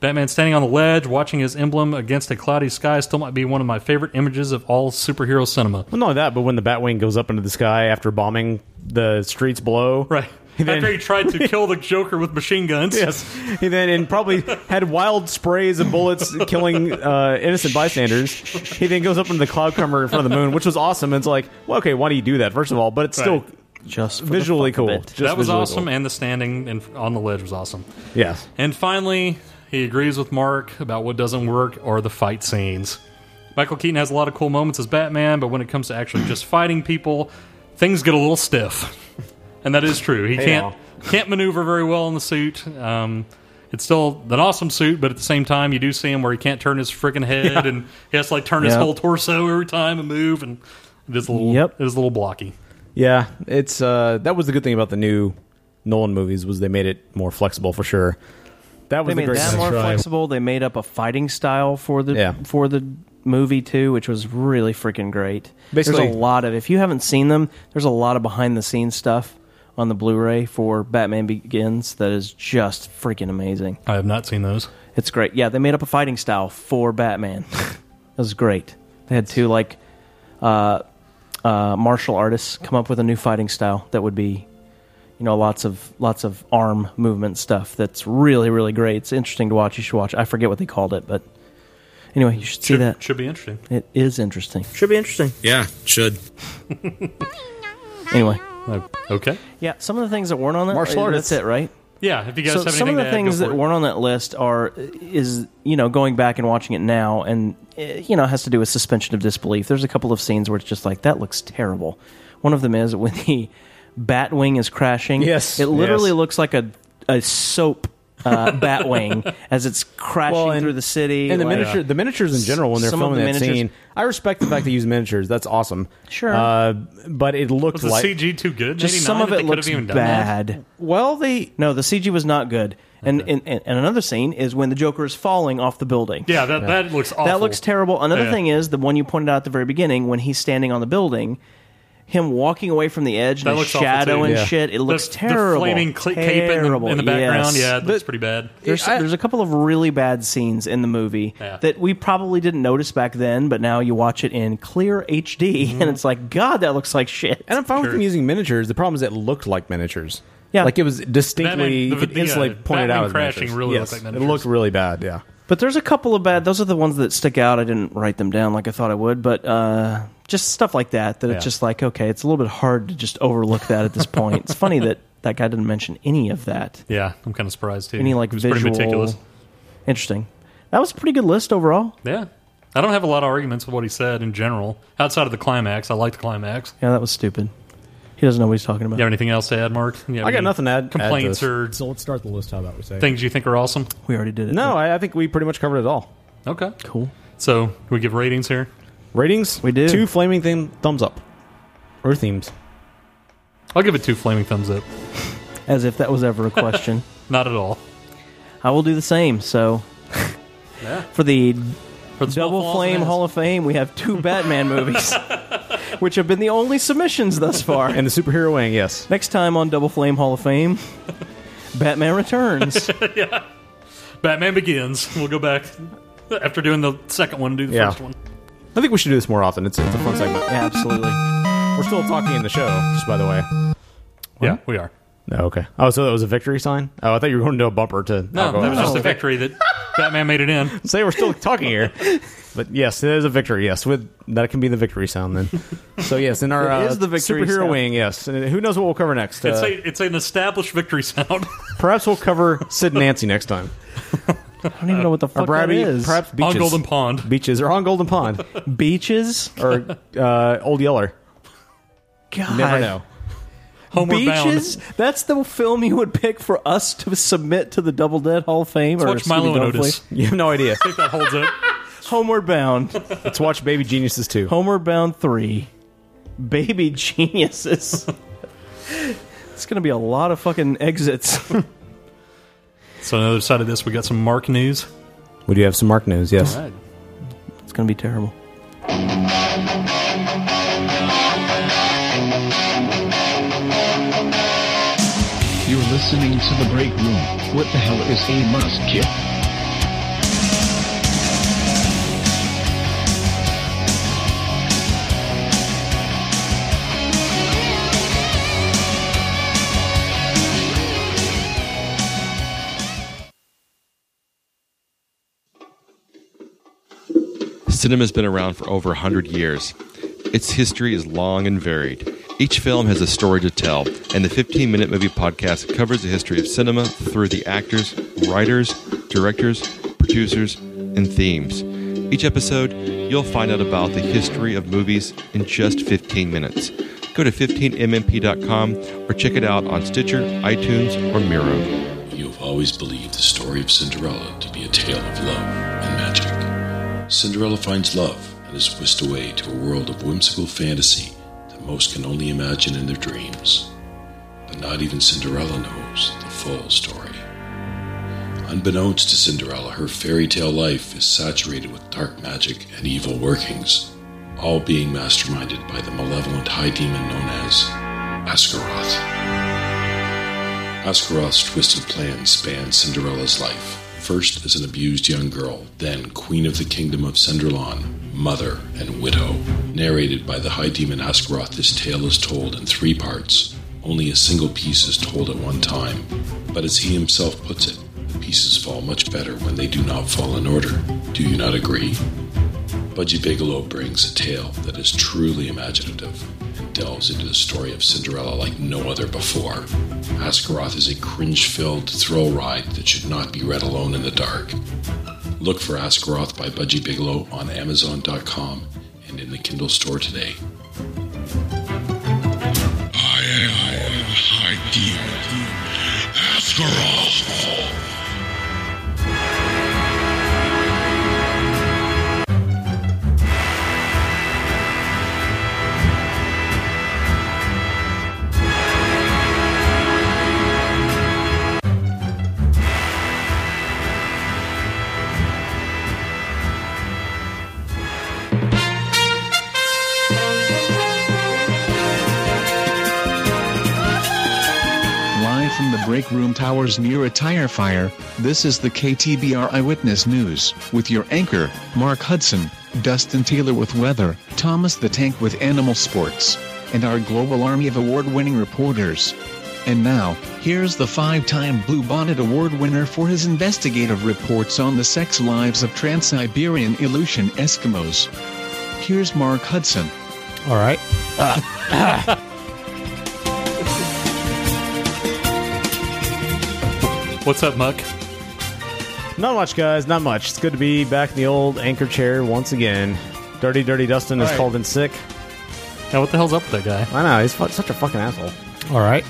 [SPEAKER 12] Batman standing on the ledge, watching his emblem against a cloudy sky, still might be one of my favorite images of all superhero cinema.
[SPEAKER 11] Well, not only that, but when the Batwing goes up into the sky after bombing the streets below,
[SPEAKER 12] right? After he tried to kill the Joker with machine guns.
[SPEAKER 11] Yes, he then and probably had wild sprays of bullets killing uh, innocent bystanders. He then goes up into the cloud cover in front of the moon, which was awesome. And it's like, well, okay, why do you do that? First of all, but it's still
[SPEAKER 10] just
[SPEAKER 11] visually cool. Just
[SPEAKER 12] that was
[SPEAKER 11] visually
[SPEAKER 12] awesome, and the standing and on the ledge was awesome.
[SPEAKER 11] Cool. Yes,
[SPEAKER 12] And finally, he agrees with Mark about what doesn't work are the fight scenes. Michael Keaton has a lot of cool moments as Batman, but when it comes to actually just fighting people, things get a little stiff. And that is true. He
[SPEAKER 5] Hey,
[SPEAKER 12] can't can't maneuver very well in the suit. Um, it's still an awesome suit, but at the same time, you do see him where he can't turn his freaking head,
[SPEAKER 5] Yeah.
[SPEAKER 12] and he has to like turn his
[SPEAKER 11] Yeah.
[SPEAKER 12] whole torso every time and move, and it is a little
[SPEAKER 11] Yep.
[SPEAKER 12] it is a little blocky.
[SPEAKER 11] yeah, it's uh, that was the good thing about the new Nolan movies was they made it more flexible for sure. That was
[SPEAKER 10] they
[SPEAKER 11] the
[SPEAKER 10] made
[SPEAKER 11] great
[SPEAKER 10] that more flexible. They made up a fighting style for the for the movie too, which was really freaking great.
[SPEAKER 11] Basically-
[SPEAKER 10] there's a lot of if you haven't seen them, there's a lot of behind the scenes stuff on the Blu-ray for Batman Begins that is just freaking amazing.
[SPEAKER 12] I have not seen those.
[SPEAKER 10] It's great. Yeah, they made up a fighting style for Batman. that was great. They had two like uh, uh, martial artists come up with a new fighting style that would be, you know, lots of lots of arm movement stuff. That's really really great. It's interesting to watch. You should watch. I forget what they called it, but anyway, you should see
[SPEAKER 12] Should-
[SPEAKER 10] that.
[SPEAKER 12] should be interesting.
[SPEAKER 10] It is interesting. Should be interesting.
[SPEAKER 17] Yeah, should.
[SPEAKER 10] Anyway.
[SPEAKER 12] Uh, Okay.
[SPEAKER 10] Yeah, some of the things that weren't on that
[SPEAKER 12] Martial artists.
[SPEAKER 10] That's it, right?
[SPEAKER 12] Yeah, if you guys
[SPEAKER 10] so
[SPEAKER 12] have
[SPEAKER 10] some
[SPEAKER 12] anything
[SPEAKER 10] of the
[SPEAKER 12] to add,
[SPEAKER 10] things
[SPEAKER 12] go for
[SPEAKER 10] that
[SPEAKER 12] it.
[SPEAKER 10] weren't on that list are is you know going back and watching it now and eh, you know it has to do with suspension of disbelief. There's a couple of scenes where it's just like that looks terrible. One of them is when the Batwing is crashing.
[SPEAKER 11] Yes,
[SPEAKER 10] it literally
[SPEAKER 11] yes.
[SPEAKER 10] looks like a a soap uh, Batwing as it's crashing through the city.
[SPEAKER 11] And the
[SPEAKER 10] like-
[SPEAKER 11] miniature, the miniatures in general, when they're
[SPEAKER 10] Some of
[SPEAKER 11] filming
[SPEAKER 10] the
[SPEAKER 11] that
[SPEAKER 10] miniatures-
[SPEAKER 11] scene, I respect the fact they use miniatures. That's awesome.
[SPEAKER 10] Sure.
[SPEAKER 11] uh, but it looked
[SPEAKER 12] Was the
[SPEAKER 11] like
[SPEAKER 12] CG too good? in
[SPEAKER 10] Just some
[SPEAKER 12] 89
[SPEAKER 10] of
[SPEAKER 12] that
[SPEAKER 10] it
[SPEAKER 12] they could
[SPEAKER 10] looks
[SPEAKER 12] have even done that?
[SPEAKER 10] bad.
[SPEAKER 11] Well, they
[SPEAKER 10] no, the CG was not good. And, and and and another scene is when the Joker is falling off the building.
[SPEAKER 12] Yeah, that, that looks awful.
[SPEAKER 10] That looks terrible. Another
[SPEAKER 12] Yeah.
[SPEAKER 10] thing is the one you pointed out at the very beginning when he's standing on the building, him walking away from the edge
[SPEAKER 12] That
[SPEAKER 10] and his
[SPEAKER 12] looks awful,
[SPEAKER 10] shadow
[SPEAKER 12] too.
[SPEAKER 10] and
[SPEAKER 12] Yeah.
[SPEAKER 10] shit. It
[SPEAKER 12] The-
[SPEAKER 10] looks
[SPEAKER 12] the
[SPEAKER 10] terrible.
[SPEAKER 12] flaming cl- cape in the-
[SPEAKER 10] Terrible,
[SPEAKER 12] in the background,
[SPEAKER 10] yes.
[SPEAKER 12] yeah, it looks pretty bad.
[SPEAKER 10] There's,
[SPEAKER 12] I-
[SPEAKER 10] there's a couple of really bad scenes in the movie
[SPEAKER 12] Yeah.
[SPEAKER 10] that we probably didn't notice back then, but now you watch it in clear HD
[SPEAKER 12] Mm-hmm.
[SPEAKER 10] and it's like, God, that looks like shit.
[SPEAKER 11] And I'm fine
[SPEAKER 10] Sure.
[SPEAKER 11] with them using miniatures. The problem is it looked like miniatures.
[SPEAKER 10] Yeah.
[SPEAKER 11] like it was distinctly
[SPEAKER 10] Batman-
[SPEAKER 11] you
[SPEAKER 10] the-
[SPEAKER 11] could
[SPEAKER 10] the, uh,
[SPEAKER 11] instantly point it
[SPEAKER 10] Batman
[SPEAKER 11] out. as
[SPEAKER 10] crashing
[SPEAKER 11] miniatures.
[SPEAKER 10] really
[SPEAKER 11] Yes,
[SPEAKER 10] looked like
[SPEAKER 11] It
[SPEAKER 10] miniatures.
[SPEAKER 11] looked really bad. Yeah,
[SPEAKER 10] But there's a couple of bad. Those are the ones that stick out. I didn't write them down like I thought I would, but uh, just stuff like that. That
[SPEAKER 11] Yeah.
[SPEAKER 10] it's just like okay, it's a little bit hard to just overlook that at this point. it's funny that that guy didn't mention any of that.
[SPEAKER 12] Yeah, I'm kind of surprised too.
[SPEAKER 10] Any like
[SPEAKER 12] It was
[SPEAKER 10] visual.
[SPEAKER 12] pretty meticulous.
[SPEAKER 10] Interesting. That was a pretty good list overall.
[SPEAKER 12] Yeah, I don't have a lot of arguments with what he said in general. Outside of the climax, I like the climax.
[SPEAKER 10] Yeah, that was stupid. He doesn't know what he's talking about.
[SPEAKER 12] You have anything else to add, Mark? You have
[SPEAKER 11] I got
[SPEAKER 12] any
[SPEAKER 11] nothing to add- add to
[SPEAKER 12] Complaints
[SPEAKER 11] this.
[SPEAKER 12] or
[SPEAKER 5] So let's start the list. How about we say?
[SPEAKER 12] things you think are awesome?
[SPEAKER 10] We already did it.
[SPEAKER 11] No, I, I think we pretty much covered it all.
[SPEAKER 12] Okay,
[SPEAKER 10] cool.
[SPEAKER 12] So we give ratings here.
[SPEAKER 11] Ratings? We
[SPEAKER 10] do
[SPEAKER 11] two flaming thing thumbs up or themes.
[SPEAKER 12] I'll give it two flaming thumbs up.
[SPEAKER 10] As if that was ever a question.
[SPEAKER 12] Not at all.
[SPEAKER 10] I will do the same. So,
[SPEAKER 12] Yeah.
[SPEAKER 10] for the
[SPEAKER 12] small
[SPEAKER 10] double
[SPEAKER 12] flaws
[SPEAKER 10] flame
[SPEAKER 12] and
[SPEAKER 10] Hall of Fame, we have two Batman movies, which have been the only submissions thus far.
[SPEAKER 11] And the superhero wing, yes.
[SPEAKER 10] Next time on Double Flame Hall of Fame, Batman returns.
[SPEAKER 12] yeah, Batman Begins. We'll go back after doing the second one. Do the
[SPEAKER 11] Yeah.
[SPEAKER 12] first one.
[SPEAKER 11] I think we should do this more often. It's, it's a fun segment.
[SPEAKER 10] Absolutely.
[SPEAKER 11] We're still talking in the show, just by the way.
[SPEAKER 12] Yeah, we are.
[SPEAKER 11] No, okay. Oh, so that was a victory sign? Oh, I thought you were going to do a bumper to.
[SPEAKER 12] No,
[SPEAKER 11] alcohol.
[SPEAKER 12] that was just a victory that Batman made it in.
[SPEAKER 11] Say we're still talking here. But yes, it is a victory. Yes, with that can be the victory sound then. So yes, in our
[SPEAKER 12] It
[SPEAKER 11] uh,
[SPEAKER 12] is the victory
[SPEAKER 11] superhero
[SPEAKER 12] sound.
[SPEAKER 11] wing, yes. And who knows what we'll cover next?
[SPEAKER 12] It's
[SPEAKER 11] Uh,
[SPEAKER 12] a it's an established victory sound.
[SPEAKER 11] perhaps we'll cover Sid and Nancy next time. I
[SPEAKER 10] don't even know what the
[SPEAKER 11] or
[SPEAKER 10] fuck that
[SPEAKER 11] Brabby,
[SPEAKER 10] is.
[SPEAKER 11] perhaps beaches.
[SPEAKER 12] On Golden Pond.
[SPEAKER 11] Beaches or on Golden Pond. beaches or uh, Old Yeller.
[SPEAKER 10] God.
[SPEAKER 11] Never know. Homeward
[SPEAKER 10] Beaches? That's the film you would pick for us to submit to the Double Dead Hall of Fame?
[SPEAKER 11] Let's
[SPEAKER 10] or
[SPEAKER 11] watch Milo
[SPEAKER 10] Scooby-Doo
[SPEAKER 11] and Otis.
[SPEAKER 10] Hopefully?
[SPEAKER 11] You have no idea.
[SPEAKER 12] I think that holds up.
[SPEAKER 10] Homeward Bound.
[SPEAKER 11] Let's watch Baby Geniuses 2.
[SPEAKER 10] Homeward Bound 3. Baby Geniuses. it's going to be a lot of fucking exits.
[SPEAKER 12] So on the other side of this, we got some Mark news.
[SPEAKER 11] We do have some Mark news, yes.
[SPEAKER 12] All right.
[SPEAKER 10] It's going to be terrible.
[SPEAKER 3] You're listening to The Break Room. What the hell is a must kit?
[SPEAKER 23] Cinema's been around for over 100 years. Its history is long and varied. Each film has a story to tell, and the 15 Minute Movie Podcast covers the history of cinema through the actors, writers, directors, producers, and themes. Each episode, you'll find out about the history of movies in just 15 minutes. Go to 15mmp.com or check it out on Stitcher, iTunes, or Miro.
[SPEAKER 6] You have always believed the story of Cinderella to be a tale of love and magic. Cinderella finds love and is whisked away to a world of whimsical fantasy that most can only imagine in their dreams. But not even Cinderella knows the full story. Unbeknownst to Cinderella, her fairy tale life is saturated with dark magic and evil workings, all being masterminded by the malevolent high demon known as Ascaroth. Ascaroth's twisted plan spans Cinderella's life, first as an abused young girl, then queen of the kingdom of Cinderlon, mother, and widow. Narrated by the high demon Ascaroth, this tale is told in three parts. Only a single piece is told at one time, but as he himself puts it, the pieces fall much better when they do not fall in order. Do you not agree? Budgie Bigelow brings a tale that is truly imaginative and delves into the story of Cinderella like no other before. Ascaroth is a cringe filled thrill ride that should not be read alone in the dark. Look for Ascaroth by Budgie Bigelow on Amazon.com and in the Kindle store today.
[SPEAKER 7] I am High Demon Ascaroth.
[SPEAKER 6] Live from the break room towers near a tire fire, this is the KTBR Eyewitness News, with your anchor, Mark Hudson, Dustin Taylor with weather, Thomas the Tank with animal sports, and our global army of award winning reporters. And now, here's the five time Blue Bonnet Award winner for his investigative reports on the sex lives of Trans Siberian Aleutian Eskimos. Here's Mark Hudson.
[SPEAKER 11] All right.
[SPEAKER 12] What's up, Muck?
[SPEAKER 11] Not much, guys. Not much. It's good to be back in the old anchor chair once again. Dirty, dirty Dustin is
[SPEAKER 12] All right.
[SPEAKER 11] called in sick.
[SPEAKER 12] Now, what the hell's up with that guy?
[SPEAKER 11] I know he's fu- such a fucking asshole.
[SPEAKER 5] All right.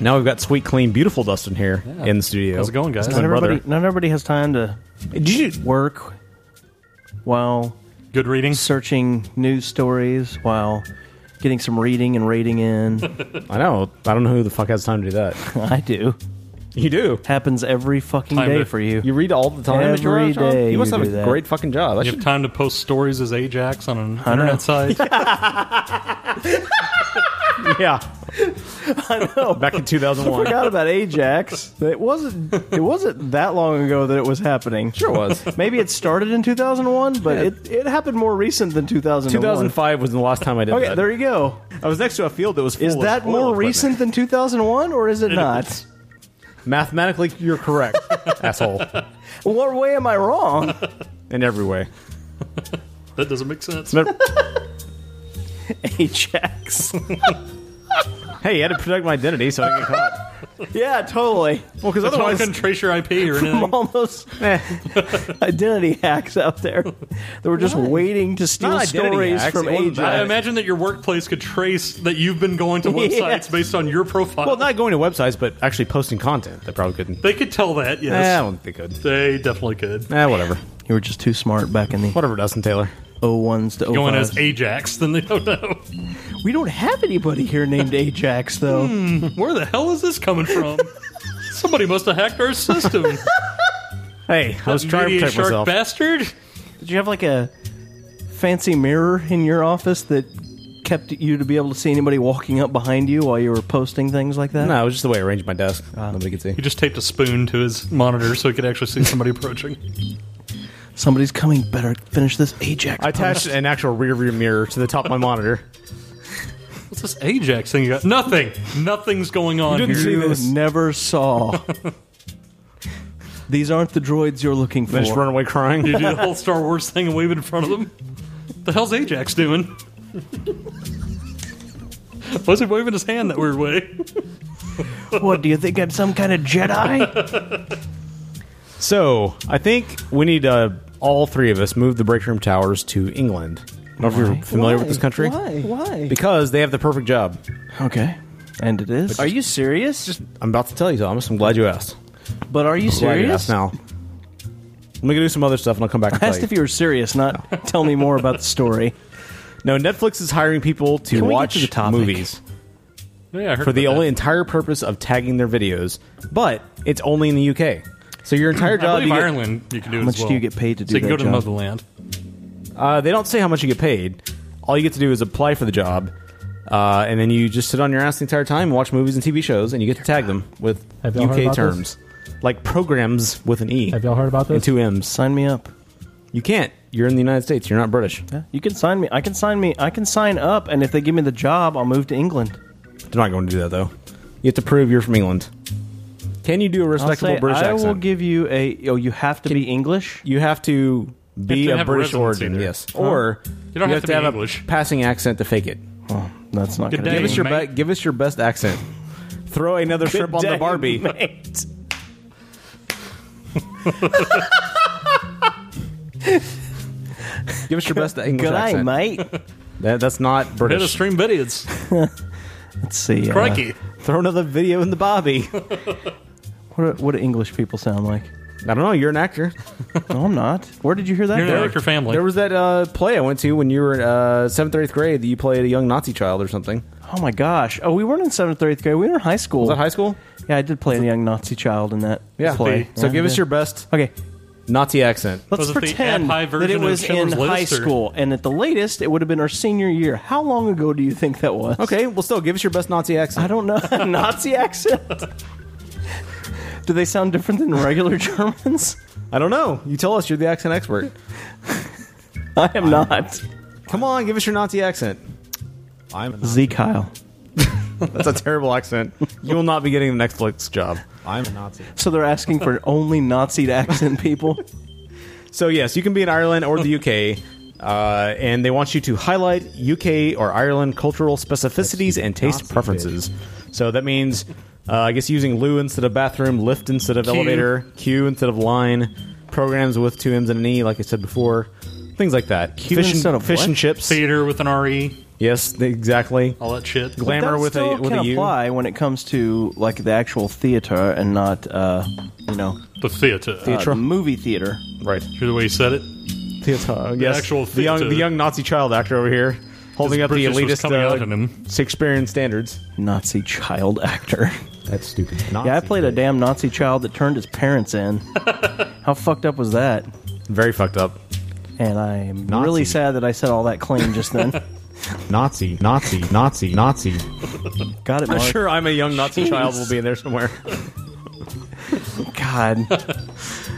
[SPEAKER 11] Now we've got sweet, clean, beautiful Dustin here in the studio. His
[SPEAKER 10] Not
[SPEAKER 11] twin brother.
[SPEAKER 10] everybody, not everybody has time to work while
[SPEAKER 12] good reading,
[SPEAKER 10] searching news stories, while getting some reading and rating in.
[SPEAKER 11] I know. I don't know who the fuck has time to do that.
[SPEAKER 10] I do.
[SPEAKER 11] You do.
[SPEAKER 10] Happens every fucking
[SPEAKER 12] Time
[SPEAKER 10] day
[SPEAKER 12] to-
[SPEAKER 10] for you.
[SPEAKER 11] You read all the time at your
[SPEAKER 10] Every
[SPEAKER 11] job?
[SPEAKER 10] day
[SPEAKER 11] You must have
[SPEAKER 10] do
[SPEAKER 11] a
[SPEAKER 10] that.
[SPEAKER 11] great fucking job. I
[SPEAKER 12] you
[SPEAKER 11] should-
[SPEAKER 12] have time to post stories as Ajax on an
[SPEAKER 10] I know.
[SPEAKER 12] internet site.
[SPEAKER 11] yeah.
[SPEAKER 10] I know.
[SPEAKER 11] Back in 2001.
[SPEAKER 10] I forgot about Ajax. It wasn't. It wasn't that long ago that it was happening. Sure
[SPEAKER 11] was.
[SPEAKER 10] Maybe it started in 2001, but
[SPEAKER 11] Yeah.
[SPEAKER 10] it, it happened more recent than 2001.
[SPEAKER 11] 2005 was the last time I did
[SPEAKER 10] Okay,
[SPEAKER 11] that.
[SPEAKER 10] there you go.
[SPEAKER 11] I was next to a field that was. Full
[SPEAKER 10] Is
[SPEAKER 11] of
[SPEAKER 10] that
[SPEAKER 11] oil
[SPEAKER 10] more
[SPEAKER 11] equipment.
[SPEAKER 10] recent than 2001, or is it, not?
[SPEAKER 11] Mathematically, you're correct, asshole.
[SPEAKER 10] What way am I wrong?
[SPEAKER 11] In every way.
[SPEAKER 12] That doesn't make sense.
[SPEAKER 10] Ajax.
[SPEAKER 11] hey, you had to protect my identity so I didn't get caught.
[SPEAKER 10] yeah, totally.
[SPEAKER 11] Well, 'cause
[SPEAKER 12] That's why I
[SPEAKER 11] otherwise-
[SPEAKER 12] couldn't trace your IP or
[SPEAKER 10] From
[SPEAKER 12] anything.
[SPEAKER 10] all those identity hacks out there that were just waiting to steal stories from Ajax.
[SPEAKER 12] I imagine that your workplace could trace that you've been going to websites
[SPEAKER 10] Yes.
[SPEAKER 12] based on your profile.
[SPEAKER 11] Well, not going to websites, but actually posting content. They probably couldn't.
[SPEAKER 12] they could tell that. Yes,
[SPEAKER 11] Eh, I don't think they could.
[SPEAKER 12] They definitely could.
[SPEAKER 11] Eh, whatever.
[SPEAKER 10] You were just too smart back in the
[SPEAKER 11] whatever, Dustin Taylor.
[SPEAKER 10] Oh ones to
[SPEAKER 12] Going
[SPEAKER 10] 05s.
[SPEAKER 12] as Ajax, then they don't know.
[SPEAKER 10] We don't have anybody here named Ajax, though.
[SPEAKER 12] Hmm, where the hell is this coming from? Somebody must have hacked our system.
[SPEAKER 11] hey,
[SPEAKER 10] I was trying to protect
[SPEAKER 12] shark
[SPEAKER 10] myself.
[SPEAKER 12] bastard.
[SPEAKER 10] Did you have like a fancy mirror in your office that kept you to be able to see anybody walking up behind you while you were posting things like that?
[SPEAKER 11] No, it was just the way I arranged my desk. Nobody could see.
[SPEAKER 12] He just taped a spoon to his monitor so he could actually see somebody approaching.
[SPEAKER 10] Somebody's coming. Better finish this Ajax.
[SPEAKER 11] I attached
[SPEAKER 10] post.
[SPEAKER 11] an actual rear view mirror to the top of my monitor.
[SPEAKER 12] What's this Ajax thing you got? Nothing. Nothing's going on here.
[SPEAKER 10] You never saw. These aren't the droids you're looking for.
[SPEAKER 12] They just run away
[SPEAKER 11] crying.
[SPEAKER 12] You do the whole Star Wars thing and wave it in front of them. The hell's Ajax doing? Why is he waving his hand that weird way?
[SPEAKER 10] what do you think I'm some kind of Jedi?
[SPEAKER 11] So I think we need uh, all three of us move the break room towers to England. I don't know if you're familiar with this country.
[SPEAKER 10] Why?
[SPEAKER 11] Because they have the perfect job.
[SPEAKER 10] Okay. And it is. Are you serious?
[SPEAKER 11] I'm about to tell you, Thomas. I'm glad you asked.
[SPEAKER 10] But are you
[SPEAKER 11] I'm glad you
[SPEAKER 10] serious?
[SPEAKER 11] asked now. I'm gonna do some other stuff and I'll come back. And
[SPEAKER 10] I
[SPEAKER 11] tell
[SPEAKER 10] asked if you were serious, not tell me more about the story.
[SPEAKER 11] No, Netflix is hiring people to
[SPEAKER 10] Can we get
[SPEAKER 11] watch
[SPEAKER 10] to the topic?
[SPEAKER 11] movies
[SPEAKER 12] Yeah, I heard
[SPEAKER 11] for the
[SPEAKER 12] about
[SPEAKER 11] only entire purpose of tagging their videos, but it's only in the UK. So your entire
[SPEAKER 12] that. I
[SPEAKER 11] job,
[SPEAKER 12] believe
[SPEAKER 11] you get-
[SPEAKER 12] Ireland, you can do it as well. so you can go to the motherland.
[SPEAKER 11] Uh, they don't say how much you get paid. All you get to do is apply for the job, uh, and then you just sit on your ass the entire time, and watch movies and TV shows, and you get to tag them with
[SPEAKER 5] Have y'all heard
[SPEAKER 11] UK
[SPEAKER 5] about
[SPEAKER 11] terms, like programs with an E.
[SPEAKER 5] Have y'all heard about this?
[SPEAKER 11] And two M's.
[SPEAKER 10] Sign me up.
[SPEAKER 11] You can't. You're in the United States. You're not British.
[SPEAKER 10] You can sign me. I can sign me. I can sign up, and if they give me the job, I'll move to England.
[SPEAKER 11] They're not going to do that though. You have to prove you're from England. Can you do a respectable
[SPEAKER 10] I'll say,
[SPEAKER 11] British
[SPEAKER 10] I
[SPEAKER 11] accent?
[SPEAKER 10] will give you a. Oh, you have to be English.
[SPEAKER 11] You have to be
[SPEAKER 10] You have to
[SPEAKER 11] a
[SPEAKER 10] have
[SPEAKER 11] British
[SPEAKER 10] residency
[SPEAKER 11] origin,
[SPEAKER 10] there.
[SPEAKER 11] yes,
[SPEAKER 10] Huh?
[SPEAKER 11] or
[SPEAKER 10] You don't have to be
[SPEAKER 11] have a passing accent to fake it.
[SPEAKER 10] Oh, that's not
[SPEAKER 11] Give
[SPEAKER 10] Good gonna day,
[SPEAKER 11] us your
[SPEAKER 10] mate.
[SPEAKER 11] be- give us your best accent. Throw another
[SPEAKER 10] Good
[SPEAKER 11] shrimp on
[SPEAKER 10] day,
[SPEAKER 11] the Barbie.
[SPEAKER 10] mate.
[SPEAKER 11] Give us your best English
[SPEAKER 10] Good day,
[SPEAKER 11] accent,
[SPEAKER 10] mate.
[SPEAKER 11] That, that's not British.
[SPEAKER 12] Hit a stream videos.
[SPEAKER 10] Let's see. uh,
[SPEAKER 12] Crikey.
[SPEAKER 11] Throw another video in the Bobby.
[SPEAKER 10] what do, what do English people sound like?
[SPEAKER 11] I don't know. You're an actor.
[SPEAKER 10] no, I'm not. Where did you hear that?
[SPEAKER 11] There-
[SPEAKER 10] from?
[SPEAKER 11] There was that uh, play I went to when you were in, uh, seventh or eighth grade that you played a young Nazi child or something.
[SPEAKER 10] Oh my gosh! Oh, we weren't in seventh or eighth grade. We were in high school. Was
[SPEAKER 11] that high school?
[SPEAKER 10] Yeah, I did play a young Nazi child in that
[SPEAKER 11] Yeah.
[SPEAKER 10] play.
[SPEAKER 11] So
[SPEAKER 10] Yeah,
[SPEAKER 11] give
[SPEAKER 10] I
[SPEAKER 11] us
[SPEAKER 10] did.
[SPEAKER 11] your best
[SPEAKER 10] okay
[SPEAKER 11] Nazi accent.
[SPEAKER 10] Let's pretend that it was in high school, and at the latest, it would have been our senior year. How long ago do you think that was?
[SPEAKER 11] Okay, well, still give us your best Nazi accent.
[SPEAKER 10] I don't know Nazi accent. do they sound different than regular Germans?
[SPEAKER 11] I don't know. You tell us. You're the accent expert.
[SPEAKER 10] I am not.
[SPEAKER 11] Come on, give us your Nazi accent. I'm
[SPEAKER 10] Z Kyle.
[SPEAKER 11] That's a terrible accent. You will not be getting the Netflix job. I'm a Nazi.
[SPEAKER 10] So they're asking for only Nazi accent people.
[SPEAKER 11] So yes, you can be in Ireland or the UK, uh, and they want you to highlight UK or Ireland cultural specificities and taste preferences. So that means, uh, I guess, using loo instead of bathroom, lift instead of
[SPEAKER 12] Queue.
[SPEAKER 11] elevator, queue instead of line, programs with two M's and an E, like I said before, things like that. fish and, fish and chips.
[SPEAKER 12] Theater with an RE.
[SPEAKER 11] Yes, they- exactly.
[SPEAKER 12] All that shit.
[SPEAKER 11] Glamour
[SPEAKER 10] That
[SPEAKER 11] with a-
[SPEAKER 10] still
[SPEAKER 11] with
[SPEAKER 10] can
[SPEAKER 11] a U.
[SPEAKER 10] apply when it comes to like the actual theater and not uh, you know
[SPEAKER 12] The theater.
[SPEAKER 10] uh, movie theater.
[SPEAKER 11] Right.
[SPEAKER 12] Hear the way you said it?
[SPEAKER 11] Theater. uh, Yes,
[SPEAKER 12] The actual
[SPEAKER 11] the young
[SPEAKER 12] theater.
[SPEAKER 11] the young Nazi child actor over here, holding
[SPEAKER 12] His
[SPEAKER 11] up the
[SPEAKER 12] British was
[SPEAKER 11] elitist
[SPEAKER 12] coming out in
[SPEAKER 11] uh,
[SPEAKER 12] him.
[SPEAKER 11] Shakespearean standards.
[SPEAKER 10] Nazi child actor.
[SPEAKER 11] That's stupid.
[SPEAKER 10] yeah, I played a damn Nazi child that turned his parents in. How fucked up was that?
[SPEAKER 11] Very fucked up.
[SPEAKER 10] And I'm
[SPEAKER 11] Nazi.
[SPEAKER 10] really sad that I said all that clean just then.
[SPEAKER 5] Nazi, Nazi, Nazi, Nazi.
[SPEAKER 10] Got it,
[SPEAKER 11] I'm
[SPEAKER 10] Mark.
[SPEAKER 11] sure I'm a young Nazi
[SPEAKER 10] Jeez.
[SPEAKER 11] child will be in there somewhere.
[SPEAKER 10] God.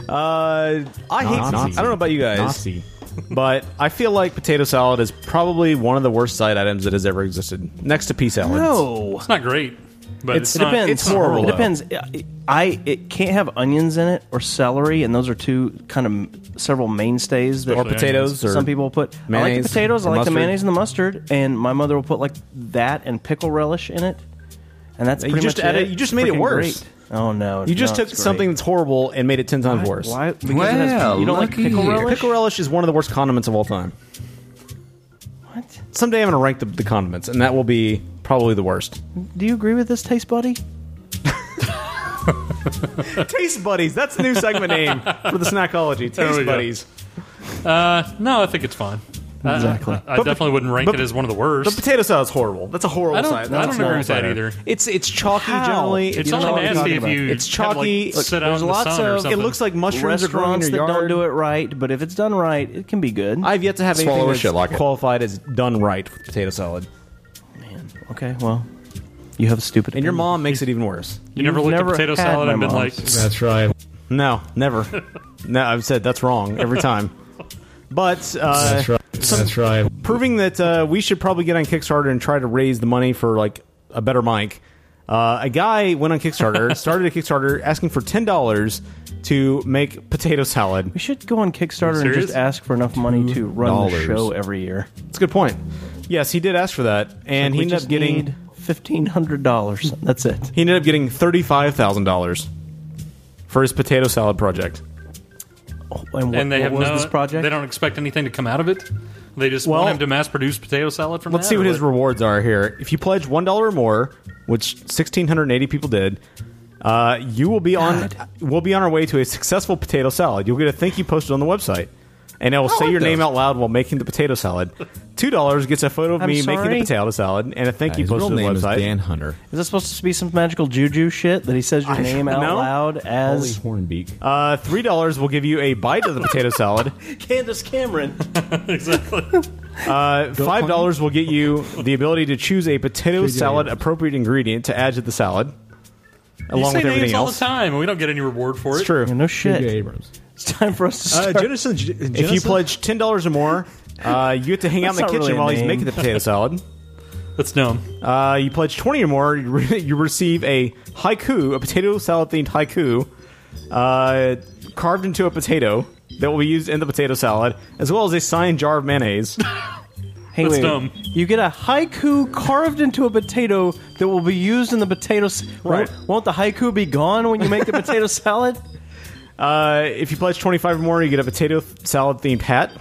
[SPEAKER 11] Uh, I hate
[SPEAKER 10] Nazi.
[SPEAKER 11] Nazi. I don't know about you guys,
[SPEAKER 10] Nazi.
[SPEAKER 11] but I feel like potato salad is probably one of the worst side items that has ever existed, next to pea salad.
[SPEAKER 10] No.
[SPEAKER 12] It's not great, but it's,
[SPEAKER 10] it
[SPEAKER 12] not-
[SPEAKER 10] depends.
[SPEAKER 12] It's horrible.
[SPEAKER 10] It depends. I- I it can't have onions in it or celery, and those are two kind of several mainstays that
[SPEAKER 11] Or potatoes, or
[SPEAKER 10] some people put. I like
[SPEAKER 11] mayonnaise
[SPEAKER 10] the potatoes. I
[SPEAKER 11] or
[SPEAKER 10] like
[SPEAKER 11] mustard.
[SPEAKER 10] the mayonnaise and the mustard, and my mother will put like that and pickle relish in it, and that's
[SPEAKER 11] You
[SPEAKER 10] pretty
[SPEAKER 11] just
[SPEAKER 10] much
[SPEAKER 11] added-
[SPEAKER 10] it.
[SPEAKER 11] you just made it
[SPEAKER 10] Freaking
[SPEAKER 11] worse.
[SPEAKER 10] great. Oh no!
[SPEAKER 11] You just
[SPEAKER 10] no,
[SPEAKER 11] took
[SPEAKER 10] it's great.
[SPEAKER 11] something that's horrible and made it ten times worse.
[SPEAKER 10] Why? Because it has- you don't like pickle relish?
[SPEAKER 11] Pickle relish is one of the worst condiments of all time. What? Someday I'm going to rank the, the condiments, and that will be probably the worst.
[SPEAKER 10] Do you agree with this taste, buddy?
[SPEAKER 11] Taste Buddies. That's the new segment name for the Snackology.
[SPEAKER 12] There we
[SPEAKER 11] Taste
[SPEAKER 12] go.
[SPEAKER 11] Buddies.
[SPEAKER 12] Uh, no, I think it's fine. I-
[SPEAKER 11] Exactly.
[SPEAKER 12] I, I
[SPEAKER 11] But-
[SPEAKER 12] definitely wouldn't rank
[SPEAKER 11] but-
[SPEAKER 12] it as one of the worst.
[SPEAKER 11] The potato salad's horrible. That's a horrible
[SPEAKER 12] I don't-
[SPEAKER 11] side.
[SPEAKER 12] I
[SPEAKER 11] That's
[SPEAKER 12] don't agree
[SPEAKER 11] not
[SPEAKER 12] with
[SPEAKER 11] a
[SPEAKER 12] that
[SPEAKER 11] side.
[SPEAKER 12] either.
[SPEAKER 11] It's it's chalky
[SPEAKER 10] How?
[SPEAKER 11] generally.
[SPEAKER 10] It's
[SPEAKER 11] not
[SPEAKER 10] only nasty if you
[SPEAKER 11] It's
[SPEAKER 10] have, like,
[SPEAKER 11] chalky.
[SPEAKER 10] sit out
[SPEAKER 11] there's
[SPEAKER 10] in the
[SPEAKER 11] lots
[SPEAKER 10] sun or
[SPEAKER 11] of. It
[SPEAKER 10] something.
[SPEAKER 11] looks like mushrooms are growing in
[SPEAKER 10] Restaurants
[SPEAKER 11] your
[SPEAKER 10] that
[SPEAKER 11] yard.
[SPEAKER 10] don't do it right, but if it's done right, it can be good.
[SPEAKER 11] I've yet to have anything
[SPEAKER 10] Swallow a
[SPEAKER 11] that's
[SPEAKER 10] shit like it.
[SPEAKER 11] qualified as done right with potato salad.
[SPEAKER 10] Okay, well, you have a stupid.
[SPEAKER 12] Mm.
[SPEAKER 11] And your mom makes it even worse.
[SPEAKER 10] You never You've looked at never potato had salad my and been mom's. like- That's
[SPEAKER 11] right." No, never. no, I've said that's wrong every time. But uh,
[SPEAKER 5] That's right.
[SPEAKER 11] some-
[SPEAKER 5] That's right.
[SPEAKER 11] Proving that uh, we should probably get on Kickstarter and try to raise the money for like a better mic. Uh, a guy went on Kickstarter, started a Kickstarter, asking for ten dollars to make potato salad.
[SPEAKER 10] We should go on Kickstarter and just ask for enough money to run the show every year.
[SPEAKER 11] It's a good point. Yes, he did ask for that, and
[SPEAKER 10] we
[SPEAKER 11] he ended
[SPEAKER 10] just
[SPEAKER 11] up getting
[SPEAKER 10] need fifteen hundred dollars. That's it.
[SPEAKER 11] He ended up getting thirty-five thousand dollars for his potato salad project.
[SPEAKER 10] And
[SPEAKER 12] and they have
[SPEAKER 11] was
[SPEAKER 12] no,
[SPEAKER 11] this project?
[SPEAKER 12] They don't expect anything to come out of it. They just want him to mass produce potato salad from
[SPEAKER 11] Let's
[SPEAKER 12] that,
[SPEAKER 11] see
[SPEAKER 12] or
[SPEAKER 11] what his rewards are here. If you pledge one dollar or more, which sixteen hundred and eighty people did, uh, you will be on. We'll be on our way to a successful potato salad. You'll get a thank you posted on the website, and it will
[SPEAKER 10] I
[SPEAKER 11] say
[SPEAKER 10] like
[SPEAKER 11] your
[SPEAKER 10] those.
[SPEAKER 11] name out loud while making the potato salad. Two dollars gets a photo of
[SPEAKER 10] I'm
[SPEAKER 11] me making
[SPEAKER 10] sorry?
[SPEAKER 11] the potato salad and a thank you
[SPEAKER 10] Uh, His real
[SPEAKER 11] posted on the
[SPEAKER 10] name is
[SPEAKER 11] website.
[SPEAKER 10] Dan
[SPEAKER 11] Hunter.
[SPEAKER 10] Is this supposed to be some magical juju shit that he says your
[SPEAKER 11] I-
[SPEAKER 10] name out
[SPEAKER 11] no.
[SPEAKER 10] loud as
[SPEAKER 11] Hornbeak. Uh, Three dollars will give you a bite of the potato salad.
[SPEAKER 10] Candace Cameron?
[SPEAKER 12] exactly.
[SPEAKER 11] Uh, Five dollars will get you the ability to choose a potato
[SPEAKER 12] Three
[SPEAKER 11] salad appropriate ingredient to add to the salad, along
[SPEAKER 12] you
[SPEAKER 11] with
[SPEAKER 12] say names
[SPEAKER 11] everything
[SPEAKER 12] all
[SPEAKER 11] else.
[SPEAKER 12] the time, and we don't get any reward for it.
[SPEAKER 11] It's true.
[SPEAKER 10] no shit. It's time for us to
[SPEAKER 11] Uh,
[SPEAKER 10] start.
[SPEAKER 11] Jonathan- If you pledge ten dollars or more, uh, you get to hang out in the
[SPEAKER 10] That's
[SPEAKER 11] kitchen
[SPEAKER 10] not really a
[SPEAKER 11] while he's
[SPEAKER 10] name.
[SPEAKER 11] making the potato salad.
[SPEAKER 12] That's dumb.
[SPEAKER 11] Uh, you pledge twenty or more, you, re- you receive a haiku, a potato salad themed haiku, uh, carved into a potato that will be used in the potato salad, as well as a signed jar of mayonnaise.
[SPEAKER 10] Hey, wait. You get a haiku carved into a potato that will be used in the potato. s-
[SPEAKER 11] Right.
[SPEAKER 10] Won't, won't the haiku be gone when you make the potato salad?
[SPEAKER 11] Uh, if you pledge twenty five or more, you get a potato th- salad themed hat.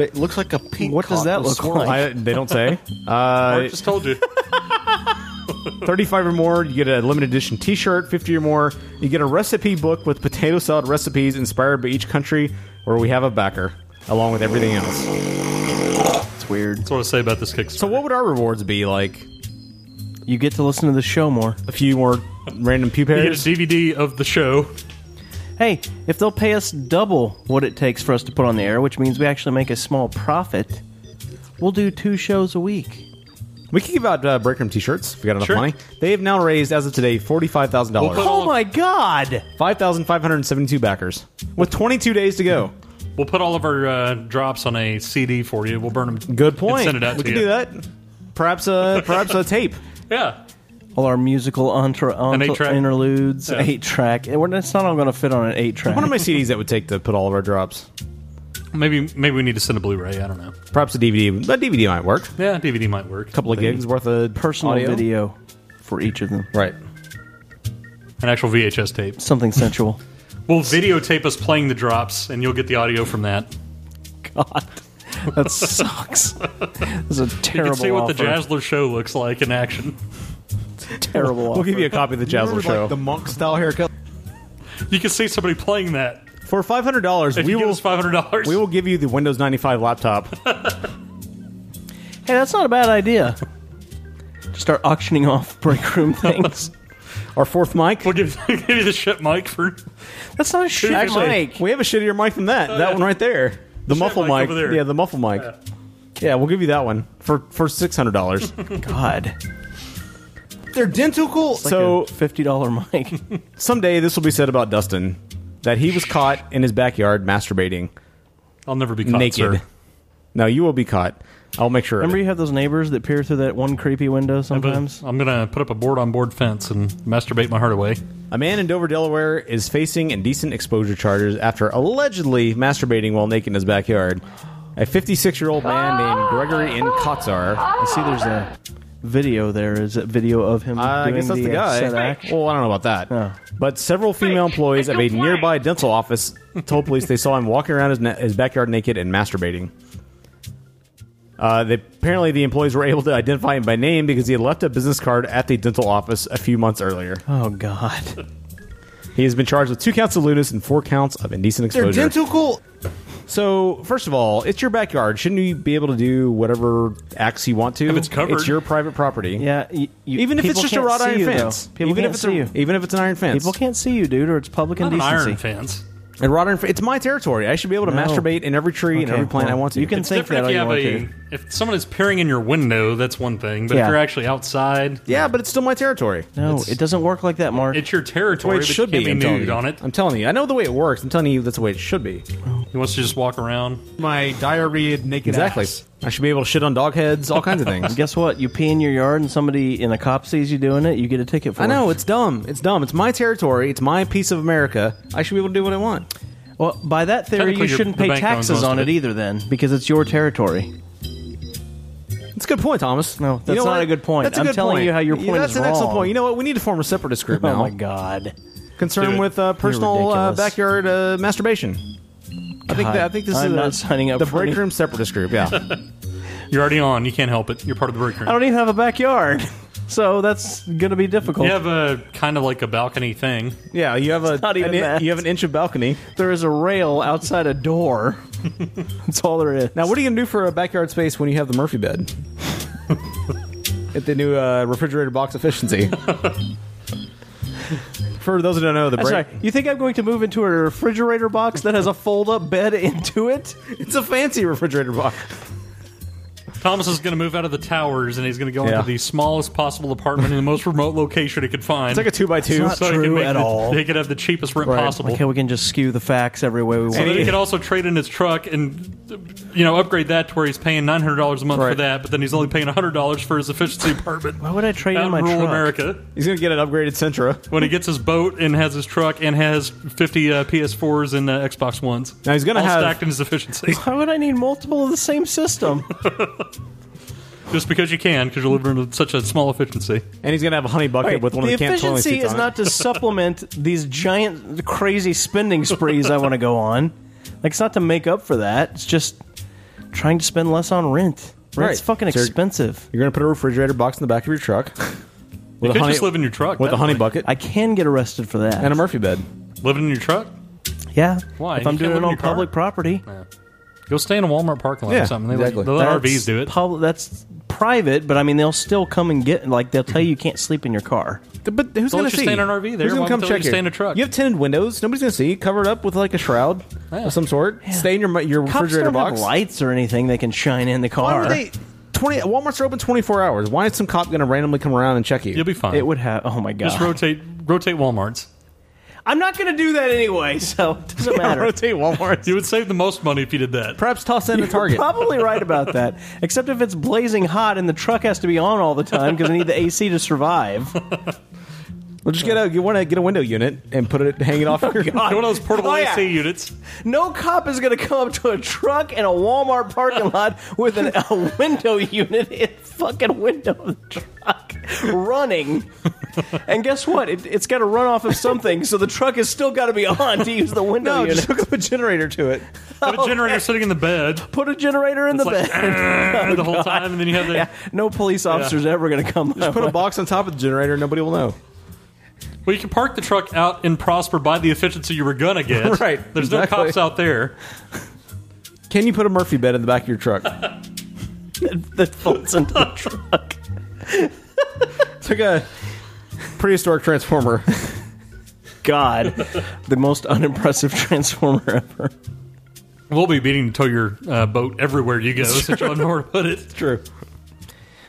[SPEAKER 11] It looks like a pink.
[SPEAKER 10] What does that look like?
[SPEAKER 11] I, they don't say.
[SPEAKER 12] Mark
[SPEAKER 11] Uh,
[SPEAKER 12] just told you.
[SPEAKER 11] thirty five or more, you get a limited edition T shirt. Fifty or more, you get a recipe book with potato salad recipes inspired by each country where we have a backer, along with everything else. It's
[SPEAKER 10] weird.
[SPEAKER 12] That's what I say about this Kickstarter. So,
[SPEAKER 11] what would our rewards be like?
[SPEAKER 10] You get to listen to the show more.
[SPEAKER 11] A few more random pew
[SPEAKER 12] You get a
[SPEAKER 10] pairs.
[SPEAKER 12] DVD of the show.
[SPEAKER 10] Hey, if they'll pay us double what it takes for us to put on the air, which means we actually make a small profit, we'll do two shows a week.
[SPEAKER 11] We can give out uh, break room T-shirts if we got enough
[SPEAKER 10] Sure.
[SPEAKER 11] money. They have now raised, as of today, forty-five thousand dollars.
[SPEAKER 10] oh my god!
[SPEAKER 11] Five thousand five hundred seventy-two backers with twenty-two days to go.
[SPEAKER 12] We'll put all of our uh, drops on a CD for you. We'll burn them.
[SPEAKER 11] Good point.
[SPEAKER 12] send it out
[SPEAKER 11] we
[SPEAKER 12] to
[SPEAKER 11] can
[SPEAKER 12] you.
[SPEAKER 11] do that. Perhaps a perhaps a tape.
[SPEAKER 12] Yeah.
[SPEAKER 10] All our musical entre- entre-
[SPEAKER 11] eight-track?
[SPEAKER 10] interludes,
[SPEAKER 11] Yeah.
[SPEAKER 10] eight track. It's not all going to fit on an eight track.
[SPEAKER 11] One of my CDs that would take to put all of our drops.
[SPEAKER 12] Maybe maybe we need to send a Blu-ray. I don't know.
[SPEAKER 11] Perhaps a DVD. That DVD might work.
[SPEAKER 12] Yeah, DVD might work.
[SPEAKER 11] A couple of gigs worth of
[SPEAKER 10] personal
[SPEAKER 11] audio.
[SPEAKER 10] video for each of them.
[SPEAKER 11] Right.
[SPEAKER 12] An actual VHS tape.
[SPEAKER 10] Something sensual.
[SPEAKER 12] We'll videotape us playing the drops, and you'll get the audio from that.
[SPEAKER 10] God, that sucks. That's a
[SPEAKER 12] you
[SPEAKER 10] terrible
[SPEAKER 12] can see what the
[SPEAKER 10] offer.
[SPEAKER 12] Jazzler show looks like in action.
[SPEAKER 10] terrible.
[SPEAKER 11] We'll give you a copy of the Jazzle Show.
[SPEAKER 12] monk
[SPEAKER 11] style haircut.
[SPEAKER 12] You can see somebody playing that.
[SPEAKER 11] For five hundred dollars,
[SPEAKER 12] If
[SPEAKER 11] we
[SPEAKER 12] you give
[SPEAKER 11] will
[SPEAKER 12] us five hundred dollars.
[SPEAKER 11] we will give you the Windows ninety five laptop.
[SPEAKER 10] Hey, that's not a bad idea. Just start auctioning off break room things.
[SPEAKER 11] Our fourth mic.
[SPEAKER 12] We'll give, give you the shit mic for
[SPEAKER 10] That's not a shit
[SPEAKER 11] Actually,
[SPEAKER 10] mic.
[SPEAKER 11] We have a shittier mic than that. that one right there. The muffle
[SPEAKER 12] Oh, mic
[SPEAKER 11] mic.
[SPEAKER 12] over there.
[SPEAKER 11] Yeah, the muffle mic. Yeah, we'll give you that one for for six hundred dollars. God, they're dentical. so fifty dollar mic. someday this will be said about Dustin that he was caught in his backyard masturbating.
[SPEAKER 12] I'll never be caught,
[SPEAKER 11] naked.
[SPEAKER 12] sir.
[SPEAKER 11] No, you will be caught. I'll make sure. of it.
[SPEAKER 10] Remember, you have those neighbors that peer through that one creepy window sometimes.
[SPEAKER 12] I'm gonna put up a board on board fence and masturbate my heart away.
[SPEAKER 11] A man in Dover, Delaware is facing indecent exposure charges after allegedly masturbating while naked in his backyard. A 56 year old man named Gregory N. Kotzar. I see there's a
[SPEAKER 10] Video there is a video of him.
[SPEAKER 11] I
[SPEAKER 10] doing
[SPEAKER 11] guess that's the,
[SPEAKER 10] the, uh,
[SPEAKER 11] guy.
[SPEAKER 10] set act. Oh.
[SPEAKER 11] Well, I don't know about that. But several female employees of a nearby dental office told police they saw him walking around his, na- his backyard naked and masturbating. Uh, they, apparently, the employees were able to identify him by name because he had left a business card at the dental office a few months earlier.
[SPEAKER 10] Oh God!
[SPEAKER 11] He has been charged with two counts of lewdness and four counts of indecent exposure.
[SPEAKER 10] cool.
[SPEAKER 11] So, first of all, it's your backyard. Shouldn't you be able to do whatever acts you want to?
[SPEAKER 10] If it's covered.
[SPEAKER 11] it's your private property.
[SPEAKER 10] Yeah, y- you-
[SPEAKER 11] even if it's
[SPEAKER 10] people
[SPEAKER 11] just a
[SPEAKER 10] can't
[SPEAKER 11] wrought
[SPEAKER 10] see
[SPEAKER 11] iron
[SPEAKER 10] you, though.
[SPEAKER 11] fence.
[SPEAKER 10] People
[SPEAKER 11] even
[SPEAKER 10] can't
[SPEAKER 11] if it's
[SPEAKER 10] see
[SPEAKER 11] a,
[SPEAKER 10] you.
[SPEAKER 11] even if it's an iron fence.
[SPEAKER 10] People can't see you, dude, or it's public
[SPEAKER 11] Not an
[SPEAKER 10] indecency.
[SPEAKER 11] iron fence. And wrought iron. f- It's my territory. I should be able to
[SPEAKER 10] No.
[SPEAKER 11] masturbate in every tree and
[SPEAKER 10] Okay,
[SPEAKER 11] every plant
[SPEAKER 10] well,
[SPEAKER 11] I want to.
[SPEAKER 10] you can
[SPEAKER 12] It's different if you have a if someone is peering in your window, that's one thing. But
[SPEAKER 11] Yeah.
[SPEAKER 12] if you're actually outside,
[SPEAKER 11] yeah, but it's still my territory.
[SPEAKER 10] No, it doesn't work like that, Mark.
[SPEAKER 12] It's your territory.
[SPEAKER 11] That's
[SPEAKER 12] but
[SPEAKER 11] the way
[SPEAKER 12] you
[SPEAKER 11] it should be.
[SPEAKER 12] can't
[SPEAKER 11] I'm
[SPEAKER 12] be
[SPEAKER 11] telling
[SPEAKER 12] nude
[SPEAKER 11] you.
[SPEAKER 12] on it.
[SPEAKER 11] I'm telling you. I know the way it works. I'm telling you that's the way it should be.
[SPEAKER 12] He wants to just walk around.
[SPEAKER 11] My diarrhea naked. Exactly.
[SPEAKER 12] ass.
[SPEAKER 11] I should be able to shit on dog heads, all kinds of things.
[SPEAKER 10] Guess what? You pee in your yard, and somebody and a cop sees you doing it. You get a ticket for.
[SPEAKER 11] I
[SPEAKER 10] it.
[SPEAKER 11] know it's dumb. It's dumb. It's my territory. It's my piece of America. I should be able to do what I want.
[SPEAKER 10] Well, by that theory, you shouldn't pay taxes on it either, then, because it's your territory.
[SPEAKER 11] It's a good point, Thomas. No,
[SPEAKER 10] that's not a good point.
[SPEAKER 11] That's a
[SPEAKER 10] I'm
[SPEAKER 11] good
[SPEAKER 10] telling
[SPEAKER 11] point.
[SPEAKER 10] you how your
[SPEAKER 11] Yeah,
[SPEAKER 10] point
[SPEAKER 11] that's
[SPEAKER 10] is
[SPEAKER 11] an excellent
[SPEAKER 10] wrong.
[SPEAKER 11] point. You know what? We need to form a separatist group
[SPEAKER 10] Oh
[SPEAKER 11] now.
[SPEAKER 10] my God.
[SPEAKER 11] Concerned
[SPEAKER 10] Dude,
[SPEAKER 11] with uh,
[SPEAKER 10] you're
[SPEAKER 11] personal uh,
[SPEAKER 10] ridiculous.
[SPEAKER 11] backyard uh, masturbation. I think
[SPEAKER 12] God,
[SPEAKER 11] that, I think this
[SPEAKER 12] I'm
[SPEAKER 11] is
[SPEAKER 12] not
[SPEAKER 11] the,
[SPEAKER 12] signing up
[SPEAKER 11] the
[SPEAKER 12] for
[SPEAKER 11] break
[SPEAKER 12] any-
[SPEAKER 11] room separatist group. Yeah,
[SPEAKER 12] You're already on. You can't help it. You're part of the break room.
[SPEAKER 10] I don't even have a backyard, so that's going to be difficult.
[SPEAKER 12] You have a kind of like a balcony thing.
[SPEAKER 11] yeah. You have a
[SPEAKER 10] Not even
[SPEAKER 11] an-
[SPEAKER 10] that.
[SPEAKER 11] you have an inch of balcony.
[SPEAKER 10] There is a rail outside a door. that's all there is.
[SPEAKER 11] Now, what are you gonna do for a backyard space when you have the Murphy bed? At the new uh, refrigerator box efficiency. for those who don't know, the
[SPEAKER 10] That's
[SPEAKER 11] break.
[SPEAKER 10] right. You think I'm going to move into a refrigerator box that has a fold-up bed into it?
[SPEAKER 11] It's a fancy refrigerator box.
[SPEAKER 12] Thomas is going to move out of the towers and he's going to go
[SPEAKER 11] Yeah.
[SPEAKER 12] into the smallest possible apartment in the most remote location he could find.
[SPEAKER 11] It's like a two by two.
[SPEAKER 10] That's not
[SPEAKER 12] so he
[SPEAKER 10] true
[SPEAKER 12] can make
[SPEAKER 10] at
[SPEAKER 12] the-
[SPEAKER 10] all.
[SPEAKER 12] They could have the cheapest rent possible.
[SPEAKER 10] Okay, we can just skew the facts every way we want.
[SPEAKER 12] So then he could also trade in his truck and you know upgrade that to where he's paying nine hundred dollars a month for that, but then he's only paying hundred dollars for his efficiency apartment. Why
[SPEAKER 10] would I trade in my
[SPEAKER 12] rural
[SPEAKER 10] truck?
[SPEAKER 12] America?
[SPEAKER 11] He's gonna get an upgraded Sentra.
[SPEAKER 12] When he gets his boat and has his truck and has fifty uh, PS4s and uh, Xbox Ones.
[SPEAKER 11] Now he's gonna
[SPEAKER 12] all
[SPEAKER 11] have-
[SPEAKER 12] stacked in his efficiency
[SPEAKER 10] Why would I need multiple of the same system?
[SPEAKER 12] just because you can because you're living in such a small efficiency.
[SPEAKER 11] And he's gonna have a honey bucket
[SPEAKER 10] Wait,
[SPEAKER 11] with one of
[SPEAKER 10] the
[SPEAKER 11] the, canned toilet
[SPEAKER 10] efficiency
[SPEAKER 11] seats
[SPEAKER 10] is
[SPEAKER 11] on it.
[SPEAKER 10] not to supplement these giant, crazy spending sprees I want to go on. Like it's not to make up for that. It's just trying to spend less on rent. Rent's
[SPEAKER 11] Right.
[SPEAKER 10] fucking
[SPEAKER 11] So you're-
[SPEAKER 10] expensive.
[SPEAKER 11] You're gonna put a refrigerator box in the back of your truck.
[SPEAKER 12] You
[SPEAKER 11] a
[SPEAKER 12] could just live in your truck
[SPEAKER 11] with a
[SPEAKER 12] that
[SPEAKER 11] honey
[SPEAKER 12] way.
[SPEAKER 11] bucket.
[SPEAKER 10] I can get arrested for that.
[SPEAKER 11] and a Murphy bed.
[SPEAKER 12] Living in your truck?
[SPEAKER 10] Yeah.
[SPEAKER 12] Why?
[SPEAKER 10] If I'm
[SPEAKER 12] You can't
[SPEAKER 10] doing it
[SPEAKER 12] live in
[SPEAKER 10] on
[SPEAKER 12] your car?
[SPEAKER 10] public property.
[SPEAKER 12] Go stay in a Walmart parking lot or something. They let- they let RVs do it.
[SPEAKER 10] Public, that's private, but I mean they'll still come and get. Like they'll tell you you can't sleep in your car.
[SPEAKER 11] But
[SPEAKER 12] Don't
[SPEAKER 11] who's gonna
[SPEAKER 12] let you
[SPEAKER 11] see?
[SPEAKER 12] stay in an RV there.
[SPEAKER 11] Who's gonna
[SPEAKER 12] Why
[SPEAKER 11] come
[SPEAKER 12] don't they let you
[SPEAKER 11] check here?
[SPEAKER 12] stay in a truck?
[SPEAKER 11] You have tinted windows. Nobody's gonna see. you. Cover it up with like a shroud of some sort. Stay in your mu- your
[SPEAKER 10] Cops
[SPEAKER 11] refrigerator
[SPEAKER 10] don't have
[SPEAKER 11] box.
[SPEAKER 10] lights or anything they can shine in the car.
[SPEAKER 11] Why would they? Twenty Walmart's are open twenty four hours. Why is some cop gonna randomly come around and check you? You'll
[SPEAKER 12] be fine.
[SPEAKER 10] It would have. Oh my god.
[SPEAKER 12] Just rotate rotate Walmarts.
[SPEAKER 10] I'm not going to do that anyway, so it doesn't matter.
[SPEAKER 11] rotate Walmarts.
[SPEAKER 12] You would save the most money if you did that.
[SPEAKER 11] Perhaps toss in a
[SPEAKER 10] You're
[SPEAKER 11] target.
[SPEAKER 10] probably right about that. Except if it's blazing hot and the truck has to be on all the time because I need the AC to survive.
[SPEAKER 11] Well, just get a you want to get a window unit and put it hang it off your
[SPEAKER 10] God.
[SPEAKER 12] One of those portable
[SPEAKER 10] Oh, yeah.
[SPEAKER 12] AC units.
[SPEAKER 10] No cop is going to come up to a truck in a Walmart parking lot with an, a window unit in the fucking window of the truck running. And guess what? It, it's got to run off of something, so the truck has still got to be on to use the window
[SPEAKER 11] No,
[SPEAKER 10] unit.
[SPEAKER 11] just hook up a generator to it.
[SPEAKER 12] Have a generator sitting in the bed.
[SPEAKER 10] Put a generator in the
[SPEAKER 12] It's like,
[SPEAKER 10] bed
[SPEAKER 12] "Ah," the whole time, and then you have the-
[SPEAKER 10] no police officers ever going to come.
[SPEAKER 11] Just put a box on top of the generator. and Nobody will know.
[SPEAKER 12] Well, you can park the truck out in Prosper by the efficiency you were gonna get.
[SPEAKER 11] Right,
[SPEAKER 12] There's
[SPEAKER 11] exactly.
[SPEAKER 12] no cops out there.
[SPEAKER 11] Can you put a Murphy bed in the back of your truck?
[SPEAKER 10] that folds into the truck.
[SPEAKER 11] It's like a prehistoric transformer.
[SPEAKER 10] God, the most unimpressive transformer ever.
[SPEAKER 12] We'll be beating tow your uh, boat everywhere you go, so you'll know where to put it.
[SPEAKER 10] True.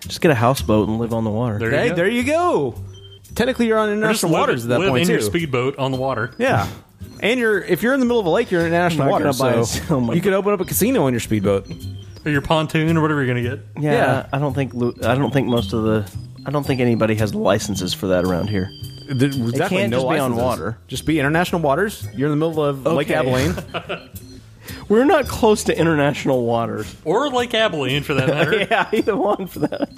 [SPEAKER 10] Just get a houseboat and live on the water.
[SPEAKER 12] There you Hey, go. there
[SPEAKER 11] you go. Technically, you're on
[SPEAKER 12] Or just
[SPEAKER 11] international
[SPEAKER 12] live-
[SPEAKER 11] waters at that
[SPEAKER 12] live
[SPEAKER 11] point
[SPEAKER 12] in your
[SPEAKER 11] too.
[SPEAKER 12] speedboat on the water.
[SPEAKER 11] Yeah. And you're if you're in the middle of a lake, you're in international
[SPEAKER 12] I'm not
[SPEAKER 11] water.
[SPEAKER 12] gonna buy
[SPEAKER 11] so
[SPEAKER 12] a- oh my
[SPEAKER 11] you could open up a casino on your speedboat.
[SPEAKER 12] Or your pontoon or whatever you're going to get.
[SPEAKER 10] Yeah, I don't think Lu- I don't think most of the I don't think anybody has licenses for that around here.
[SPEAKER 11] Exactly.
[SPEAKER 10] it can't
[SPEAKER 11] no
[SPEAKER 10] just be on
[SPEAKER 11] licenses.
[SPEAKER 10] water.
[SPEAKER 11] Just be international waters. You're in the middle of Lake
[SPEAKER 10] Okay.
[SPEAKER 11] Abilene.
[SPEAKER 10] We're not close to international waters.
[SPEAKER 12] Or Lake Abilene, for that matter.
[SPEAKER 10] yeah, either one for that.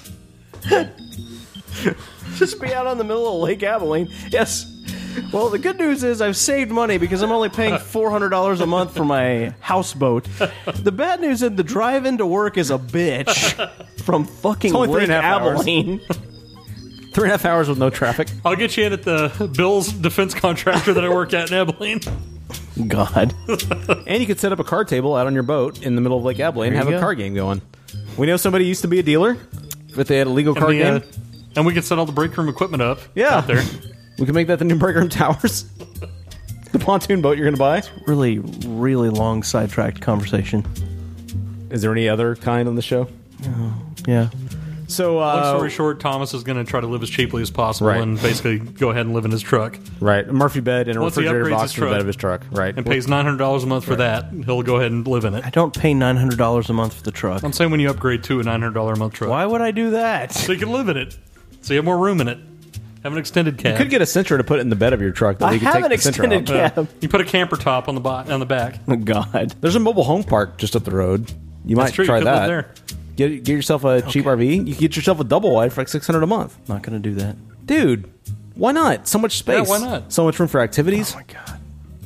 [SPEAKER 10] Just be out on the middle of Lake Abilene. Yes. Well, the good news is I've saved money because I'm only paying $400 a month for my houseboat. The bad news is the drive into work is a bitch from fucking
[SPEAKER 11] It's only three
[SPEAKER 10] Lake
[SPEAKER 11] and a half hours.
[SPEAKER 10] Abilene.
[SPEAKER 11] Three and a half hours with no traffic.
[SPEAKER 12] I'll get you in at the Bill's defense contractor that I work at in Abilene.
[SPEAKER 10] God.
[SPEAKER 11] and you could set up a card table out on your boat in the middle of Lake Abilene and
[SPEAKER 12] There
[SPEAKER 11] have
[SPEAKER 12] you
[SPEAKER 11] a
[SPEAKER 12] go.
[SPEAKER 11] card game going. We know somebody used to be a dealer, but they had a legal
[SPEAKER 12] And
[SPEAKER 11] card
[SPEAKER 12] we, uh,
[SPEAKER 11] game.
[SPEAKER 12] and we can set all the break room equipment up.
[SPEAKER 11] Yeah.
[SPEAKER 12] Out there.
[SPEAKER 11] We can make that the new break room towers. the pontoon boat you're going to buy.
[SPEAKER 10] Really, really long sidetracked conversation.
[SPEAKER 11] Is there any other kind on the show?
[SPEAKER 10] Yeah.
[SPEAKER 11] So, uh,
[SPEAKER 12] long story short, Thomas is going to try to live as cheaply as possible
[SPEAKER 11] Right.
[SPEAKER 12] and basically go ahead and live in his truck.
[SPEAKER 11] Right, a Murphy bed and a
[SPEAKER 12] Once he
[SPEAKER 11] refrigerator
[SPEAKER 12] upgrades
[SPEAKER 11] box
[SPEAKER 12] his
[SPEAKER 11] in the bed
[SPEAKER 12] truck
[SPEAKER 11] of his truck. Right,
[SPEAKER 12] and pays nine hundred dollars a month for that. He'll go ahead and live in it. I
[SPEAKER 10] don't pay $900 a month for the truck.
[SPEAKER 12] I'm saying when you upgrade to a nine hundred dollar a month truck, why
[SPEAKER 10] would I do that?
[SPEAKER 12] So you can live in it, so you have more room in it. Have an extended
[SPEAKER 11] You
[SPEAKER 12] cab.
[SPEAKER 11] could get a Sentra to put it in the bed of your truck.
[SPEAKER 12] I
[SPEAKER 11] That you could
[SPEAKER 12] have
[SPEAKER 11] take
[SPEAKER 12] an
[SPEAKER 11] the Sentra
[SPEAKER 12] extended
[SPEAKER 11] out.
[SPEAKER 12] cab. You put a camper top on the bo- on the back.
[SPEAKER 10] Oh, God,
[SPEAKER 11] there's a mobile home park just up the road. You
[SPEAKER 12] That's
[SPEAKER 11] might
[SPEAKER 12] true, you
[SPEAKER 11] try
[SPEAKER 12] could live
[SPEAKER 11] that.
[SPEAKER 12] there.
[SPEAKER 11] Get get yourself a cheap RV. You could get yourself a double wide for like six hundred a month.
[SPEAKER 10] Not going to do that,
[SPEAKER 11] dude. Why not? So much
[SPEAKER 12] Yeah,
[SPEAKER 11] space.
[SPEAKER 12] why not?
[SPEAKER 11] So much room for activivities.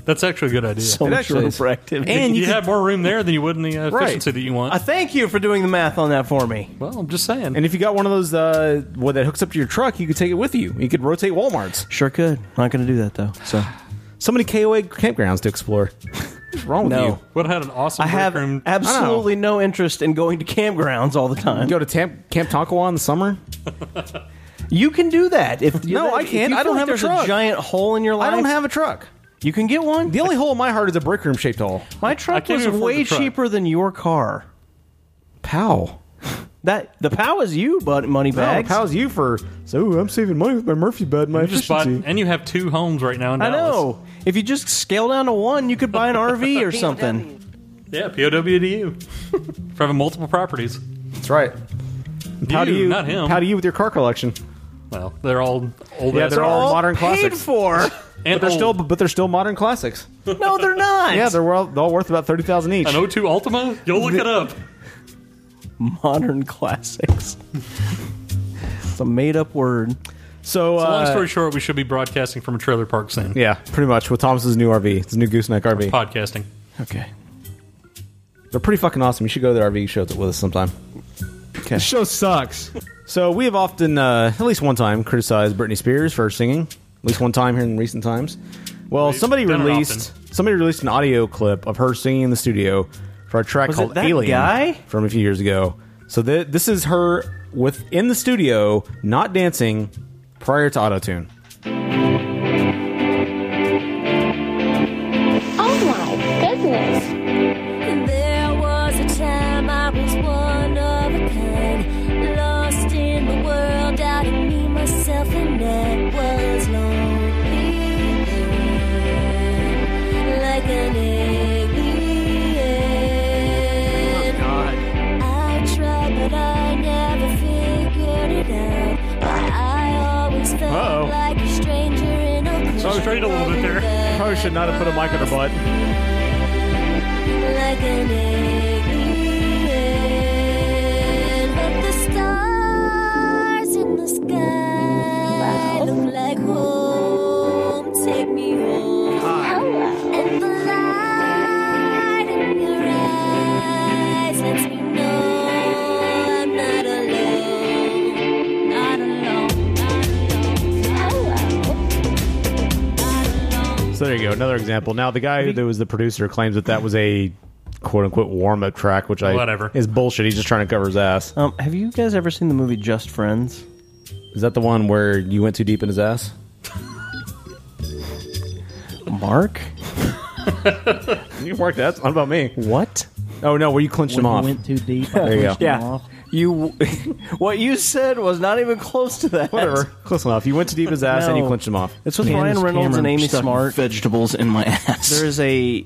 [SPEAKER 12] That's actually a good idea.
[SPEAKER 11] So Oh It much actually room is. for activity.
[SPEAKER 12] and
[SPEAKER 11] And
[SPEAKER 12] you,
[SPEAKER 11] you could-
[SPEAKER 12] have more room there than you would in the uh,
[SPEAKER 11] Right.
[SPEAKER 12] efficiency that you want.
[SPEAKER 10] I thank you for doing the math on that for me.
[SPEAKER 12] Well, I'm just saying.
[SPEAKER 11] And if you got one of those uh, what that hooks up to your truck, you could take it with you. You could rotate WalMarts.
[SPEAKER 10] Sure could. Not going to do that though. So,
[SPEAKER 11] so many KOA campgrounds to explore. What's wrong with
[SPEAKER 10] No.
[SPEAKER 11] you?
[SPEAKER 12] Would have had an awesome
[SPEAKER 10] I
[SPEAKER 12] break
[SPEAKER 10] have
[SPEAKER 12] room.
[SPEAKER 10] absolutely no interest in going to campgrounds all the time.
[SPEAKER 11] Go to Camp Camp Tonkawa in the summer.
[SPEAKER 10] You can do that. If
[SPEAKER 11] No, I
[SPEAKER 10] if
[SPEAKER 11] can't.
[SPEAKER 10] you
[SPEAKER 11] I
[SPEAKER 10] feel
[SPEAKER 11] don't
[SPEAKER 10] like
[SPEAKER 11] have a
[SPEAKER 10] there's
[SPEAKER 11] truck.
[SPEAKER 10] giant hole in your
[SPEAKER 11] I
[SPEAKER 10] life.
[SPEAKER 11] don't have a truck.
[SPEAKER 10] You can get one.
[SPEAKER 11] The only hole in my heart is a brick room shaped hole.
[SPEAKER 10] My
[SPEAKER 11] I
[SPEAKER 10] truck
[SPEAKER 11] can't
[SPEAKER 10] was
[SPEAKER 11] even afford
[SPEAKER 10] way
[SPEAKER 11] the truck.
[SPEAKER 10] cheaper than your car.
[SPEAKER 11] Pow.
[SPEAKER 10] That the pow is you, but money bags.
[SPEAKER 11] how's you for? So I'm saving money with my Murphy bed. My
[SPEAKER 12] You just bought, and you have two homes right now in
[SPEAKER 10] I
[SPEAKER 12] Dallas.
[SPEAKER 10] know. If you just scale down to one, you could buy an RV or something.
[SPEAKER 12] Yeah, POW to you for having multiple properties.
[SPEAKER 11] That's right. How do you?
[SPEAKER 12] not him.
[SPEAKER 11] How do you with your car collection?
[SPEAKER 12] Well, they're all old.
[SPEAKER 11] yeah,
[SPEAKER 12] ass
[SPEAKER 11] they're all
[SPEAKER 12] cars.
[SPEAKER 11] modern classics.
[SPEAKER 10] for.
[SPEAKER 11] but
[SPEAKER 12] And
[SPEAKER 11] they're
[SPEAKER 12] old.
[SPEAKER 11] still, but they're still modern classics.
[SPEAKER 10] No, they're not.
[SPEAKER 11] Yeah, they're all, they're all worth about thirty thousand each.
[SPEAKER 12] An O2 Altima? You'll look it up.
[SPEAKER 10] modern classics. it's a made-up word.
[SPEAKER 11] So,
[SPEAKER 12] So long
[SPEAKER 11] uh,
[SPEAKER 12] story short, we should be broadcasting from a trailer park soon.
[SPEAKER 11] yeah, pretty much with Thomas's new RV. It's a new gooseneck RV.
[SPEAKER 12] Podcasting.
[SPEAKER 10] Okay.
[SPEAKER 11] They're pretty fucking awesome. You should go to their RV show with us sometime. Okay. The show sucks. So we have often, uh, at least one time, criticized Britney Spears for singing. At least one time here in recent times. Well,
[SPEAKER 12] We've
[SPEAKER 11] somebody
[SPEAKER 12] done it
[SPEAKER 11] released somebody released an audio clip of her singing in the studio for a track
[SPEAKER 10] Was it
[SPEAKER 11] called
[SPEAKER 10] that
[SPEAKER 11] Alien
[SPEAKER 10] guy?
[SPEAKER 11] from a few years ago. So th- this is her within the studio, not dancing, prior to autotune.
[SPEAKER 3] Oh my goodness. There was a time I was one of a kind, lost in the world, doubting me, myself, and that was lonely. Like an alien. I tried, but I never figured it out. I always felt
[SPEAKER 11] Uh-oh.
[SPEAKER 3] like a stranger in a crowded world.
[SPEAKER 11] Probably should not have put a mic on her butt.
[SPEAKER 3] Like an alien, but the stars in the sky look like home. Take me home. And the light in your eyes lets me know I'm not alone. Not alone. Not alone.
[SPEAKER 11] So there you go, another example. Now the guy who was the producer claims that that was a quote unquote warm up track, which I
[SPEAKER 12] Whatever.
[SPEAKER 11] is bullshit. He's just trying to cover his ass.
[SPEAKER 10] Um, have you guys ever seen the movie Just Friends?
[SPEAKER 11] Is that the one where you went too deep in his ass?
[SPEAKER 10] Mark?
[SPEAKER 11] you worked that. It's not about me. What? Oh no, where you clinched them
[SPEAKER 10] When you
[SPEAKER 11] off?
[SPEAKER 10] went
[SPEAKER 11] too deep.
[SPEAKER 10] I
[SPEAKER 11] there you go.
[SPEAKER 10] clinched 'em off. You, what you said was not even close to that.
[SPEAKER 11] Whatever. Close enough. You went to deep as ass and you
[SPEAKER 10] No.
[SPEAKER 11] clinched them off.
[SPEAKER 10] It's with Ryan Reynolds and Amy Smart. Vegetables in my ass. There is a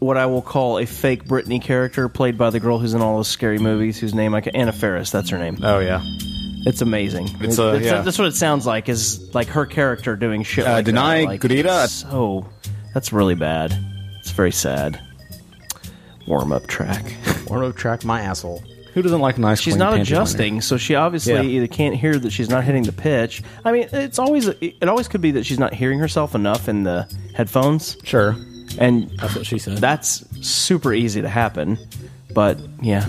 [SPEAKER 10] what I will call a fake Britney character played by the girl who's in all those scary movies, whose name I can Anna Ferris. That's her name.
[SPEAKER 11] Oh yeah,
[SPEAKER 10] it's amazing.
[SPEAKER 8] It's, uh, yeah.
[SPEAKER 10] That's what it sounds like. Is like her character doing shit.
[SPEAKER 8] Uh,
[SPEAKER 10] like that.
[SPEAKER 8] Denai
[SPEAKER 10] Like,
[SPEAKER 8] Gurira.
[SPEAKER 10] So that's really bad. It's very sad. Warm up track.
[SPEAKER 11] Warm up track. My asshole. Who doesn't like nice?
[SPEAKER 10] She's
[SPEAKER 11] clean
[SPEAKER 10] not
[SPEAKER 11] panty liner?
[SPEAKER 10] adjusting, so she obviously
[SPEAKER 11] Yeah.
[SPEAKER 10] either can't hear that she's not hitting the pitch. I mean, it's always it always could be that she's not hearing herself enough in the headphones.
[SPEAKER 11] Sure,
[SPEAKER 10] and
[SPEAKER 8] that's what she said.
[SPEAKER 10] That's super easy to happen, but yeah.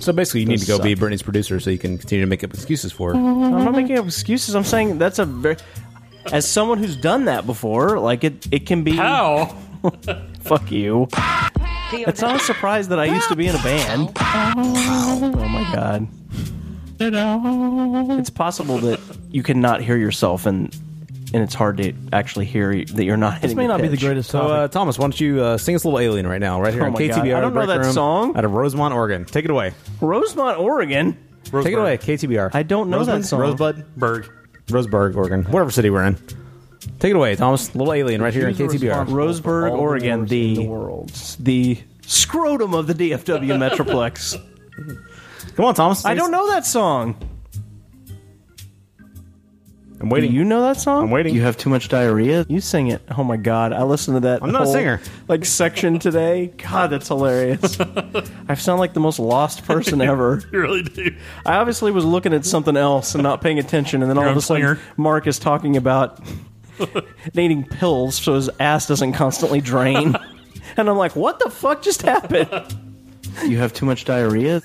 [SPEAKER 11] So basically, you need to go
[SPEAKER 10] Those
[SPEAKER 11] be Britney's producer so you can continue to make up excuses for her.
[SPEAKER 10] I'm not making up excuses. I'm saying that's a very as someone who's done that before, like it it can be
[SPEAKER 12] how.
[SPEAKER 10] Fuck you. It's not a surprise that I used to be in a band. Oh my god. It's possible that you cannot hear yourself and and it's hard to actually hear you, that you're not hitting pitch.
[SPEAKER 11] So, uh, Thomas, why don't you uh, sing us a little alien right now, right here
[SPEAKER 10] Oh
[SPEAKER 11] on
[SPEAKER 10] my God.
[SPEAKER 11] KTBR?
[SPEAKER 10] I don't know
[SPEAKER 11] Break
[SPEAKER 10] that
[SPEAKER 11] Room,
[SPEAKER 10] song.
[SPEAKER 11] Out of Rosemont, Oregon. Take it away.
[SPEAKER 10] Rosemont, Oregon.
[SPEAKER 11] Take it away, KTBR. I
[SPEAKER 10] don't know that song.
[SPEAKER 11] Rosebud? Berg. Roseburg, Oregon. Whatever city we're in. Take it away, Thomas. Little alien right here on KTBR.
[SPEAKER 10] Roseburg, Oregon, the, world. the scrotum of the DFW Metroplex.
[SPEAKER 11] Come on, Thomas.
[SPEAKER 10] I don't know that song. I'm waiting. you know that song? I'm waiting. You have too much diarrhea. You sing it. Oh my god, I listened to that.
[SPEAKER 11] I'm not a
[SPEAKER 10] whole,
[SPEAKER 11] singer.
[SPEAKER 10] Like section today. God, that's hilarious. I sound like the most lost person ever.
[SPEAKER 12] you really do.
[SPEAKER 10] I obviously was looking at something else and not paying attention, and then all
[SPEAKER 12] You're
[SPEAKER 10] of
[SPEAKER 12] a
[SPEAKER 10] a sudden, Mark is talking about needing pills so his ass doesn't constantly drain. and I'm like, what the fuck just happened? You have too much diarrhea?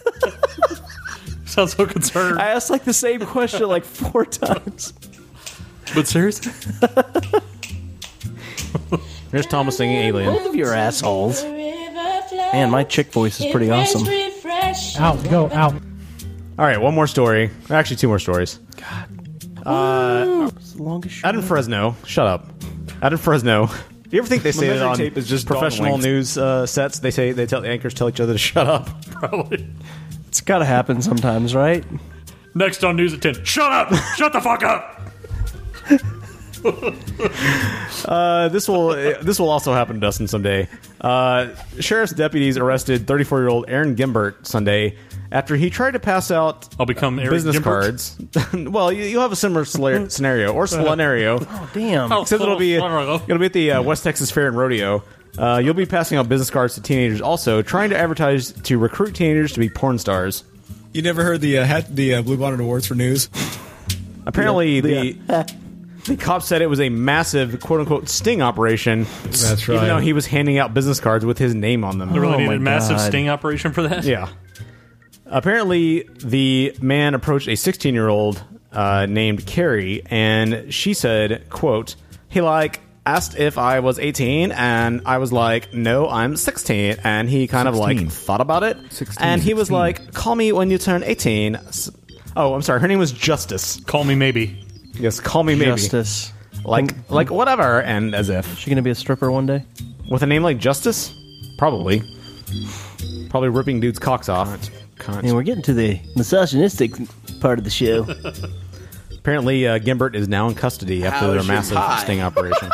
[SPEAKER 12] Sounds so concerned.
[SPEAKER 10] I asked like the same question like four times.
[SPEAKER 12] But seriously?
[SPEAKER 11] Here's Thomas singing Alien.
[SPEAKER 10] Both of your assholes. Man, my chick voice is pretty awesome.
[SPEAKER 11] Out, go, out. All right, one more story. Actually, two more stories. God.
[SPEAKER 10] Uh,
[SPEAKER 11] out in Fresno. Shut up. Out in Fresno. You ever think they
[SPEAKER 8] My
[SPEAKER 11] say that
[SPEAKER 8] measuring
[SPEAKER 11] on
[SPEAKER 8] tape is just
[SPEAKER 11] professional
[SPEAKER 8] dog wings.
[SPEAKER 11] news uh, sets? They say they tell the anchors tell each other to shut up.
[SPEAKER 12] Probably.
[SPEAKER 10] It's got to happen sometimes, right?
[SPEAKER 12] Next on News at 10. Shut up! Shut the fuck up!
[SPEAKER 11] Uh, this will uh, this will also happen to Dustin someday. Uh, sheriff's deputies arrested 34 year old Aaron Gimbert Sunday after he tried to pass out
[SPEAKER 12] I'll become Aaron
[SPEAKER 11] business
[SPEAKER 12] Gimbert?
[SPEAKER 11] cards. well, you, you'll have a similar scelar- scenario or scenario.
[SPEAKER 10] Oh, damn.
[SPEAKER 11] Except it'll be
[SPEAKER 12] Oh,
[SPEAKER 11] it'll be at the uh, West Texas Fair and Rodeo. Uh, you'll be passing out business cards to teenagers, also trying to advertise to recruit teenagers to be porn stars.
[SPEAKER 9] You never heard the uh, hat, the uh, Blue Bonnet Awards for news?
[SPEAKER 11] Apparently,
[SPEAKER 9] Yeah.
[SPEAKER 11] the the cop said it was a massive "quote unquote" sting operation.
[SPEAKER 9] That's
[SPEAKER 11] Even
[SPEAKER 9] right.
[SPEAKER 11] though he was handing out business cards with his name on them,
[SPEAKER 12] They
[SPEAKER 10] Oh
[SPEAKER 12] really needed a massive sting operation for that?
[SPEAKER 11] Yeah. Apparently, the man approached a 16 year old uh, named Carrie, and she said, "quote He like." Asked if I was 18, and I was like, "No, I'm 16." And he kind of
[SPEAKER 8] 16.
[SPEAKER 11] like thought about it,
[SPEAKER 8] 16,
[SPEAKER 11] and he was
[SPEAKER 8] 16.
[SPEAKER 11] like, "Call me when you turn 18." S- Oh, I'm sorry. Her name was Justice.
[SPEAKER 12] Call me maybe.
[SPEAKER 11] Yes, call me maybe.
[SPEAKER 10] Justice.
[SPEAKER 11] Like like whatever and as if.
[SPEAKER 10] Is she going to be a stripper one day?
[SPEAKER 11] With a name like Justice? Probably. Probably ripping dudes' cocks off.
[SPEAKER 10] And we're getting to the misogynistic part of the show.
[SPEAKER 11] Apparently, uh, Gimbert is now in custody after their
[SPEAKER 10] How's your
[SPEAKER 11] massive
[SPEAKER 10] pie?
[SPEAKER 11] sting operation.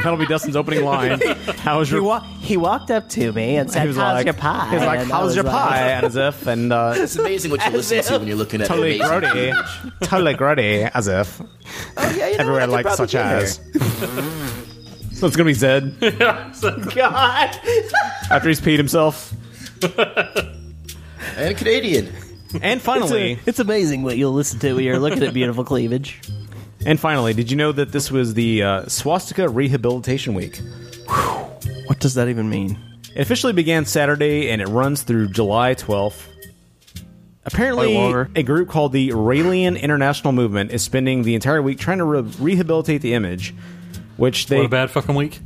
[SPEAKER 11] That'll be Dustin's opening line. How's your
[SPEAKER 10] he, wa- he walked up to me and said,
[SPEAKER 11] He was
[SPEAKER 10] "How's
[SPEAKER 11] like-
[SPEAKER 10] your pie?"
[SPEAKER 11] he was like,
[SPEAKER 10] And I
[SPEAKER 11] "How's
[SPEAKER 10] was
[SPEAKER 11] your
[SPEAKER 10] like-
[SPEAKER 11] pie?" And as if, and uh,
[SPEAKER 9] It's amazing what you
[SPEAKER 11] As
[SPEAKER 9] listen to
[SPEAKER 11] if.
[SPEAKER 9] when you're looking at
[SPEAKER 11] totally
[SPEAKER 9] amazing
[SPEAKER 11] grody, totally grody, as if.
[SPEAKER 9] Oh, yeah, you know
[SPEAKER 11] Everywhere
[SPEAKER 9] what? I
[SPEAKER 11] like
[SPEAKER 9] could
[SPEAKER 11] such
[SPEAKER 9] probably
[SPEAKER 11] as. so it's gonna be Zed
[SPEAKER 9] God.
[SPEAKER 11] after he's peed himself.
[SPEAKER 9] and Canadian.
[SPEAKER 11] And finally-
[SPEAKER 10] it's, amazing what you'll listen to when you're looking at beautiful cleavage.
[SPEAKER 11] And finally, did you know that this was the uh, Swastika Rehabilitation Week?
[SPEAKER 10] What does that even mean?
[SPEAKER 11] It officially began Saturday and it runs through July 12th. Apparently,
[SPEAKER 10] Or longer.
[SPEAKER 11] a group called the Raelian International Movement is spending the entire week trying to re- rehabilitate the image, which they
[SPEAKER 12] What a bad fucking week.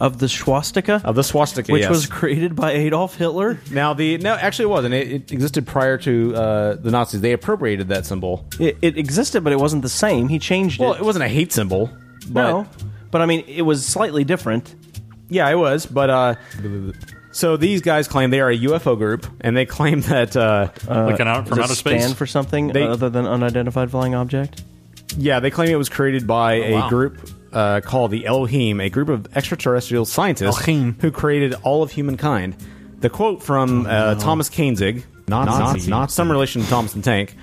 [SPEAKER 10] of the swastika
[SPEAKER 11] of the swastika,
[SPEAKER 10] Which
[SPEAKER 11] yes.
[SPEAKER 10] was created by Adolf Hitler.
[SPEAKER 11] Now the no, actually it wasn't. It, it existed prior to uh, the Nazis. They appropriated that symbol.
[SPEAKER 10] It, it existed, but it wasn't the same. He changed
[SPEAKER 11] Well,
[SPEAKER 10] it.
[SPEAKER 11] it wasn't a hate symbol. But
[SPEAKER 10] no, but I mean, it was slightly different.
[SPEAKER 11] Yeah, it was, but uh, so these guys claim they are a UFO group, and they claim that uh,
[SPEAKER 10] Uh, does it Stand for something
[SPEAKER 11] They-
[SPEAKER 10] other than unidentified flying object.
[SPEAKER 11] Yeah, they claim it was created by
[SPEAKER 10] Oh, wow.
[SPEAKER 11] a group uh, called the Elohim, a group of extraterrestrial scientists who created all of humankind. The quote from uh, Thomas Koenzig,
[SPEAKER 5] Nazi, Nazi.
[SPEAKER 11] some relation to Thomas the Tank,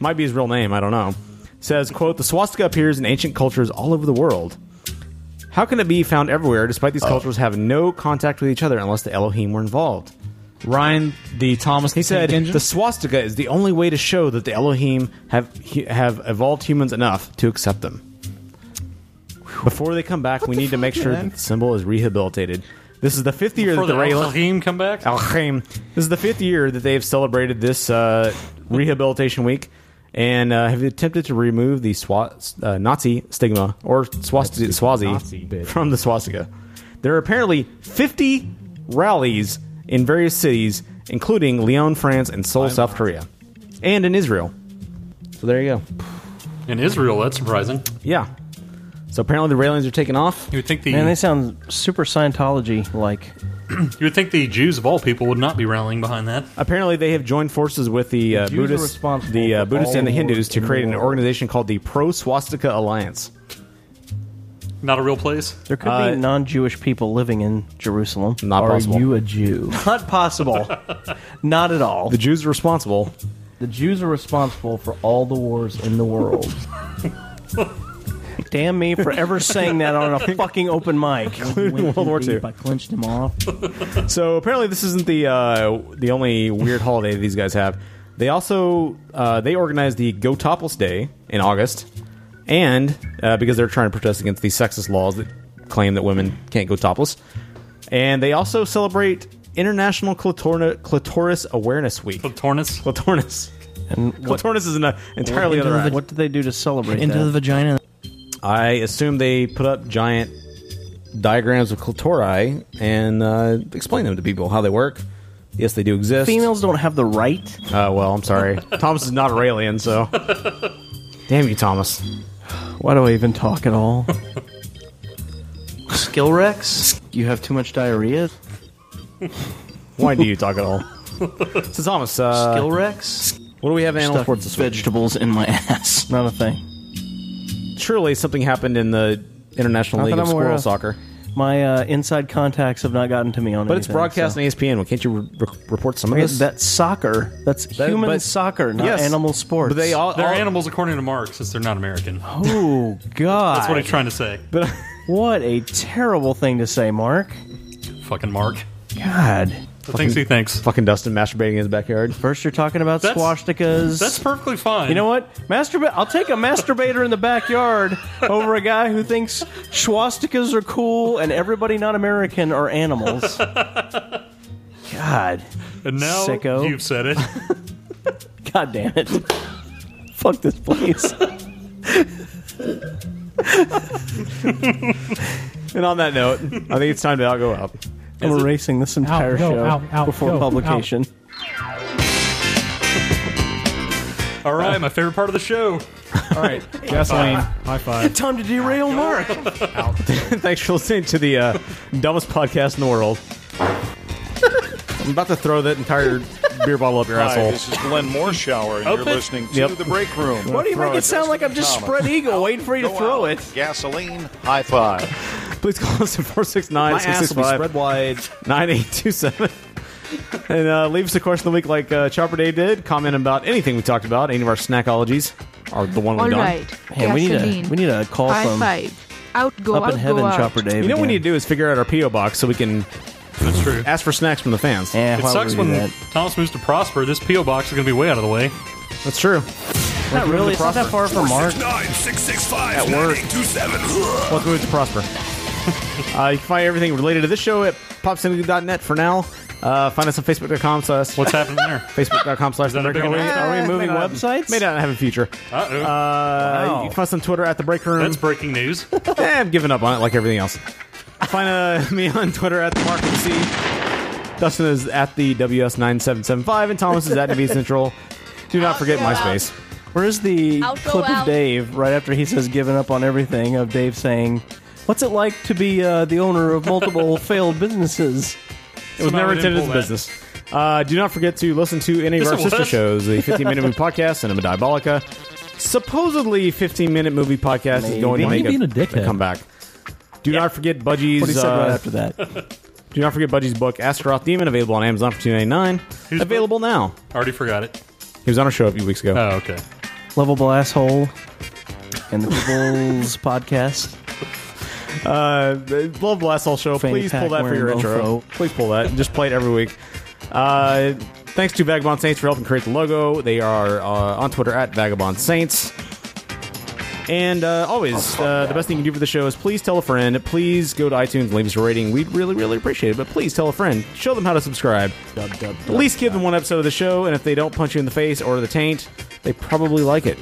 [SPEAKER 11] might be his real name, I don't know, says, quote, the swastika appears in ancient cultures all over the world. How can it be found everywhere despite these cultures having no contact with each other unless the Elohim were involved? Ryan, the Thomas, he said,
[SPEAKER 22] engine?
[SPEAKER 11] the swastika is the only way to show that the Elohim have hu- have evolved humans enough to accept them. Before they come back, we need to make sure
[SPEAKER 12] man?
[SPEAKER 11] that the symbol is rehabilitated. This is the fifth year
[SPEAKER 12] Before
[SPEAKER 11] that the,
[SPEAKER 12] the
[SPEAKER 11] Ray-
[SPEAKER 12] Elohim come back.
[SPEAKER 11] Elohim. This is the fifth year that they have celebrated this uh, rehabilitation week and uh, have attempted to remove the swa- uh, Nazi stigma or swastika, Swazi
[SPEAKER 5] Nazi bitch.
[SPEAKER 11] from the swastika. There are apparently 50 rallies in various cities, including Lyon, France, and Seoul, South Korea, and in Israel. So there you go.
[SPEAKER 12] In Israel, that's surprising.
[SPEAKER 11] Yeah. So apparently the railings are taken off.
[SPEAKER 12] You would think the
[SPEAKER 10] Man, they sound super Scientology like.
[SPEAKER 12] you would think the Jews of all people would not be rallying behind that.
[SPEAKER 11] Apparently, they have joined forces with the uh,
[SPEAKER 12] Jews are
[SPEAKER 11] Buddhists,
[SPEAKER 12] responsible
[SPEAKER 11] the uh,
[SPEAKER 12] for
[SPEAKER 11] Buddhists
[SPEAKER 12] all
[SPEAKER 11] and the
[SPEAKER 12] the
[SPEAKER 11] Hindus
[SPEAKER 12] wars
[SPEAKER 11] to
[SPEAKER 12] in the
[SPEAKER 11] create an
[SPEAKER 12] world.
[SPEAKER 11] organization called the Pro Swastika Alliance.
[SPEAKER 12] Not a real place.
[SPEAKER 10] There could be non-Jewish people living in Jerusalem.
[SPEAKER 11] Not
[SPEAKER 10] Are
[SPEAKER 11] possible.
[SPEAKER 10] you a Jew? Not possible. Not at all. The
[SPEAKER 11] Jews are responsible.
[SPEAKER 8] The Jews are responsible for all the wars in the world.
[SPEAKER 10] Damn me for ever saying that on a fucking open mic.
[SPEAKER 11] World War II.
[SPEAKER 8] I clinched him off.
[SPEAKER 11] so apparently, this isn't the uh, the only weird holiday these guys have. They also uh, they organized the Go Topless Day in August, and uh, because they're trying to protest against these sexist laws that claim that women can't go topless, and they also celebrate International Clitorna, Clitoris Awareness Week.
[SPEAKER 12] Clitornis.
[SPEAKER 11] Clitornis.
[SPEAKER 10] And
[SPEAKER 11] Clitoris is an uh, entirely
[SPEAKER 10] Into
[SPEAKER 11] other.
[SPEAKER 10] the-
[SPEAKER 11] act.
[SPEAKER 10] What did they do to celebrate
[SPEAKER 8] Into
[SPEAKER 10] that?
[SPEAKER 8] the vagina.
[SPEAKER 11] I assume they put up giant diagrams of clitori and uh, explain them to people how they work. Yes, they do exist.
[SPEAKER 10] Females don't have the right.
[SPEAKER 11] Uh, well, I'm sorry. Thomas is not a alien, so damn you, Thomas.
[SPEAKER 10] Why do I even talk at all? Skill Rex, you have too much diarrhea.
[SPEAKER 11] Why do you talk at all? So Thomas, uh,
[SPEAKER 10] Skill Rex.
[SPEAKER 11] What do we have in animal
[SPEAKER 10] Stuck
[SPEAKER 11] sports this week?
[SPEAKER 10] Vegetables in my ass. Not a thing.
[SPEAKER 11] Surely something happened in the International
[SPEAKER 10] Not
[SPEAKER 11] League
[SPEAKER 10] that
[SPEAKER 11] of
[SPEAKER 10] I'm aware
[SPEAKER 11] Squirrel
[SPEAKER 10] of.
[SPEAKER 11] Soccer,
[SPEAKER 10] My uh, inside contacts have not gotten to me on.
[SPEAKER 11] but it's
[SPEAKER 10] anything,
[SPEAKER 11] broadcast
[SPEAKER 10] so.
[SPEAKER 11] on E ESPN. Well, can't you re- re- report some of
[SPEAKER 10] Okay,
[SPEAKER 11] this?
[SPEAKER 10] That's soccer. That's
[SPEAKER 11] That-
[SPEAKER 10] human
[SPEAKER 11] but-
[SPEAKER 10] soccer, not
[SPEAKER 11] Yes.
[SPEAKER 10] animal sports.
[SPEAKER 11] But they all-
[SPEAKER 12] They're animals according to Marx, since they're not American.
[SPEAKER 10] Oh God!
[SPEAKER 12] That's what he's trying to say.
[SPEAKER 11] But
[SPEAKER 10] what a terrible thing to say, Mark.
[SPEAKER 12] Fucking Mark.
[SPEAKER 10] God.
[SPEAKER 12] The things he thinks.
[SPEAKER 11] Fucking Dustin masturbating in his backyard.
[SPEAKER 10] First, you're talking about
[SPEAKER 12] That's-
[SPEAKER 10] swastikas.
[SPEAKER 12] That's perfectly fine.
[SPEAKER 10] You know what? Masturbate. I'll take a masturbator in the backyard over a guy who thinks swastikas are cool and everybody not American are animals. God.
[SPEAKER 12] And now
[SPEAKER 10] Sicko.
[SPEAKER 12] you've said it.
[SPEAKER 10] God damn it. Fuck this place.
[SPEAKER 11] and on that note, I think it's time to all go out.
[SPEAKER 10] I'm erasing this entire
[SPEAKER 11] Out, go,
[SPEAKER 10] show
[SPEAKER 11] out, out,
[SPEAKER 10] before
[SPEAKER 11] go,
[SPEAKER 10] publication.
[SPEAKER 12] All right, my favorite part of the show. All right,
[SPEAKER 11] gasoline. High five.
[SPEAKER 10] Time to derail Mark.
[SPEAKER 11] Thanks for listening to the uh, dumbest podcast in the world. I'm about to throw that entire beer bottle up your
[SPEAKER 14] Hi,
[SPEAKER 11] asshole.
[SPEAKER 14] this is Glenn Morshower, and
[SPEAKER 11] Open.
[SPEAKER 14] you're listening to
[SPEAKER 11] Yep.
[SPEAKER 14] The Break Room.
[SPEAKER 11] Why do you
[SPEAKER 14] Throw
[SPEAKER 11] make it sound like I'm just spread eagle,
[SPEAKER 10] waiting for you to
[SPEAKER 14] throw it? Gasoline, high five.
[SPEAKER 11] Please call us at 469
[SPEAKER 14] My ass will be spread
[SPEAKER 11] wide 9827. And uh, leave us a question of the week like uh, Chopper Day did. Comment about anything we talked about, any of our snackologies, or the one we've
[SPEAKER 15] All
[SPEAKER 11] done.
[SPEAKER 15] right. Man, we need a- Gasoline. we need
[SPEAKER 10] a
[SPEAKER 11] call
[SPEAKER 15] High five. Out go out go out.
[SPEAKER 11] You know what we need to do is figure out our PO box so we can. Eh.
[SPEAKER 12] That's true.
[SPEAKER 11] Ask for snacks from the fans.
[SPEAKER 10] Eh,
[SPEAKER 11] Yeah,
[SPEAKER 12] It sucks when Thomas moves to Prosper. This PO box is going to be way out of the way.
[SPEAKER 11] That's true.
[SPEAKER 10] Not really. It's not that far from Mark.
[SPEAKER 7] 665
[SPEAKER 11] At work.
[SPEAKER 7] 9827.
[SPEAKER 11] Welcome to Prosper. Uh, you can find everything related to this show at popsyndicate.net for now. Uh, find us on facebook.com slash
[SPEAKER 12] what's happening there
[SPEAKER 11] facebook.com slash the break
[SPEAKER 12] big
[SPEAKER 11] room. Are we,
[SPEAKER 12] announcement?
[SPEAKER 11] are we
[SPEAKER 12] Uh,
[SPEAKER 11] moving
[SPEAKER 12] may not-
[SPEAKER 11] websites may not have a future
[SPEAKER 12] Uh-oh.
[SPEAKER 11] uh,
[SPEAKER 12] Wow.
[SPEAKER 11] you can find us on twitter at the break room
[SPEAKER 12] That's breaking news.
[SPEAKER 11] Eh, i'm giving up on it like everything else find uh, me on twitter at the mark C. dustin is at the ws9775 and thomas is at nb central do not forget myspace
[SPEAKER 10] Where's the
[SPEAKER 15] Out, go
[SPEAKER 10] clip
[SPEAKER 15] out.
[SPEAKER 10] of Dave right after he says giving up on everything of Dave saying What's it like to be uh, the owner of multiple failed businesses?
[SPEAKER 11] It was never intended as a business. Uh, do not forget to listen to any of
[SPEAKER 10] Yes,
[SPEAKER 11] our
[SPEAKER 10] it
[SPEAKER 11] sister
[SPEAKER 10] was.
[SPEAKER 11] shows, the 15 Minute Movie Podcast, Cinema Diabolica. Supposedly, 15 Minute Movie Podcast is going to
[SPEAKER 10] Why are you
[SPEAKER 11] make
[SPEAKER 10] being
[SPEAKER 11] a,
[SPEAKER 10] a dickhead?
[SPEAKER 11] comeback. Do not forget Budgie's.
[SPEAKER 10] What he said right
[SPEAKER 11] uh,
[SPEAKER 10] after that.
[SPEAKER 11] Do not forget Budgie's book, Astaroth Demon, available on Amazon for two ninety nine. Available now.
[SPEAKER 12] Already forgot it.
[SPEAKER 11] He was on our show a few weeks ago.
[SPEAKER 12] Oh, okay.
[SPEAKER 10] Lovable asshole and the People's podcast.
[SPEAKER 11] Uh, the Love Blast All Show.
[SPEAKER 10] Fanny
[SPEAKER 11] Please pull
[SPEAKER 10] pack
[SPEAKER 11] that for your
[SPEAKER 10] wearing
[SPEAKER 11] intro.
[SPEAKER 10] mofo.
[SPEAKER 11] Please pull that. Just play it every week. Uh, thanks to Vagabond Saints for helping create the logo. They are uh, on Twitter at Vagabond Saints. And uh, always, uh, the best thing you can do for the show is please tell a friend. Please go to iTunes and leave us a rating. We'd really, really appreciate it. But please tell a friend. Show them how to subscribe. At least give them one episode of the show, and if they don't punch you in the face or the taint, they probably like it.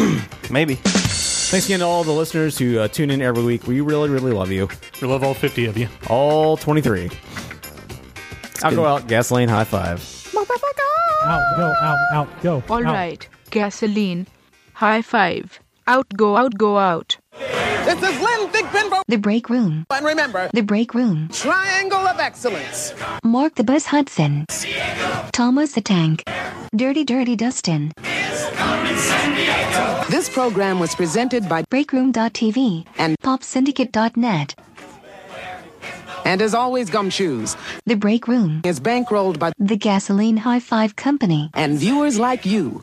[SPEAKER 10] Maybe.
[SPEAKER 11] Thanks again to all the listeners who uh, tune in every week. We really, really love you.
[SPEAKER 12] We love all 50 of you.
[SPEAKER 11] All 23. I'll go
[SPEAKER 12] good.
[SPEAKER 11] out, gasoline, high five.
[SPEAKER 2] Out, go, out, out, go.
[SPEAKER 11] Oh.
[SPEAKER 15] All right, gasoline. High five. Out, go, out, go, out.
[SPEAKER 16] This is Lynn Thigpenbo. The break room. And remember, the break room. Triangle of excellence.
[SPEAKER 18] Mark the Buzz Hudson. Thomas the Tank. Dirty Dirty Dustin.
[SPEAKER 16] This program was presented by
[SPEAKER 18] Breakroom.tv and PopSyndicate.net.
[SPEAKER 16] And as always, gumshoes.
[SPEAKER 18] The Break Room
[SPEAKER 16] is bankrolled by
[SPEAKER 18] the Gasoline High Five Company
[SPEAKER 16] and viewers like you.